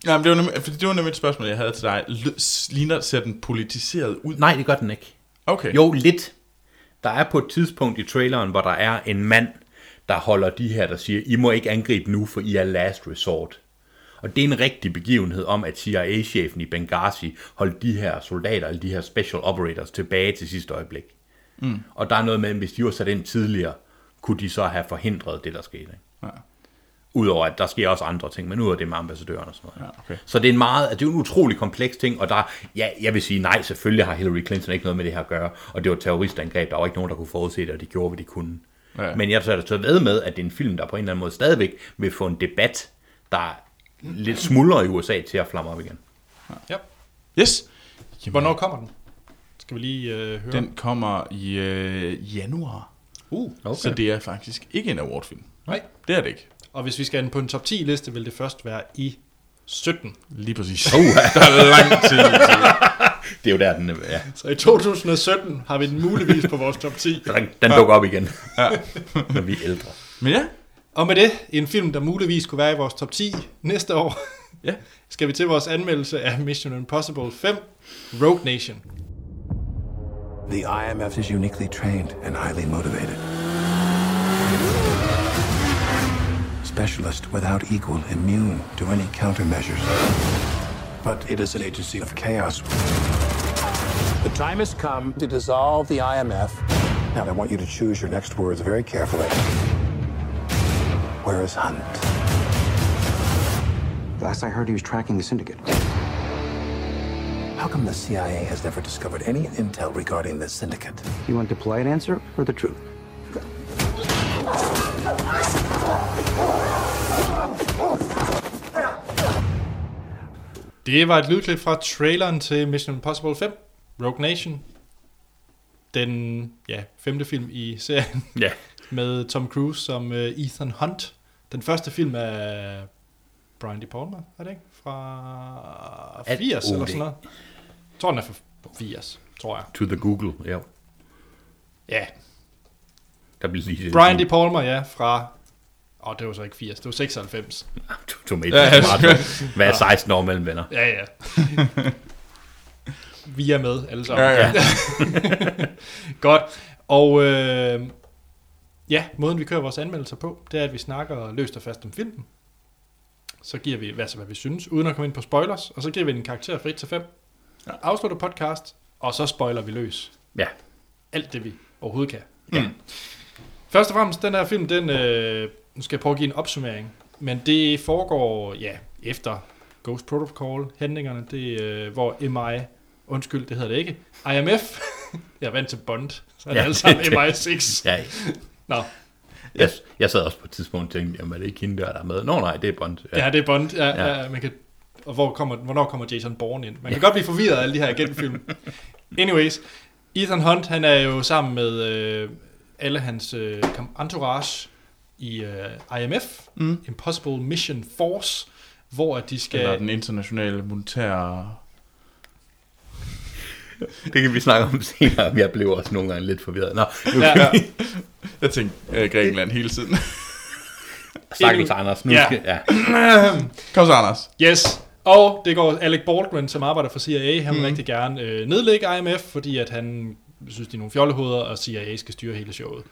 S3: Ja, men det var, nemlig, fordi det var nemlig et spørgsmål, jeg havde til dig. Lø- Ligner, ser den politiseret ud?
S2: Nej, det gør den ikke.
S3: Okay.
S2: Jo, lidt. Der er på et tidspunkt i traileren, hvor der er en mand, der holder de her, der siger, I må ikke angribe nu, for I er last resort. Og det er en rigtig begivenhed om, at CIA-chefen i Benghazi holdt de her soldater, eller de her special operators, tilbage til sidste øjeblik. Mm. Og der er noget med, at hvis de var sat ind tidligere, kunne de så have forhindret det, der skete. Ikke?
S3: Ja.
S2: Udover at der sker også andre ting, men ud af det med ambassadøren og sådan noget.
S3: Ja, okay.
S2: Så det er en meget, det er jo en utrolig kompleks ting, og der, ja, jeg vil sige, nej, selvfølgelig har Hillary Clinton ikke noget med det her at gøre, og det var et terroristangreb, der var ikke nogen, der kunne forudse det, og de gjorde, hvad de kunne.
S3: Ja.
S2: Ja. Men jeg tager det så ved med, at det er en film, der på en eller anden måde stadigvæk vil få en debat, der lidt smuldrer i USA til at flamme op igen.
S1: ja.
S3: Yes.
S1: Hvornår kommer den? Skal vi lige øh, høre?
S3: Den kommer i øh, januar.
S1: Uh,
S3: Okay. Så det er faktisk ikke en awardfilm.
S1: nej.
S3: Det er det ikke.
S1: Og hvis vi skal ind på en top 10 liste, vil det først være i 17.
S3: Lige præcis. Uh, der er lang tid. til.
S2: det er jo der, den, ja,
S1: Så i 2017 har vi den muligvis på vores top 10.
S2: den, den dukker op igen, når vi er ældre.
S3: Men ja,
S1: Og med det, en film, der muligvis kunne være i vores top 10 næste år,
S3: ja.
S1: skal vi til vores anmeldelse af Mission Impossible 5, Road Nation.
S4: The IMF is uniquely trained and highly motivated. Specialist without equal, immune to any countermeasures. But it is an agency of chaos.
S5: The time has come to dissolve the IMF.
S4: Now, I want you to choose your next words very carefully. Where is Hunt?
S5: Last I heard, he was tracking the syndicate.
S4: How come the CIA has never discovered any intel regarding this syndicate?
S5: You want the polite answer or the truth?
S1: Det var et lydklip fra traileren til Mission Impossible 5, Rogue Nation. Den ja, femte film i serien
S2: Ja.
S1: med Tom Cruise som øh, Ethan Hunt. Den første film er Brian De Palma, er det ikke? Fra
S2: At-
S1: 80 eller
S2: uh, det-
S1: sådan noget. Jeg tror, den er fra 80, tror jeg.
S2: To the Google, ja.
S1: Ja,
S2: Der bliver lige
S1: Brian De Palma, ja, fra... Åh, oh, det var så ikke 80, det var 96.
S2: Tomato,
S3: Ja, ja.
S2: tomato. Hvad er 16 år mellem venner?
S1: Ja, ja. Vi er med alle sammen.
S3: ja, ja.
S1: Godt. Og øh, ja, måden vi kører vores anmeldelser på, det er, at vi snakker løst og fast om filmen. Så giver vi, hvad, så, hvad vi synes, uden at komme ind på spoilers. Og så giver vi den en karakter fra 1 til 5. Ja. Afslutter podcast, og så spoiler vi løs.
S2: Ja.
S1: Alt det, vi overhovedet kan.
S2: Mm.
S1: Ja. Først og fremmest, den her film, den, øh, nu skal jeg prøve at give en opsummering. Men det foregår, ja, efter Ghost Protocol, handlingerne, det, øh, hvor MI, undskyld, det hedder det ikke, IMF, jeg er vant til Bond, så er det
S2: Ja,
S1: ja, alle sammen
S2: det- det-
S1: MI6.
S2: ja.
S1: Nå,
S2: Jeg, jeg sad også på et tidspunkt og tænkte, jamen er det ikke hende der, der er med? Nå nej, det er Bond. Ja.
S1: ja, det er Bond, ja, ja.
S2: Ja.
S1: ja man kan, og hvor kommer, hvornår kommer Jason Bourne ind? Man kan godt blive forvirret af alle de her agentfilm. Anyways, Ethan Hunt, han er jo sammen med øh, alle hans øh, kom- entourage i øh, IMF, mm. Impossible Mission Force, hvor at de skal...
S3: Eller den internationale monetære...
S2: Det kan vi snakke om senere, men jeg blev også nogle gange lidt forvirret. Nå, nu
S1: Ja.
S2: ja.
S3: Ja. Jeg tænkte øh, Grækenland hele tiden.
S2: snakkes Anders. Nu
S1: Ja.
S2: ja. Skal, ja.
S3: Kom så, Anders.
S1: Yes, og det går Alec Baldwin, som arbejder for CIA, han vil mm. rigtig gerne øh, nedlægge IMF, fordi at han synes, de er nogle fjollehoveder, og CIA skal styre hele showet.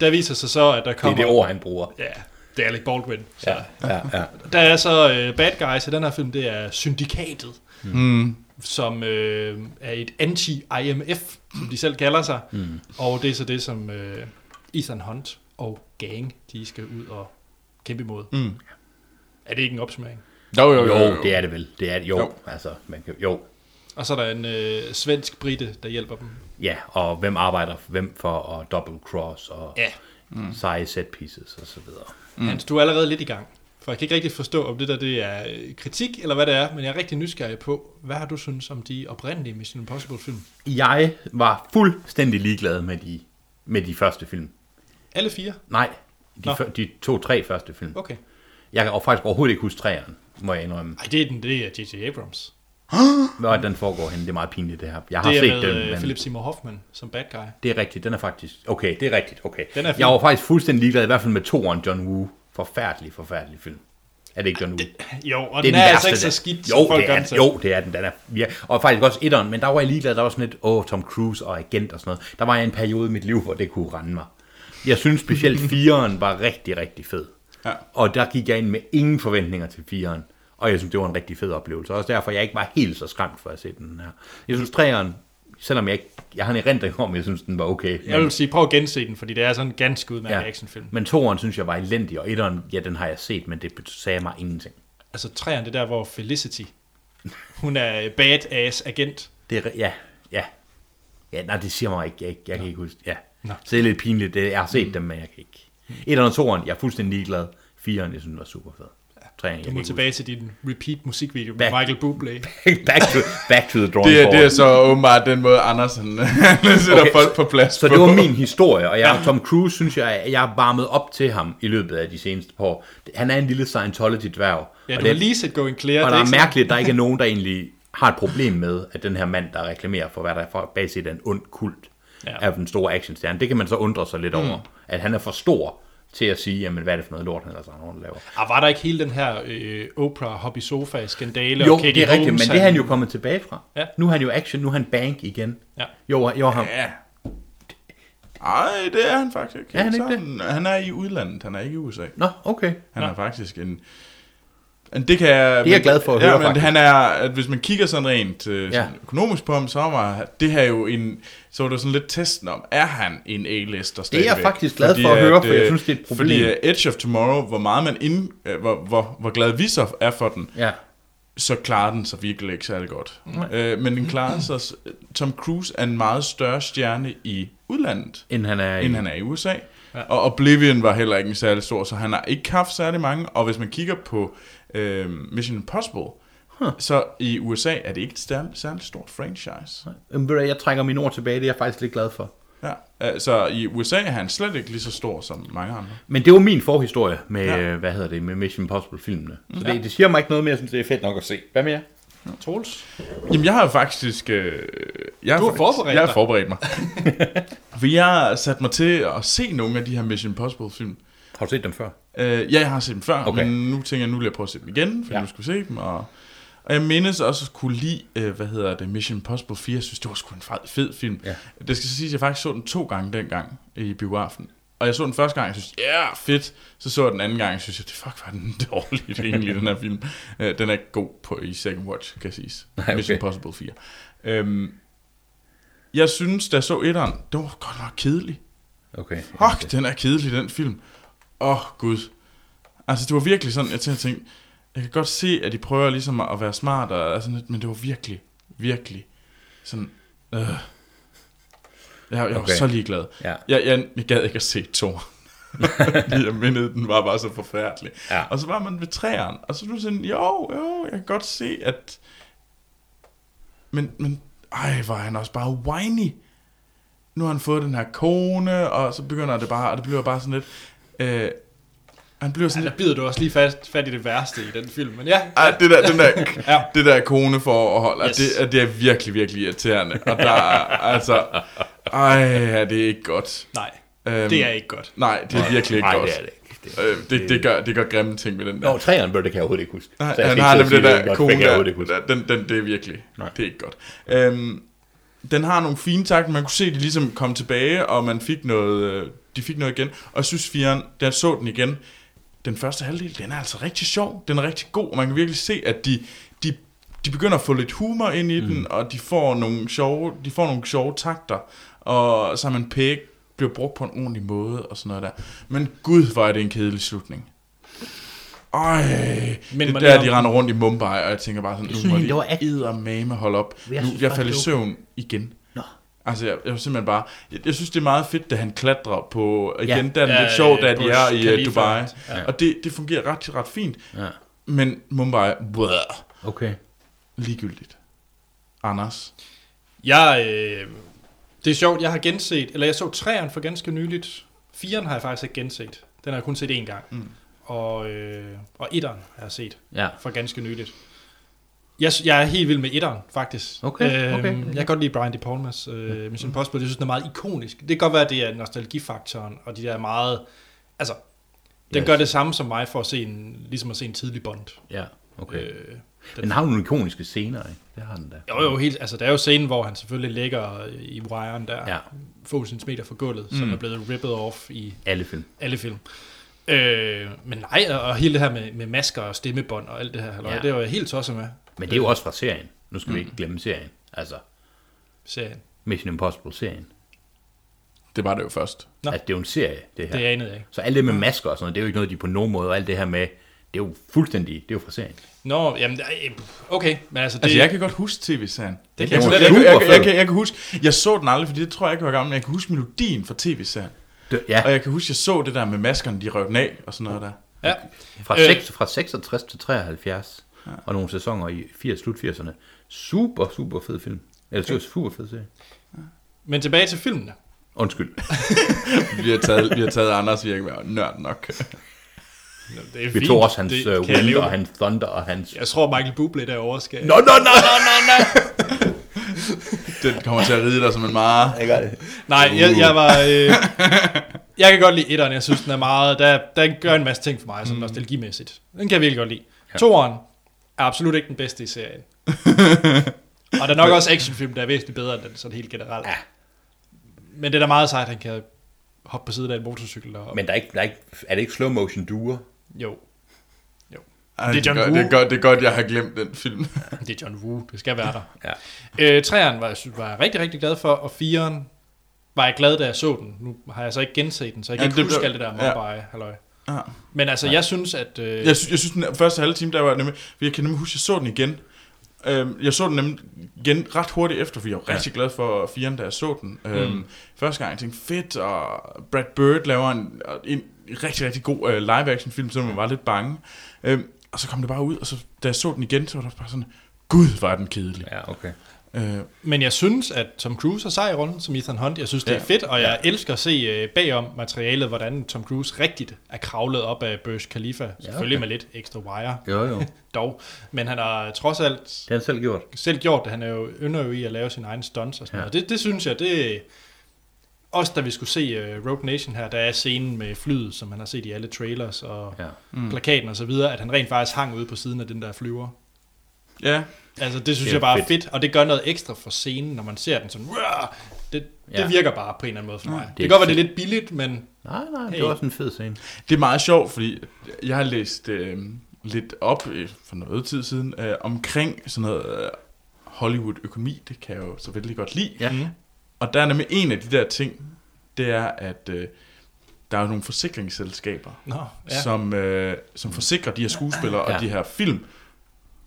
S1: Der viser sig så, at der
S2: Det er
S1: kommer...
S2: det ord, han bruger.
S1: Ja, det er Alec Baldwin. Så.
S2: Ja, ja, ja.
S1: Der er så øh, bad guys i den her film, det er Syndikatet, mm. som øh, er et anti-IMF, som de selv kalder sig. Mm. Og det er så det, som øh, Ethan Hunt og gang, de skal ud og kæmpe imod. Mm. Er det ikke en opsummering?
S3: Jo, jo, jo.
S2: Jo, det er det vel. Det er det. Jo,
S3: Jo.
S2: altså, man kan, jo.
S1: Og så er der en øh, svensk brite, der hjælper dem.
S2: Ja, og hvem arbejder for- hvem for at double cross og
S1: Ja.
S2: mm. seje set pieces og så videre.
S1: Mm. Hans, du er allerede lidt i gang. For jeg kan ikke rigtig forstå, om det der det er øh, kritik, eller hvad det er, men jeg er rigtig nysgerrig på, hvad har du synes om de oprindelige Mission Impossible-film?
S2: Jeg var fuldstændig ligeglad med de, med de første film.
S1: Alle fire?
S2: Nej, de,
S1: Nå.
S2: fø- de to-tre første film.
S1: Okay.
S2: Jeg kan faktisk overhovedet ikke huske træerne, må jeg indrømme.
S1: Ej, det er den, det er J.J. Abrams.
S2: Hvor den foregår henne, det er meget pinligt det her. Jeg har
S1: Det er
S2: set
S1: med
S2: den,
S1: øh,
S2: men
S1: Philip Seymour Hoffman som bad guy.
S2: det er rigtigt, den er faktisk... Okay, det er rigtigt, okay.
S1: Den er fin.
S2: jeg var faktisk fuldstændig ligeglad, i hvert fald med toeren John Woo. Forfærdelig, forfærdelig film. Er det ikke John Woo?
S1: Ah, Jo, og
S2: det
S1: den,
S2: er
S1: er
S2: den
S1: altså ikke
S2: værste,
S1: så
S2: der.
S1: skidt,
S2: jo,
S1: som folk
S2: det er,
S1: gør
S2: den. jo, det er den. den er, ja. Og faktisk også etteren, men der var jeg ligeglad. Der var sådan lidt, åh, Tom Cruise og agent og sådan noget. Der var jeg i en periode i mit liv, hvor det kunne rende mig. Jeg synes specielt fireren var rigtig, rigtig fed. Ja. Og der gik jeg ind med ingen forventninger til fireren. Og jeg synes, det var en rigtig fed oplevelse. Også derfor, jeg ikke var helt så skræmt for at se den her. Jeg synes, træeren, selvom jeg ikke, jeg har en erindring om, jeg synes, den var okay.
S1: Jeg vil sige, prøv at gense den, fordi det er sådan en ganske udmærket ja. actionfilm.
S2: Men toeren synes jeg var elendig, og etteren, ja, den har jeg set, men det sagde mig ingenting.
S1: Altså træerne, det er der, hvor Felicity, hun er øh, badass agent.
S2: Det er, ri- ja, ja. Ja, nej, det siger mig ikke. Jeg, jeg kan ikke huske. Ja.
S1: Nå.
S2: Så det er lidt pinligt. Det, jeg har set mm. dem, men jeg kan ikke. Et og toeren, jeg er fuldstændig ligeglad. Firen, jeg synes, den var super fed. Træen,
S1: Du
S2: jeg
S1: må
S2: kan
S1: tilbage til din repeat musikvideo med
S2: Back.
S1: Michael Bublé.
S2: ikke huske. back, to, back to the drawing
S3: Det er,
S2: board.
S3: det er så åbenbart den måde, Andersen sætter okay,
S2: Okay,
S3: folk på plads
S2: Så
S3: på.
S2: det var min historie, og jeg, Tom Cruise, synes jeg, jeg er varmet op til ham i løbet af de seneste par år. Han er en lille Scientology-dværg.
S1: Ja,
S2: og
S1: du har
S2: det-
S1: lige set Going Clear. det
S2: Og der
S1: er
S2: er
S1: ikke sådan-
S2: mærkeligt, at der ikke er nogen, der egentlig har et problem med, at den her mand, der reklamerer for, hvad der er for bag set er en ond kult
S1: Ja.
S2: ja. af den store actionstjerne. Det kan man så undre sig lidt mm. over, at han er for stor til at sige, jamen hvad er det for noget lort, han altså andre laver.
S1: Ah, var der ikke hele den her øh, Oprah Hobby Sofa skandale
S2: Jo,
S1: og Katie
S2: det er rigtigt,
S1: Holmes,
S2: men det er han jo kommet tilbage fra.
S1: Ja.
S2: Nu er han jo action, nu er han bank igen.
S1: Ja.
S2: Jo, jo, ham.
S3: Ja. Ej, det er han faktisk ikke.
S2: Er han
S3: Så
S2: ikke det?
S3: Han er i udlandet, han er ikke i USA.
S2: Nå, okay.
S3: Han er faktisk en... Men det kan jeg...
S2: Det er jeg glad for at
S3: ja,
S2: høre,
S3: men
S2: faktisk.
S3: han er, at hvis man kigger sådan rent øh, sådan
S2: Ja.
S3: økonomisk på ham, så var det her jo en... Så var det sådan lidt testen om, er han en A-lister stadigvæk?
S2: jeg faktisk glad for at høre, for jeg
S3: øh,
S2: synes, det er et problem.
S3: Fordi øh, Edge of Tomorrow, hvor meget man ind, øh, hvor, hvor, hvor glad vi så er for den,
S2: Ja.
S3: så klarer den sig virkelig ikke særlig godt. Øh, men den klarer sig... s- Tom Cruise er en meget større stjerne i udlandet
S2: Inden han er i-
S3: end han er i USA. Ja. Og Oblivion var heller ikke en særlig stor, så han har ikke haft særlig mange. Og hvis man kigger på øh, Mission Impossible, huh. så i USA er det ikke et særligt, særligt stort franchise.
S2: Jamen, ved du hvad, Jeg trækker mine ord tilbage, det er jeg faktisk lidt glad for.
S3: Ja. øh, Så i USA er han slet ikke lige så stor som mange andre.
S2: Men det var min forhistorie med,
S3: Ja.
S2: ja. hvad hedder det, med Mission Impossible-filmene. Så det, det siger mig ikke noget mere, jeg synes, det er fedt nok at se. Hvad med jer?
S1: Troels?
S3: Jamen, jeg har jo faktisk... Øh, jeg
S1: Du har
S3: faktisk-
S1: forberedt
S3: Jeg har
S1: dig.
S3: forberedt mig. For jeg har sat mig til at se nogle af de her Mission Impossible-film.
S2: Har du set dem før?
S3: Øh, ja, jeg har set dem før,
S2: Okay.
S3: okay. men nu tænker jeg, nu vil jeg prøve at se dem igen, for ja.
S2: Ja.
S3: nu skulle jeg se dem. Og, og jeg mindes også at kunne lide, øh, hvad hedder det, Mission Impossible 4. Jeg synes, det var sgu en fed, fed film.
S2: Ja.
S3: Det skal så siges, at jeg faktisk så den to gange dengang i biografen. Og jeg så den første gang, jeg synes, ja, yeah, fedt. Så så jeg den anden gang, jeg synes, at det fuck var den dårligt egentlig, den her film. Øh, den er ikke god på i Second Watch, kan siges.
S2: Nej, okay.
S3: Mission Impossible 4. Øhm, jeg synes, da jeg så etteren, det var godt nok kedelig.
S2: Okay.
S3: Fuck, den er kedelig, den film. Åh, oh, gud. Altså, det var virkelig sådan, jeg tænkte, jeg tænkte, jeg kan godt se, at de prøver ligesom at være smart, og er sådan lidt, men det var virkelig, virkelig sådan, øh. Jeg, jeg var
S2: Okay.
S3: så ligeglad.
S2: Ja.
S3: Jeg, jeg, jeg gad ikke at se to. Fordi jeg mindede, den var bare så forfærdelig.
S2: Ja.
S3: Og så var man ved træerne, og så var du sådan, jo, jo, jeg kan godt se, at... Men, men, ej, var han også bare whiny nu har han fået den her kone, og så begynder det bare, og det bliver bare sådan lidt, øh, han bliver sådan
S1: Ja, Altså,
S3: lidt,
S1: der bider du også lige fast, fat i det værste i den film, men ja.
S3: ej, det der, den der,
S1: Ja.
S3: ja. det der kone forhold, yes.
S1: Yes.
S3: det, at det er virkelig, virkelig irriterende, og der er, altså, ej, er det ikke godt.
S1: Nej,
S3: Øhm,
S1: det er ikke godt.
S3: Nej, det er virkelig ikke
S2: Nej,
S3: godt.
S2: det er det ikke. Det,
S3: Øh, det, det, gør, det gør grimme ting med den der.
S2: Nå, træerne, bro, det kan jeg overhovedet ikke huske.
S3: Nej,
S2: Så jeg
S3: han
S2: skal
S3: har
S2: ikke sidde og
S3: nemlig
S2: sige,
S3: den
S2: det er
S3: der
S2: godt,
S3: kone
S2: men jeg kan
S3: der,
S2: overhovedet ikke huske.
S3: der den, den, det er virkelig,
S2: Nej.
S3: det er ikke godt. Øhm, den har nogle fine takter. Man kunne se, at de ligesom kom tilbage, og man fik noget, øh, de fik noget igen. Og jeg synes, firen, der så den igen. Den første halvdel, den er altså rigtig sjov. Den er rigtig god, og man kan virkelig se, at de, de, de begynder at få lidt humor ind i mm. den, og de får nogle sjove, de får nogle sjove takter. Og så er man pæk, bliver brugt på en ordentlig måde, og sådan noget der. Men gud, hvor er det en kedelig slutning. Ej,
S1: Men
S3: Men det er
S1: man
S3: der,
S1: lærer-
S3: de render rundt i Mumbai, og jeg tænker bare sådan,
S2: Jeg
S3: nu
S2: synes
S3: må
S2: egentlig,
S3: de
S2: det var at-
S3: eddermame holde op.
S2: Jeg
S3: Jeg, nu,
S2: synes
S3: jeg
S2: bare,
S3: faldt i
S2: det var-
S3: søvn igen.
S2: Nå.
S3: Altså, jeg, jeg var simpelthen bare... Jeg, jeg synes, det er meget fedt, da han klatrer på... Igen, ja. der er den
S1: Ja,
S3: ja, lidt sjov, da
S1: på
S3: de er i
S1: Khalifa.
S3: uh, Dubai.
S2: Ja.
S3: Ja. Og det, det fungerer ret, ret fint.
S2: Ja.
S3: Men Mumbai, blah,
S2: Okay.
S3: ligegyldigt. Anders.
S1: Jeg, øh, det er sjovt, jeg har genset, eller jeg så træerne for ganske nyligt. Firen har jeg faktisk ikke genset. Den har jeg kun set én gang. Mm. Og, øh, og etteren har jeg set
S2: Ja.
S1: for ganske nyligt. Jeg, sy- jeg er helt vild med etteren, faktisk. Øhm,
S2: Okay, okay, Mm. okay.
S1: Jeg kan godt lide Brian De Palmas øh, Mission Impossible. Jeg synes, den er meget ikonisk. Det kan godt være, at det er nostalgifaktoren, og de der meget... Altså, den
S2: Yes.
S1: yes. gør det samme som mig for at se en, ligesom at se en tidlig Bond.
S2: Ja, okay. Øh,
S1: Øh,
S2: den har jo nogle ikoniske scener, ikke? Det har den da.
S1: jo, jo, helt, altså, der er jo scenen, hvor han selvfølgelig ligger i wiren der,
S2: Ja.
S1: ja. få meter fra gulvet, mm. som er blevet ripped off i
S2: Alle film.
S1: alle film. Øh, men nej, og, og hele det her med, med masker og stemmebånd og alt det her, halløj,
S2: Ja.
S1: ja. det var jeg helt tosset med
S2: Men det er jo også fra serien. Nu skal mm. vi ikke glemme serien. Altså,
S1: serien.
S2: Mission Impossible-serien.
S3: Det var det jo først.
S1: Nå.
S2: Altså, det er jo en serie, det her.
S1: Det anede jeg ikke.
S2: Så alt det med masker og sådan noget, det er jo ikke noget, de på nogen måde, og alt det her med, det er jo fuldstændig, det er jo fra serien.
S1: Nå, jamen, øh, okay, men altså, det,
S3: Altså, jeg kan godt huske tv-serien.
S1: Det kan jeg
S3: jeg, jeg,
S1: slet
S3: jeg,
S2: ikke.
S3: jeg, jeg, jeg, kan- jeg kan huske... Jeg så den aldrig, fordi det tror jeg ikke var gammel, men jeg kan huske melodien fra tv-serien.
S2: Det, ja,
S3: Og jeg kan huske, jeg så det der med maskerne, de røv den af, og sådan noget der.
S1: ja.
S2: fra,
S1: øh.
S2: 6, fra 66 til 73, og nogle sæsoner i 80, slut 80'erne. Super, super fed film. Eller okay. super fed serie.
S1: Øh, Men tilbage til filmene.
S2: Undskyld.
S3: Vi har taget, vi har taget Anders, vi har ikke været nørd nok.
S1: Nå, Det er
S2: Vi
S1: fint.
S2: tog også hans
S1: Det
S2: uh,
S1: kan jeg
S2: Wind
S1: leve
S2: og
S1: med.
S2: hans Thunder og hans...
S1: Jeg tror, Michael Bublé derovre skal...
S2: Nå, nå, nå, nå, nå, nå.
S3: Den kommer til at ride dig som en mare.
S2: Jeg gør det.
S1: Nej, jeg, jeg var... Øh, jeg kan godt lide etteren, jeg synes, den er meget... Der, der gør en masse ting for mig, som mm. nostalgimæssigt. Den kan jeg virkelig godt lide. Ja. Toeren er absolut ikke den bedste i serien. og der er nok også actionfilm, der er væsentligt bedre end den, sådan helt generelt. Ja. Men det er da meget sejt, at han kan hoppe på siden af en motorcykel. Og,
S2: Men der er, ikke, der er ikke, er det ikke slow motion duer?
S1: Jo,
S3: Ej,
S1: Det er John
S3: godt-
S1: Woo.
S3: det, er godt, det er godt, jeg har glemt den film.
S1: det er John Woo, det skal være der.
S2: Ja.
S1: Øh, træeren var, jeg synes, var jeg rigtig, rigtig glad for, og firen var jeg glad, da jeg så den. Nu har jeg så ikke genset den, så jeg kan
S3: Ja,
S1: ja, ikke
S3: det
S1: huske
S3: blev-
S1: alt det der
S3: ja.
S1: Mumbai, ja. halløj.
S3: Ja.
S1: Men altså, jeg synes, at... Øh,
S3: Jeg, synes, jeg synes, den første halve time, der var jeg nemlig... for Jeg kan nemlig huske, jeg så den igen. Øhm, jeg så den nemlig igen ret hurtigt efter, for jeg var
S2: Ja.
S3: rigtig glad for firen, da jeg så den. Øhm, mm. Første gang, jeg tænkte, fedt, og Brad Bird laver en, en rigtig, rigtig god øh, live-action-film, så man var lidt bange. Øhm, og så kom det bare ud, og så, da jeg så den igen, så var det bare sådan, gud, var den kedelig.
S2: Ja, okay.
S3: Ja. Øh,
S1: Men jeg synes, at Tom Cruise er sej i rollen som Ethan Hunt. Jeg synes, det er
S3: Ja.
S1: ja. fedt, og jeg elsker at se øh, bagom materialet, hvordan Tom Cruise rigtigt er kravlet op af Burj Khalifa. Selvfølgelig med lidt ekstra wire,
S2: Jo, jo.
S1: dog. Men han har trods alt
S2: Det har han selv gjort.
S1: selv gjort det. Han er jo ynder jo i at lave sine egne stunts og sådan
S2: Ja.
S1: ja. noget. Det, det synes jeg, det også da vi skulle se uh, Rogue Nation her, der er scenen med flyet, som man har set i alle trailers og
S2: Ja.
S1: ja. mm. plakaten og så videre, at han rent faktisk hang ude på siden af den der flyver.
S3: ja.
S1: Altså, det synes
S2: Det er
S1: det jeg bare
S2: fedt.
S1: fedt. er fedt, og det gør noget ekstra for scenen, når man ser den sådan, "Uah!" det, det
S2: Ja.
S1: virker bare på en eller anden måde for mig. det,
S2: det er
S1: kan godt være, det er lidt billigt, men
S2: Nej, nej, det
S1: Hey.
S2: var også en fed scene.
S3: Det er meget sjovt, fordi jeg har læst øh, lidt op øh, for noget tid siden øh, omkring sådan noget øh, Hollywood-økonomi. Det kan jeg jo så vældig godt lide.
S2: Ja. Mm.
S3: Og der er nemlig en af de der ting, det er, at øh, der er jo nogle forsikringsselskaber,
S1: nå,
S3: ja.
S1: ja.
S3: som, øh, som forsikrer de her skuespillere og
S2: Ja.
S3: de her film.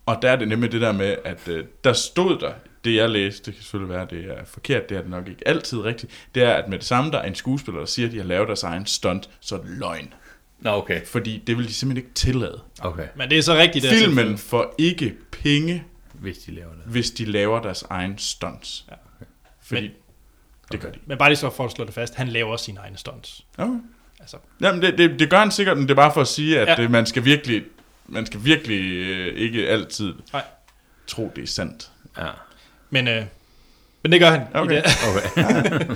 S3: Og der er det nemlig det der med, at øh, der stod der, det jeg læste, det kan selvfølgelig være, det er forkert, det er det nok ikke altid rigtigt, det er, at med det samme, der er en skuespiller, der siger, at de har lavet deres egen stunt, så er det løgn.
S2: Nå, okay.
S3: Fordi det vil de simpelthen ikke tillade.
S2: Okay,
S1: men det er så rigtigt. det er
S3: Filmen
S1: tilfælde.
S3: får ikke penge,
S2: hvis de laver det.
S3: hvis de laver deres egen stunts. Ja. Fordi
S1: Men-
S3: Men, det gør de.
S1: Men bare lige så for at slå det fast, han laver sine egne stunts.
S3: Okay.
S1: Altså,
S3: Jamen, det, det, det gør han sikkert, men det er bare for at sige, at
S1: Ja.
S3: ja. man skal virkelig, man skal virkelig øh, ikke altid
S1: nej.
S3: tro, det er sandt.
S2: Ja.
S1: Men, øh, men det gør han. i det.
S3: Okay.
S2: Okay.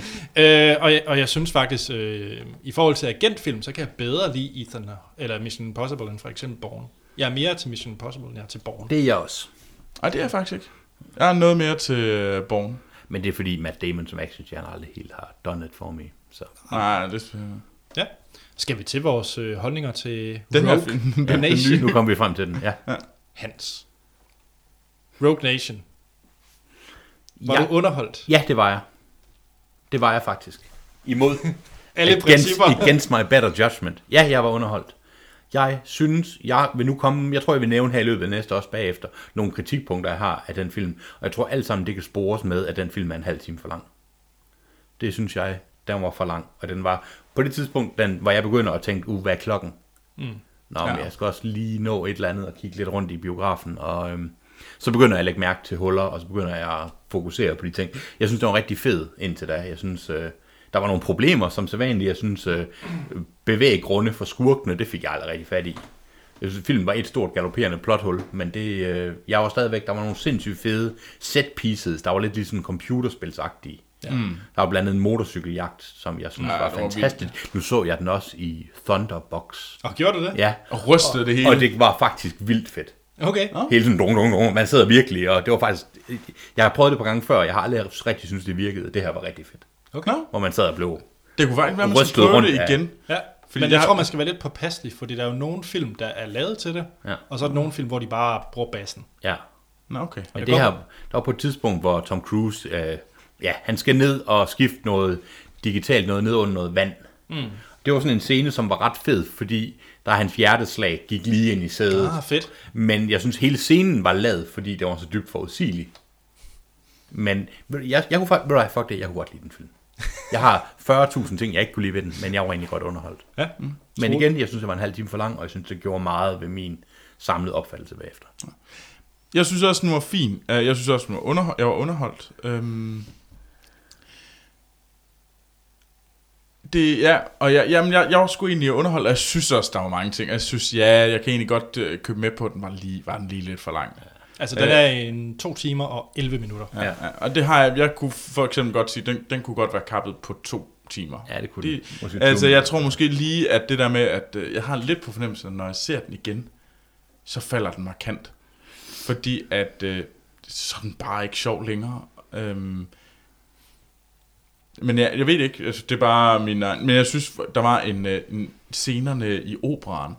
S1: Øh, og, jeg, og jeg synes faktisk, øh, i forhold til agentfilm, så kan jeg bedre lide Ethan, eller Mission Impossible, end for eksempel Bourne. Jeg er mere til Mission Impossible, end jeg er til Bourne.
S2: det er jeg også.
S3: Nej, det er jeg faktisk ikke. Jeg er noget mere til øh, Born.
S2: Men det er fordi Matt Damon som actionstjerne aldrig helt har done it for me. Så.
S3: Nej, det er spændende.
S1: Ja. Skal vi til vores øh, holdninger til
S3: Den her
S1: Rogue
S3: film, den-
S1: den Nation?
S2: Nu kommer vi frem til den, ja.
S1: Hans. Rogue Nation. Var
S2: Ja.
S1: ja. du underholdt?
S2: Ja, det var jeg. Det var jeg faktisk. Imod
S1: Alle principper.
S2: against my better judgment. Ja, jeg var underholdt. Jeg synes, jeg vil nu komme, jeg tror, jeg vil nævne her i løbet af næste også bagefter, nogle kritikpunkter, jeg har af den film. Og jeg tror alt sammen, det kan spores med, at den film er en halv time for lang. Det synes jeg, den var for lang. Og den var på det tidspunkt, den, hvor jeg begynder at tænke, uh, hvad er klokken? Nå, men
S3: Ja.
S2: jeg skal også lige nå et eller andet og kigge lidt rundt i biografen, og øhm, så begynder jeg at lægge mærke til huller, og så begynder jeg at fokusere på de ting. Jeg synes, det var rigtig fed indtil da. Jeg synes, øh, der var nogle problemer, som så vanligt. Jeg synes, øh, bevæggrunde for skurkene, det fik jeg aldrig rigtig fat i. Jeg synes, filmen var et stort galopperende plothul, men det, øh, jeg var stadigvæk, der var nogle sindssygt fede set pieces, der var lidt ligesom computerspilsagtige. Ja. Der var blandt andet en motorcykeljagt, som jeg synes
S3: Ja,
S2: Nej, var
S3: det var vildt.
S2: fantastisk. Nu så jeg den også i Thunderbox.
S1: Og gjorde du det?
S2: Ja,
S3: Og rystede det hele.
S2: og det var faktisk vildt fedt.
S1: Okay.
S2: Hele sådan, dun, dun, dun. man sidder virkelig, og det var faktisk, jeg har prøvet det på gange før, og jeg har aldrig rigtig synes det virkede, det her var rigtig fedt.
S1: okay.
S3: Nå.
S2: Hvor man sad og blev,
S3: Det kunne faktisk være, at man
S2: Rystede
S3: skulle prøve
S2: rundt,
S3: det
S2: ja.
S3: igen.
S1: Ja.
S3: Fordi
S1: Fordi Men
S3: jeg
S1: jeg
S3: har-
S1: tror, man skal være lidt påpasselig, fordi der er jo nogle film, der er lavet til det,
S2: Ja.
S1: og så er der nogle film, hvor de bare bruger bassen.
S2: ja.
S3: Nå, okay.
S2: Og
S1: Jeg
S2: det
S1: går-
S2: her, der var på et tidspunkt, hvor Tom Cruise, øh, ja, han skal ned og skifte noget digitalt noget ned under noget vand. Mm. Det var sådan en scene, som var ret fed, fordi der hans hjerteslag gik lige ind i sædet.
S1: Ah, fedt.
S2: Men jeg synes, hele scenen var lavet, fordi det var så dybt forudsigeligt. Men ved du, jeg, jeg kunne faktisk, ved du hvad, fuck det, jeg kunne godt lide den film. Jeg har 40.000 ting, jeg ikke kunne lide ved den, men jeg var egentlig godt underholdt.
S1: Ja. Mm.
S2: Men igen, jeg synes, det var en halv time for lang, og jeg synes, det gjorde meget ved min samlede opfattelse bagefter.
S3: Jeg synes også, den var fin. Øh, Jeg synes også, den var underhold- jeg var underholdt. Øhm, det, ja, og jeg, jamen, jeg, jeg var sgu egentlig underholdt, og jeg synes også, der var mange ting. Jeg synes, ja, jeg kan egentlig godt øh, købe med på, at den var, lige, var den lige lidt for lang.
S1: Altså, den
S3: Øh.
S1: er en to timer og 11 minutter.
S3: Ja. Ja, og det har jeg, jeg kunne for eksempel godt sige, den, den kunne godt være kappet på to timer.
S2: Ja, det kunne den.
S3: det,
S2: Måske
S3: Altså,
S2: to.
S3: jeg tror måske lige, at det der med, at øh, jeg har lidt på fornemmelsen, at når jeg ser den igen, så falder den markant. Fordi at øh, så er den bare ikke sjov længere. Øhm, men jeg, jeg ved det ikke, altså, det er bare min egen- Men jeg synes, der var en, øh, en scenerne i operan,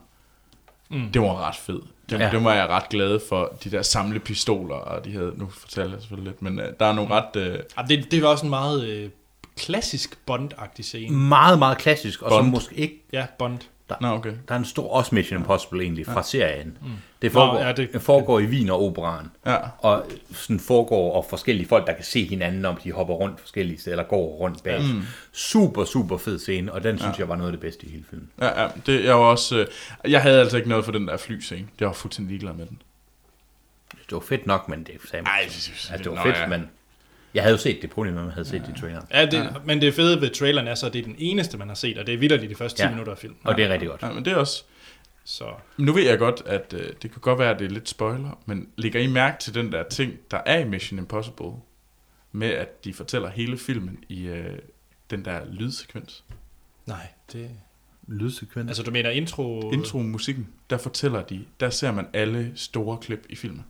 S3: mm. det var ret fed. Dem,
S2: Ja.
S3: ja. dem var jeg ret glad for, de der samlepistoler, og de havde, nu fortæller jeg selvfølgelig lidt, men øh, der er nogle ret... Øh,
S1: Jamen, Ah, det, det er også en meget øh, klassisk Bond-agtig scene. Mm.
S2: Meget, meget klassisk, og som
S3: Bond.
S2: måske ikke
S1: Ja, Bond.
S3: nå, okay.
S2: Der er en stor også Mission Impossible egentlig fra serien. Det
S1: Nå,
S2: foregår,
S1: ja,
S2: ja,
S1: det-
S2: det, det foregår i Wien og operan.
S3: Ja.
S2: Og sådan foregår og forskellige folk, der kan se hinanden, om de hopper rundt forskellige steder, eller går rundt bag. Mm. Super, super fed scene, og den synes jeg var noget af det bedste i hele filmen.
S3: Ja, ja, det, jeg var også... Øh, jeg havde altså ikke noget for den der flyscene. Jeg var fuldstændig ligeglad med den.
S2: Det var fedt nok, men det sagde man.
S3: Ej,
S2: så.
S3: det-
S2: altså, det var
S3: nå,
S2: fedt,
S3: ja.
S2: men jeg havde jo set det på men man havde set det i traileren.
S1: Ja, det, ja. Men det fede ved traileren er så, at det er den eneste, man har set, og det er vidderligt de første 10
S2: Ja.
S1: ja. minutter af filmen.
S2: Og det er rigtig godt.
S3: Ja, men det er også...
S1: Så
S3: Nu ved jeg godt, at øh, det kan godt være, at det er lidt spoiler, men lægger I mærke til den der ting, der er i Mission Impossible, med at de fortæller hele filmen i øh, den der lydsekvens?
S1: nej, det...
S2: Lydsekvens.
S1: Altså, du mener intro...
S3: Intro-musikken, der fortæller de, der ser man alle store klip i filmen.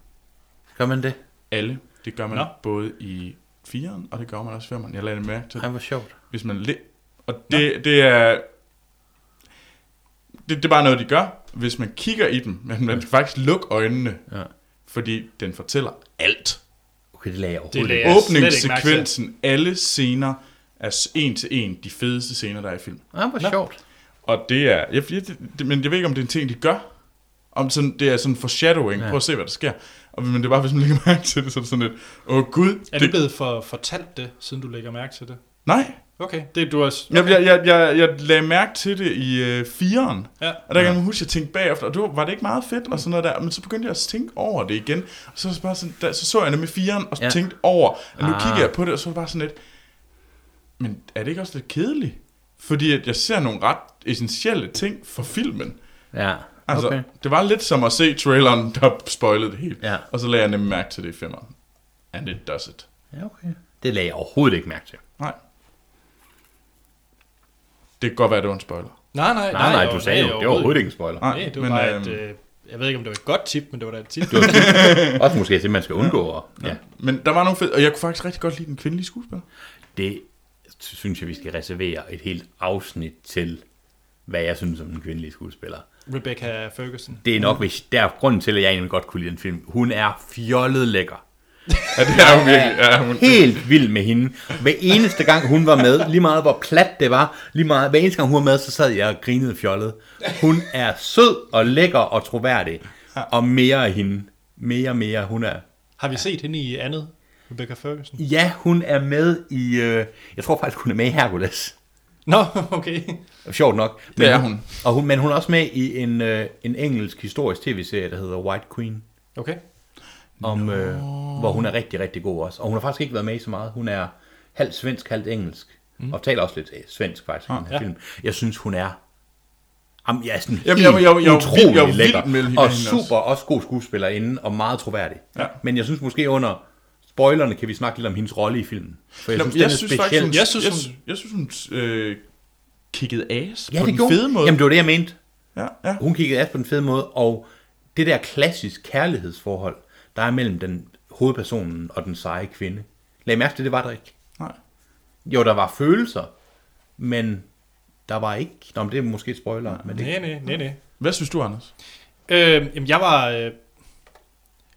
S2: Altså, Gør man det?
S3: Alle. Det gør man
S1: Nå.
S3: både i firen, og det gør man også i femeren. Jeg lagde mærke til
S2: Ej, hvor sjovt.
S3: hvis man le- og det, det er det, det er bare noget de gør hvis man kigger i dem men man skal faktisk lukke øjnene
S2: Ja.
S3: fordi den fortæller alt
S2: Okay, det lagde jeg overhovedet
S1: lagde
S2: ikke.
S1: jeg slet ikke mærke til.
S3: åbningssekvensen alle scener er en til en de fedeste scener der er i film
S2: Ej, hvor sjovt.
S3: og det er jeg, jeg, det, men jeg ved ikke om det er en ting de gør om sådan, det er sådan foreshadowing ja. prøv at se hvad der sker og, men det er bare hvis man lægger mærke til det så er det sådan lidt åh oh, gud
S1: Er det blevet for, fortalt det, siden du lægger mærke til det?
S3: nej
S1: Okay, det er du også...
S3: Okay. Jeg, jeg, jeg, jeg lagde mærke til det i øh, firen,
S1: Ja.
S3: og der kan jeg huske, at jeg tænkte bagefter, og det var, var det ikke meget fedt og sådan noget der, men så begyndte jeg at tænke over det igen, og så, var det bare sådan, der, så, så jeg nemlig firen, og så
S2: Ja.
S3: ja. tænkte over, og nu
S2: Ah.
S3: ah. kigger jeg på det, og så var det bare sådan lidt, men er det ikke også lidt kedeligt? Fordi at jeg ser nogle ret essentielle ting for filmen.
S2: Ja,
S3: Altså,
S2: okay.
S3: okay. det var lidt som at se traileren, der spoilede det helt,
S2: Ja.
S3: og så lagde jeg nemlig mærke til det i femmeren. And it does it.
S2: Ja, okay. Det lagde jeg overhovedet ikke mærke til.
S3: Nej. Det kan godt være, at det var en spoiler.
S1: Nej, nej,
S2: Nej, nej, du
S1: og-
S2: sagde jo, det var overhovedet ikke en spoiler.
S1: Nej, det var
S3: men,
S1: men, bare
S3: øhm,
S1: et, øh, jeg ved ikke, om det var et godt tip, men det var da et tip.
S2: Også måske til, at man skal undgå. Og, ja.
S3: Men der var nogle fede, og jeg kunne faktisk rigtig godt lide den kvindelige skuespiller.
S2: Det synes jeg, vi skal reservere et helt afsnit til, hvad jeg synes om den kvindelige skuespiller.
S1: Rebecca Ferguson.
S2: Det er nok, hvis der er grunden til, at jeg egentlig godt kunne lide den film. Hun er fjollet lækker.
S3: Ja, det er hun virkelig. Ja, hun,
S2: helt vild med hende. Hver eneste gang hun var med, lige meget hvor plat det var, lige meget, hver eneste gang hun var med, så sad jeg og grinede fjollet. Hun er sød og lækker og troværdig. Og mere af hende. Mere, mere. Hun er...
S1: Har vi set hende i andet? Rebecca Ferguson.
S2: Ja, hun er med i... Øh, jeg tror faktisk, hun er med i Hercules.
S1: Nå, okay.
S2: Sjovt nok. Men,
S3: Det er hun.
S2: Og hun. Men hun er også med i en, øh, en engelsk historisk tv-serie, der hedder White Queen.
S1: Okay.
S2: om, no. øh, hvor hun er rigtig, rigtig god også. Og hun har faktisk ikke været med i så meget. Hun er halvt svensk, halvt engelsk. Mm. Og taler også lidt øh, svensk faktisk ah, i den her
S1: ja.
S2: ja. film. Jeg synes, hun er Jamen, jeg er sådan
S3: Jamen,
S2: Jamen,
S3: jeg-
S2: jeg,
S3: jeg- jeg- jeg-
S2: utrolig
S3: jeg- jeg- jeg-
S2: lækker,
S3: vild med hende
S2: og
S3: også.
S2: super også god skuespillerinde, og meget troværdig.
S3: Ja.
S2: Men jeg synes måske under spoilerne, kan vi snakke lidt om hendes rolle i filmen. For jeg
S3: Nå,
S2: synes,
S3: jeg
S2: den er
S3: synes
S2: speciel.
S3: faktisk, hun, jeg
S1: Jeg
S3: synes,
S1: synes,
S3: jeg,
S1: hun-
S3: synes- jeg synes, hun øh, kiggede ass
S2: ja,
S3: på
S2: det
S3: den
S2: gjorde.
S3: fede måde.
S2: Jamen, Uh. det var det, jeg mente.
S3: ja, ja.
S2: Hun kiggede af på den fede måde, og det der klassisk kærlighedsforhold, der er mellem den hovedpersonen og den seje kvinde. Lad mærke til, det var der ikke.
S3: Nej.
S2: Jo, der var følelser, men der var ikke... Nå, men det er måske et spoiler, men det...
S1: Nej, nej, nej, nej.
S3: Hvad synes du, Anders?
S1: Øh, jamen, jeg var, øh,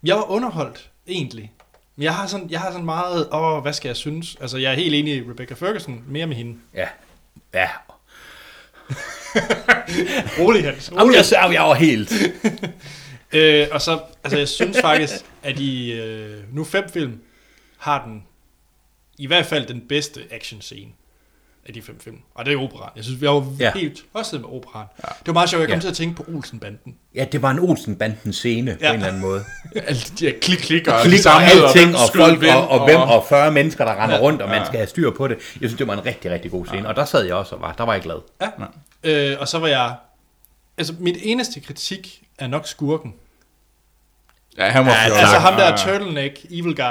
S1: jeg var underholdt, egentlig. Men Jeg har sådan, jeg har sådan meget, åh, hvad skal jeg synes? Altså, jeg er helt enig i Rebecca Ferguson, mere med hende.
S2: Ja. Ja.
S1: Rolig, Hans,
S2: Jamen,
S1: rolig.
S2: jeg, jeg, jeg var helt...
S1: Øh, og så, altså, jeg synes faktisk, at i øh, nu fem film har den i hvert fald den bedste action scene af de fem film. Og det er operan. Jeg synes, vi var
S2: Ja.
S1: ja. helt tosset med operan. Ja. Det var meget sjovt, jeg kom
S2: Ja.
S1: ja. til at tænke på Olsenbanden.
S2: Ja, det var en Olsen-banden scene, ja. på
S1: Ja.
S2: en eller anden måde.
S3: Alle de der klik-klik og,
S2: Klik og
S3: samlede,
S2: alting,
S3: hvem
S2: og
S3: skød
S2: folk,
S3: hvem,
S2: og, og hvem, og 40 mennesker, der render rundt, og man
S3: ja.
S2: skal have styr på det. Jeg synes, det var en rigtig, rigtig god scene, og der sad jeg også og var... Der var jeg glad.
S1: Ja. Øh, og så var jeg... Altså, mit eneste kritik er nok skurken.
S3: Ja, han var
S2: Ja,
S3: fjollet.
S1: Altså ham der
S3: Ja, ja.
S1: turtleneck, evil guy.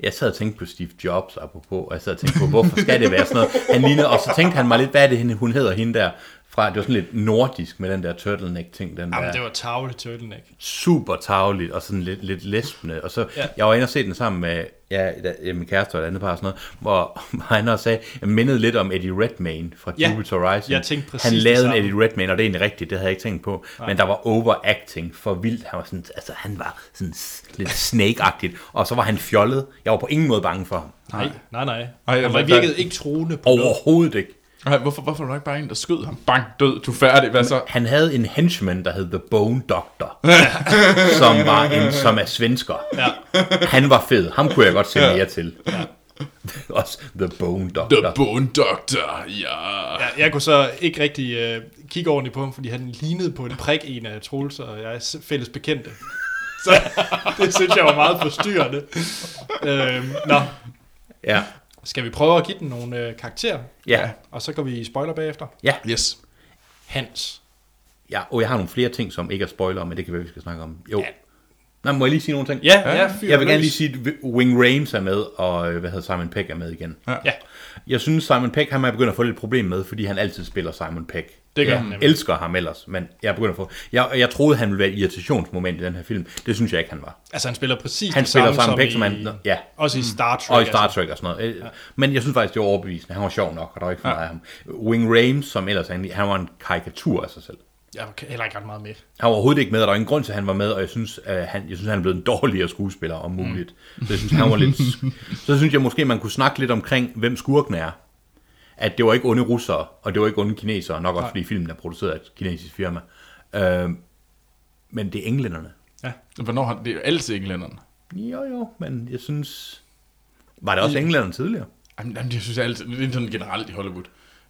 S2: Jeg sad og tænkte på Steve Jobs, apropos, og jeg sad og tænkte på, hvorfor skal det være sådan noget? Han ligner, og så tænkte han mig lidt, hvad er det, hende- hun hedder hende der fra, det var sådan lidt nordisk med den der turtleneck-ting, den
S1: Jamen,
S2: der
S1: det var tavle turtleneck.
S2: super tavligt, og sådan lidt, lidt lesbende, og så, ja.
S1: Ja.
S2: jeg var inde og se den sammen med, ja, da- ja, min kæreste og et andet par og sådan noget, hvor hvor han også sagde, jeg mindede lidt om Eddie Redmayne fra
S1: Ja,
S2: Jupiter Rising.
S1: jeg tænkte præcis
S2: Han
S1: det
S2: lavede en
S1: samme.
S2: Eddie Redmayne, og det er egentlig rigtigt, det havde jeg ikke tænkt på, men der var overacting for vildt, han var sådan, altså han var sådan s- lidt snake-agtigt, og så var han fjollet, jeg var på ingen måde bange for ham.
S1: Nej, nej, nej.
S3: Ej,
S1: nej
S3: jeg
S1: han var,
S3: var-
S1: virkede ikke troende på noget.
S2: Overhovedet ikke.
S3: Ej, hvorfor, hvorfor var der ikke bare en, der skød ham? Bang, død, du er færdig, hvad så?
S2: Han havde en henchman, der hed The Bone Doctor, som, var en, som er svensker.
S1: Ja.
S2: Han var fed. Ham kunne jeg godt se mere til. Også The Bone Doctor.
S3: The Bone Doctor, ja.
S1: Jeg, jeg kunne så ikke rigtig øh, kigge ordentligt på ham, fordi han lignede på en prik en af Troels og jeg er fælles bekendte. Så det synes jeg var meget forstyrrende. Øhm, nå,
S2: ja.
S1: skal vi prøve at give den nogle øh, karakterer?
S2: Ja.
S1: Og så går vi i spoiler bagefter.
S2: Ja.
S3: Yes.
S1: Hans.
S2: ja. Og jeg har nogle flere ting, som ikke er spoiler, men det kan være, vi skal snakke om. Jo.
S1: Ja.
S2: Nå, må jeg lige sige nogle ting?
S1: Ja, ja, fyr
S2: Jeg vil gerne
S1: løs.
S2: lige sige, at Wing Rames er med, og øh, hvad hedder Simon Pegg er med igen.
S1: Ja,
S2: Jeg synes, Simon Pegg, ham er jeg begyndt at få lidt problem med, fordi han altid spiller Simon Pegg.
S1: Det gør
S2: jeg
S1: han nemlig.
S2: elsker ham ellers, men jeg er begyndt at få... Jeg, jeg troede, han ville være et irritationsmoment i den her film. Det synes jeg ikke, han var.
S1: altså han spiller præcis
S2: Han
S1: det
S2: spiller
S1: samme
S2: Simon
S1: som
S2: Pegg,
S1: i,
S2: som han... Ja,
S1: Også i Star Trek.
S2: og i Star Trek og sådan noget. Øh, Men jeg synes faktisk, det var overbevisende. Han var sjov nok, og der var ikke for meget af ham. Wing Rames, som ellers han, han var en karikatur af sig selv.
S1: Altså. Jeg kan heller ikke ret meget med.
S2: Han var overhovedet ikke med, og der var ingen grund til, at han var med, og jeg synes, øh, han, jeg synes han er blevet en dårligere skuespiller, om muligt. Så jeg synes, han var lidt... Så synes jeg måske, man kunne snakke lidt omkring, hvem skurken er. At det var ikke onde russere, og det var ikke onde kinesere, nok også fordi filmen er produceret af et kinesisk firma. Øh, men det er englænderne.
S1: Ja.
S3: Hvornår har det er jo altid englænderne.
S2: Jo, jo, men jeg synes... Var det også englænderne tidligere?
S3: Jamen, jamen, det synes jeg altid, det er sådan generelt i Hollywood.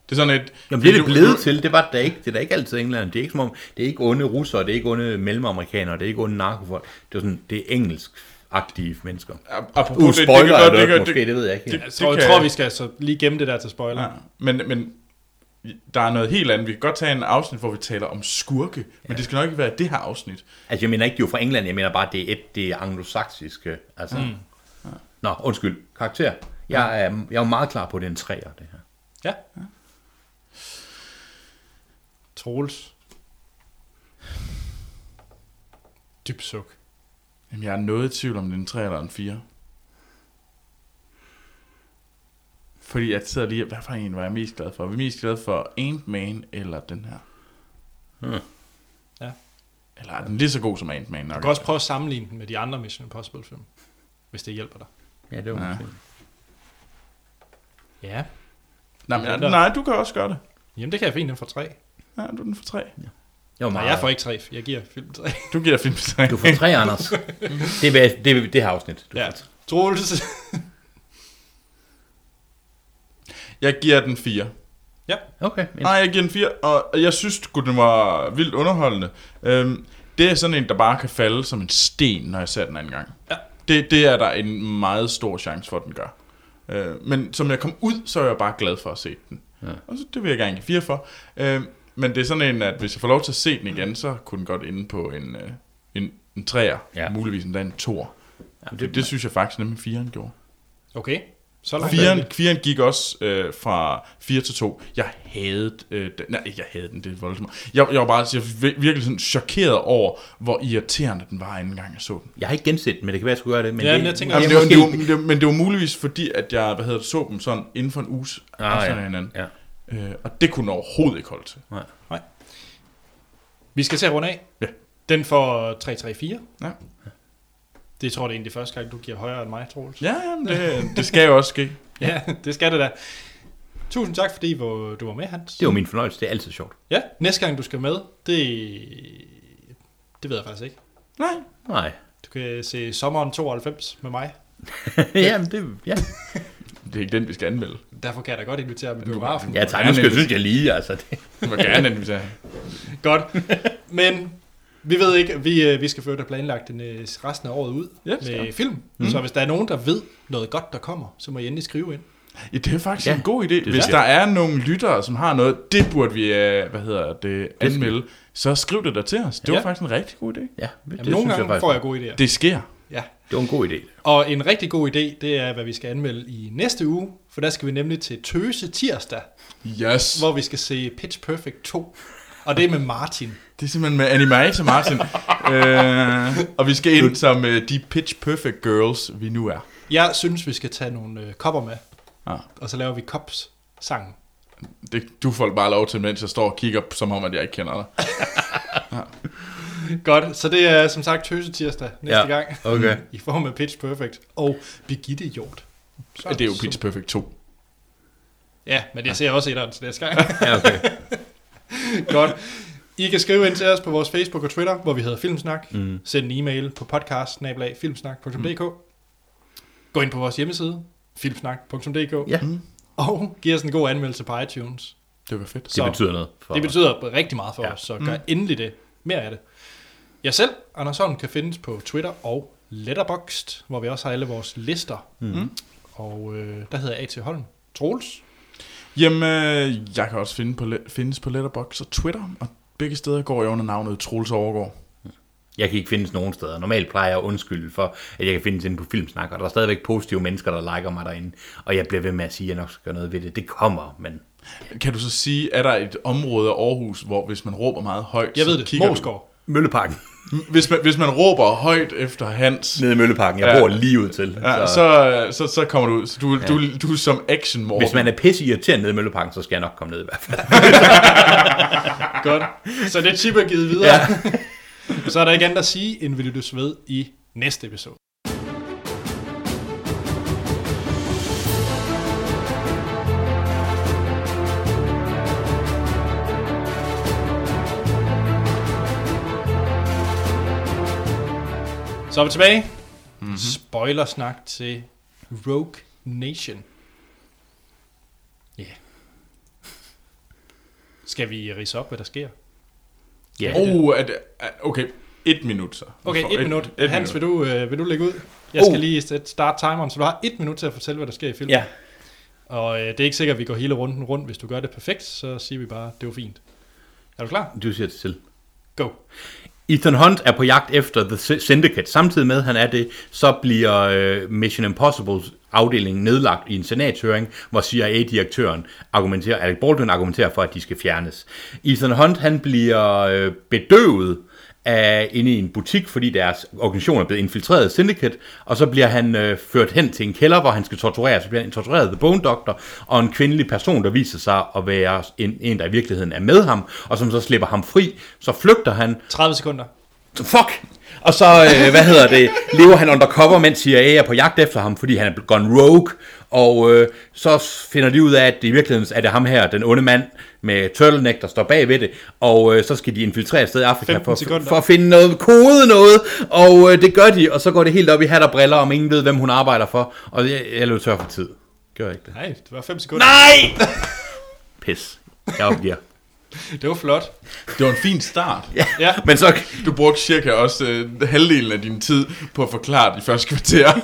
S3: Det er sådan et...
S2: Jamen, det er det
S3: du-
S2: blevet
S3: du-
S2: til, det var det da ikke. Det er da ikke altid England. Det er ikke som om, det er ikke onde russere, det er ikke onde mellemamerikanere, det er ikke onde narkofolk. Det er sådan, det er engelsk-agtige mennesker.
S3: Apropos
S2: Uh,
S3: det, det kan
S2: spoiler
S3: godt-
S2: alert,
S3: kan-
S2: måske, det ved jeg ikke.
S3: det-
S1: Jeg
S3: det
S1: Altså, tror, jeg
S3: kan-
S1: tror, vi skal så lige gemme det der til spoiler.
S3: Ja, men, men der er noget helt andet. Vi kan godt tage en afsnit, hvor vi taler om skurke, men det skal nok ikke være det her afsnit.
S2: Altså, jeg mener ikke, de er jo fra England, jeg mener bare, det er et, det er anglosaksiske. Altså. Mm. Nå, undskyld. Karakter. Jeg
S1: Mm.
S2: er, jeg er jo meget klar på, at det er en træer, det her.
S1: Ja. ja. Troels. Dyb suk.
S3: Jamen, jeg er noget i tvivl om, det er en 3 eller en 4. Fordi jeg sidder lige, hvad for en var jeg mest glad for? Var jeg mest glad for Ant-Man eller den her?
S1: Hmm. Ja.
S3: Eller er den lige så god som Ant-Man nok?
S1: Du kan også prøve at sammenligne den med de andre Mission Impossible film, hvis det hjælper dig.
S2: Ja, det var
S3: Ja.
S2: ja.
S1: Ja.
S3: Nej, men,
S1: Ja.
S3: nej, du kan også gøre det.
S1: Jamen det kan jeg fint, den får tre.
S3: Ja, du er den for tre.
S2: Jeg var
S1: Nej,
S2: meget...
S1: jeg får ikke tre. Jeg giver film tre.
S3: Du giver film for tre.
S2: Du får tre, Anders. Det er det, er- det her afsnit. Du
S1: Ja.
S2: får tre.
S1: Troels.
S3: Jeg giver den fire.
S2: Okay. Men,
S3: Nej, jeg giver den 4, og jeg synes sgu, den var vildt underholdende. Øhm, det er sådan en, der bare kan falde som en sten, når jeg ser den anden gang.
S1: Ja.
S3: Det, det er der en meget stor chance for, at den gør. Øh, men som jeg kom ud, så er jeg bare glad for at se den.
S2: Ja.
S3: Og så, det vil jeg gerne give 4 for. Øh, men det er sådan en, at hvis jeg får lov til at se den igen, så kunne den godt ende på en, øh, en, en træer.
S2: Ja.
S3: Muligvis endda en tor. Ja,
S2: Jamen,
S3: det, det synes jeg faktisk nemlig, firen gjorde.
S1: Okay. Så langt.
S3: Firen, firen gik også øh, fra 4 til 2. Jeg havde øh, den. Nej, ikke jeg havde den, det er voldsomt. Jeg, jeg var bare altså, jeg var vir- virkelig sådan chokeret over, hvor irriterende den var, anden gang jeg så den.
S2: jeg har ikke genset den, men det kan være, jeg skulle gøre det. Men
S1: Ja,
S2: det,
S1: men jeg tænker
S3: Jamen,
S1: også-
S3: det var,
S2: måske-
S3: det var, det var, men det var muligvis fordi, at jeg hvad hedder, det, så dem sådan inden for en uges
S2: Ah,
S3: afstand af
S2: ja.
S3: hinanden.
S2: ja.
S3: Øh, og det kunne den overhovedet ikke holde til.
S1: Vi skal se rundt af.
S3: Ja.
S1: Den får 3-3-4.
S3: Ja.
S1: Det tror jeg det er egentlig første gang, du giver højere end mig, Troels.
S3: Ja, jamen, det, det skal jo også ske.
S1: Ja, det skal det da. Tusind tak, fordi hvor- du var med, Hans.
S2: Det var min fornøjelse. Det er altid sjovt.
S1: Ja, næste gang du skal med, det, det ved jeg faktisk ikke.
S3: Nej.
S2: Nej.
S1: Du kan se sommeren 92 med mig.
S2: Jamen, det... Ja,
S3: Det er ikke den, vi skal anmelde.
S1: Derfor kan jeg da godt invitere med biografen.
S2: ja tak. Nu skal jeg synes, jeg lige, altså. Det.
S3: Vi må gerne anmelde.
S1: Godt. Men vi ved ikke, vi, øh, vi skal føre det planlagt den, øh, resten af året ud
S3: Ja,
S1: med film. Mm. Så hvis der er nogen, der ved noget godt, der kommer, så må I endelig skrive ind.
S3: Ja, det er faktisk ja,
S2: Ja,
S3: en god idé. Hvis
S2: synes jeg.
S3: der er nogle lyttere, som har noget, det burde vi øh, hvad hedder det, anmelde, så skriv det der til os. Det var
S1: Ja.
S3: faktisk en rigtig god idé.
S2: Ja, det
S1: Jamen, nogle
S2: synes
S1: gange
S2: faktisk.
S1: får jeg gode idéer.
S3: Det sker.
S1: Ja.
S2: Det var en god idé.
S1: Og en rigtig god idé, det er, hvad vi skal anmelde i næste uge, for der skal vi nemlig til Tøse Tirsdag,
S3: Yes.
S1: hvor vi skal se Pitch Perfect 2. Og det er med Martin.
S3: Det er simpelthen med animator Martin. øh, og vi skal ind som øh, de pitch perfect girls, vi nu er.
S1: Jeg synes, vi skal tage nogle øh, kopper med,
S3: Ah,
S1: og så laver vi kops sangen.
S3: det, du får bare lov til, mens jeg står og kigger, som om at jeg ikke kender dig.
S1: Godt, så det er som sagt Tøse Tirsdag næste
S2: Ja,
S1: gang.
S2: okay.
S1: I form af Pitch Perfect og Birgitte Hjort. Så,
S3: Det er jo pitch perfect 2.
S1: Ja, men jeg ser også etteren til næste gang.
S2: Ja, okay.
S1: Godt. I kan skrive ind til os på vores Facebook og Twitter, hvor vi hedder Filmsnak. Mm. Send en e-mail på podcast-filmsnak.dk Gå ind på vores hjemmeside, filmsnak.dk
S2: Ja,
S1: og giv os en god anmeldelse på iTunes.
S3: Det var fedt.
S2: det
S1: Så-
S2: betyder noget. For...
S1: Det betyder rigtig meget for ja.
S2: Ja.
S1: os, så gør mm. endelig det. Mere af det. Jeg selv, Anders Holm, kan findes på Twitter og Letterboxd, hvor vi også har alle vores lister. Mm. Og øh, der hedder jeg A.T. Holm. Troels.
S3: Jamen, øh, jeg kan også finde på, le- findes på Letterboxd og Twitter, og begge steder går jeg under navnet Troels Overgaard.
S2: Jeg kan ikke findes nogen steder. Normalt plejer jeg at undskylde for, at jeg kan findes inde på Filmsnak, og der er stadigvæk positive mennesker, der liker mig derinde, og jeg bliver ved med at sige, at jeg nok skal gøre noget ved det. Det kommer, men
S3: Kan du så sige, er der et område af Aarhus, hvor hvis man råber meget højt,
S1: Jeg
S3: så
S1: ved det.
S3: kigger du-
S1: Morsgaard.
S2: Mølleparken.
S3: Hvis man, hvis man råber højt efter Hans,
S2: Nede i Mølleparken. Jeg
S3: Ja.
S2: bor lige ud til.
S3: ja,
S2: så-
S3: så, så, så kommer du ud. Så du, ja. du, du er som action Morten.
S2: Hvis man er pisse irriterende nede i Mølleparken, så skal jeg nok komme ned i hvert fald.
S1: Godt. Så det tip er givet videre. Ja. så er der ikke andet at sige, end vi lyttes ved i næste episode. Så er vi tilbage. Mm-hmm. Spoilersnak til Rogue Nation. Ja. Yeah. Skal vi rise op, hvad der sker?
S2: Ja,
S3: Oh, er det, er, okay, et minut så.
S1: Okay,
S3: Du får
S1: et minut.
S3: Et
S1: Hans,
S3: Hans,
S1: vil
S3: minut.
S1: du, øh, vil du lægge ud? Jeg skal
S2: Oh.
S1: lige sætte start timeren, så du har et minut til at fortælle, hvad der sker i filmen.
S2: ja.
S1: Og øh, det er ikke sikkert, at vi går hele runden rundt. Hvis du gør det perfekt, så siger vi bare, det var fint. Er du klar?
S2: Du siger det selv.
S1: Go.
S2: Ethan Hunt er på jagt efter The Syndicate. Samtidig med, at han er det, så bliver øh, Mission Impossibles afdeling nedlagt i en senatshøring, hvor CIA-direktøren argumenterer, Alec Baldwin argumenterer for, at de skal fjernes. Ethan Hunt, han bliver øh, bedøvet af, inde i en butik, fordi deres organisation er blevet infiltreret af Syndicate, og så bliver han øh, ført hen til en kælder, hvor han skal tortureres. Så bliver han tortureret af The Bone Doctor, og en kvindelig person, der viser sig at være en, en der i virkeligheden er med ham, og som så slipper ham fri. Så flygter han,
S1: 30 sekunder.
S2: fuck! Og så, øh, hvad hedder det, lever han undercover, mens CIA er på jagt efter ham, fordi han er gone rogue. Og øh, så finder de ud af, at det i virkeligheden er det ham her, den onde mand med turtleneck, der står bag ved det. Og øh, så skal de infiltrere et sted i Afrika
S1: 15
S2: for,
S1: sekunder.
S2: for at finde noget kode noget. Og øh, det gør de, og så går det helt op i hat og briller, om ingen ved, hvem hun arbejder for. Og jeg, jeg løb tør for tid. Gør jeg ikke det?
S1: Nej, det var 5 sekunder.
S2: Nej! Pis. Jeg opgiver.
S1: Det var flot.
S3: Det var en fin start. ja.
S1: Ja,
S2: Men så,
S3: Du brugte cirka også øh, halvdelen af din tid på at forklare de første kvarter.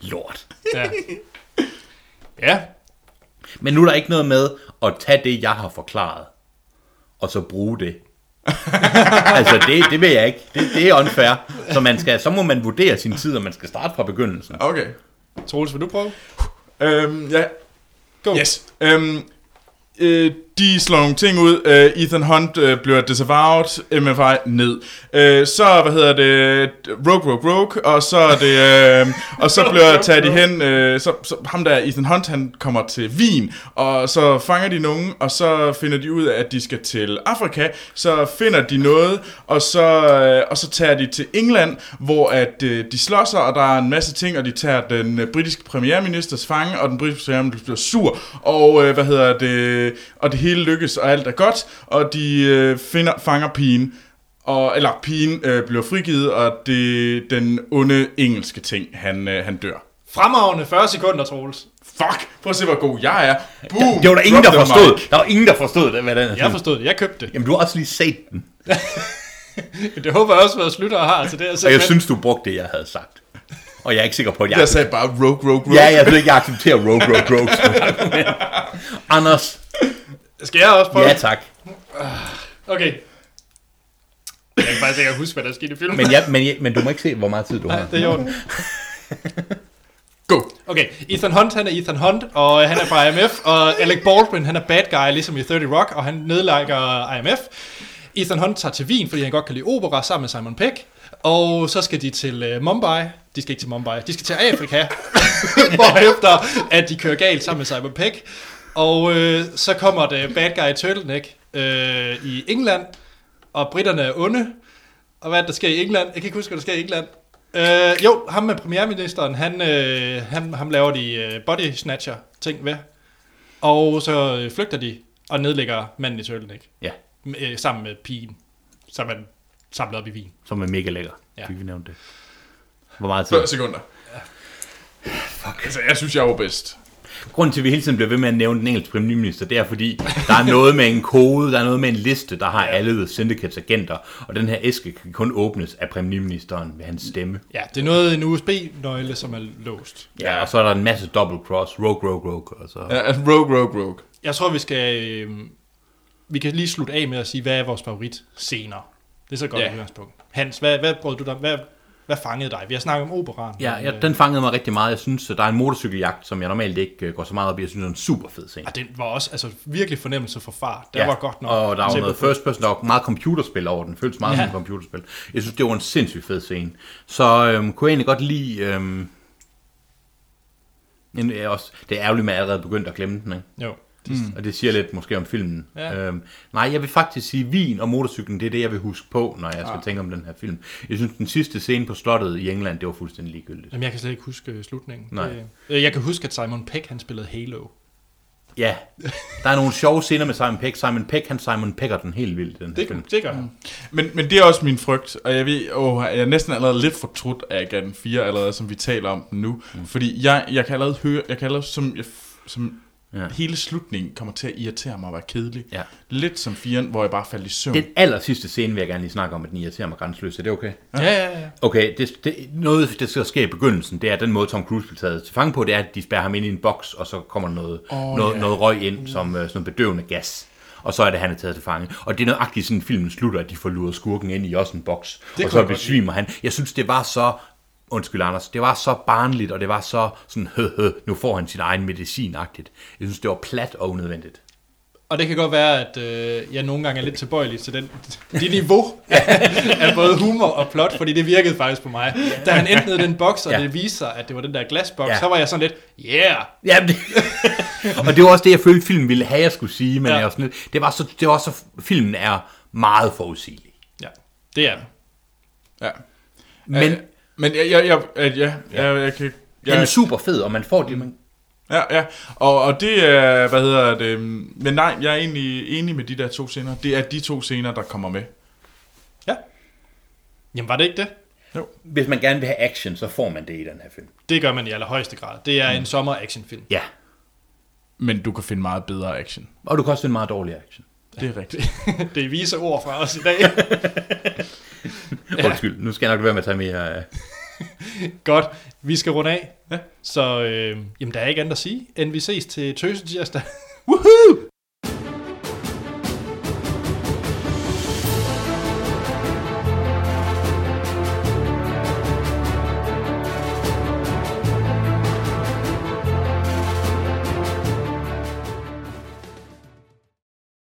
S2: lort.
S1: ja. ja.
S2: Men nu er der ikke noget med at tage det, jeg har forklaret, og så bruge det. altså, det, det vil jeg ikke. Det, det er unfair. Så, man skal, så må man vurdere sin tid, og man skal starte fra begyndelsen.
S3: Okay.
S1: Troels, vil du prøve?
S3: Øhm, ja.
S1: Go.
S3: Yes. Øhm, øh, de slår nogle ting ud. Øh, Ethan Hunt øh, bliver disavowed. MFI ned. Øh, så, hvad hedder det? Rogue, Rogue, Rogue. Og så, er det, øh, og så bliver tager de hen. Øh, så, så, ham der, Ethan Hunt, han kommer til Wien. Og så fanger de nogen. Og så finder de ud af, at de skal til Afrika. Så finder de noget. Og så, øh, og så tager de til England, hvor at, øh, de slår sig. Og der er en masse ting. Og de tager den øh, britiske premierministers fange. Og den britiske premierminister bliver sur. Og, øh, hvad hedder det, og det hele lykkes. Og alt er godt. Og de øh, finder, fanger pigen. Og, eller pigen øh, bliver frigivet, og det den onde engelske ting, han, øh, han dør.
S1: Fremragende 40 sekunder, Troels.
S3: Fuck! Prøv at se, hvor god jeg er. Boom!
S2: Det var der ingen,
S3: Drop
S2: der
S3: the mic.
S2: forstod. Der var ingen, der forstod, det, hvad den er.
S1: Jeg forstod det. Jeg købte det.
S2: Hmm. Jamen, du har også lige set den.
S1: Det håber jeg også, at slutter har. Så det er
S2: Og jeg
S1: simpelthen...
S2: synes, du brugte det, jeg havde sagt. Og jeg er ikke sikker på, at jeg...
S3: Jeg sagde bare rogue, rogue, rogue.
S2: Ja, jeg ved ikke, jeg accepterer rogue, rogue, rogue. som argument. Anders,
S1: Skal jeg også prøve?
S2: ja tak.
S1: Okay. Jeg kan faktisk ikke huske, hvad der skete i filmen.
S2: Men, jeg, men, jeg, men du må ikke se, hvor meget tid du har.
S1: Det er i orden.
S3: Go!
S1: Okay, Ethan Hunt, han er Ethan Hunt, og han er fra IMF, og Alec Baldwin, han er bad guy, ligesom i 30 Rock, og han nedlægger IMF. Ethan Hunt tager til Wien, fordi han godt kan lide opera sammen med Simon Peck, og så skal de til øh, Mumbai. De skal ikke til Mumbai, de skal til Afrika, hvorefter at de kører galt sammen med Simon Peck. Og øh, så kommer det bad guy turtleneck øh, i England, og britterne er onde, og hvad er det, der sker i England? Jeg kan ikke huske, hvad der sker i England. Øh, jo, ham med premierministeren, han, øh, han, ham laver de øh, body snatcher ting ved. Og så øh, flygter de og nedlægger manden i turtleneck.
S2: Ja,
S1: M- Øh, sammen med pigen, som man samlet op i vin.
S2: som er mega lækker.
S1: Ja.
S2: Ja. Vi nævnte det. Hvor meget tid?
S3: 40 sekunder. Fuck. Altså, jeg synes, jeg var bedst.
S2: Grunden til, at vi hele tiden bliver ved med at nævne den engelske premierminister, det er fordi, der er noget med en kode, der er noget med en liste, der har alle The Syndicates agenter, og den her æske kan kun åbnes af premierministeren ved hans stemme.
S1: Ja, det er noget en USB-nøgle, som er låst.
S2: Ja, og så er der en masse double cross, rogue, rogue, rogue, og så...
S3: Ja, altså, rogue, rogue, rogue.
S1: Jeg tror, vi skal... Øh, vi kan lige slutte af med at sige, hvad er vores favorit senere. Det er så godt
S3: Ja.
S1: yeah. udgangspunkt. Hans, hvad, hvad brød du dig? Hvad, hvad fangede dig? Vi har snakket om operaen.
S2: Ja,
S1: men,
S2: ja,
S1: øh,
S2: den fangede mig rigtig meget. Jeg synes, at der er en motorcykeljagt, som jeg normalt ikke øh, går så meget op i. Jeg synes, det er en super fed scene.
S1: Og den var også altså, virkelig fornemmelse for far. Der var godt nok.
S2: Og der var
S1: tæppe
S2: noget
S1: på.
S2: first person, der var meget computerspil over den. Føltes meget
S1: Ja.
S2: ja. som et computerspil. Jeg synes, det var en sindssygt fed scene. Så øhm, kunne jeg egentlig godt lide... Øhm, men det er også, det er ærgerligt, man er allerede begyndt at glemme den, ikke?
S1: Jo.
S2: Mm. Og det siger lidt måske om filmen.
S1: Ja.
S2: Ja. Øhm, nej, jeg vil faktisk sige, vin og motorcyklen, det er det, jeg vil huske på, når jeg skal
S1: Ah.
S2: tænke om den her film. Jeg synes, den sidste scene på slottet i England, det var fuldstændig ligegyldigt.
S1: Jamen, jeg kan slet ikke huske øh, slutningen.
S2: Nej.
S1: Det, øh, jeg kan huske, at Simon Peck, han spillede Halo.
S2: Ja, der er nogle sjove scener med Simon Peck. Simon Peck, han Simon Pecker den helt vildt, i den her film.
S1: Det, det gør han.
S3: Men, men det er også min frygt, og jeg ved, åh, jeg er næsten allerede lidt fortrudt af Gaden 4, allerede, som vi taler om den nu. Mm. Fordi jeg, jeg kan allerede høre, jeg kan allerede, som, jeg, som ja.
S2: Ja.
S3: hele slutningen kommer til at irritere mig og være kedelig.
S2: Ja.
S3: Lidt som 4'eren, hvor jeg bare faldt i søvn.
S2: Den aller sidste scene vil jeg gerne lige snakke om, at den irriterer mig grænseløst. Er det okay?
S1: Ja, ja, ja.
S2: Okay, det, det, noget, der skal ske i begyndelsen, det er at den måde, Tom Cruise bliver taget til fange på, det er, at de spærrer ham ind i en boks, og så kommer der noget, oh, noget, yeah. noget røg ind som øh, sådan noget bedøvende gas. Og så er det, han er taget til fange. Og det er nøjagtigt, sådan filmen slutter, at de får luret skurken ind i også en boks.
S1: kunne
S2: og så
S1: jeg godt
S2: besvimer han. Jeg synes, det var så undskyld Anders, det var så barnligt, og det var så sådan, hø, hø, nu får han sin egen medicinagtigt. Jeg synes, det var plat og unødvendigt.
S1: Og det kan godt være, at øh, jeg nogle gange er lidt tilbøjelig til den, det niveau af, af både humor og plot, fordi det virkede faktisk på mig. Da han endte ned i den boks, og
S2: Ja.
S1: ja. det viser sig, at det var den der glasboks,
S2: Ja.
S1: ja. så var jeg sådan lidt, yeah!
S2: Jamen, det, og det var også det, jeg følte, filmen ville have, jeg skulle sige, men
S1: Ja.
S2: ja. jeg var sådan lidt, det var så, det var så, filmen er meget forudsigelig.
S1: Ja, det er det.
S3: Ja.
S2: Men
S3: Øh, men jeg, jeg, jeg, øh, ja, ja. Jeg, jeg kan...
S2: den er
S3: Jeg,
S2: super fed, og man får det, man,
S3: ja, ja. Og, og det er, hvad hedder det... øhm, Men nej, jeg er egentlig enig med de der to scener. Det er de to scener, der kommer med.
S1: Ja. Jamen var det ikke det?
S2: hvis man gerne vil have action, så får man det i den her film.
S1: Det gør man i allerhøjeste grad. Det er en sommer-actionfilm.
S2: Ja,
S3: Men du kan finde meget bedre action.
S2: og du kan også finde meget dårlig action.
S3: Det er rigtigt.
S1: Det er vise ord fra os i dag.
S2: Ja. Undskyld, nu skal jeg nok være med at tage mere... øh,
S1: Godt, øhm, vi skal runde af. Ja. Så øh, jamen, der er ikke andet at sige, end vi ses til tøsetirsdag.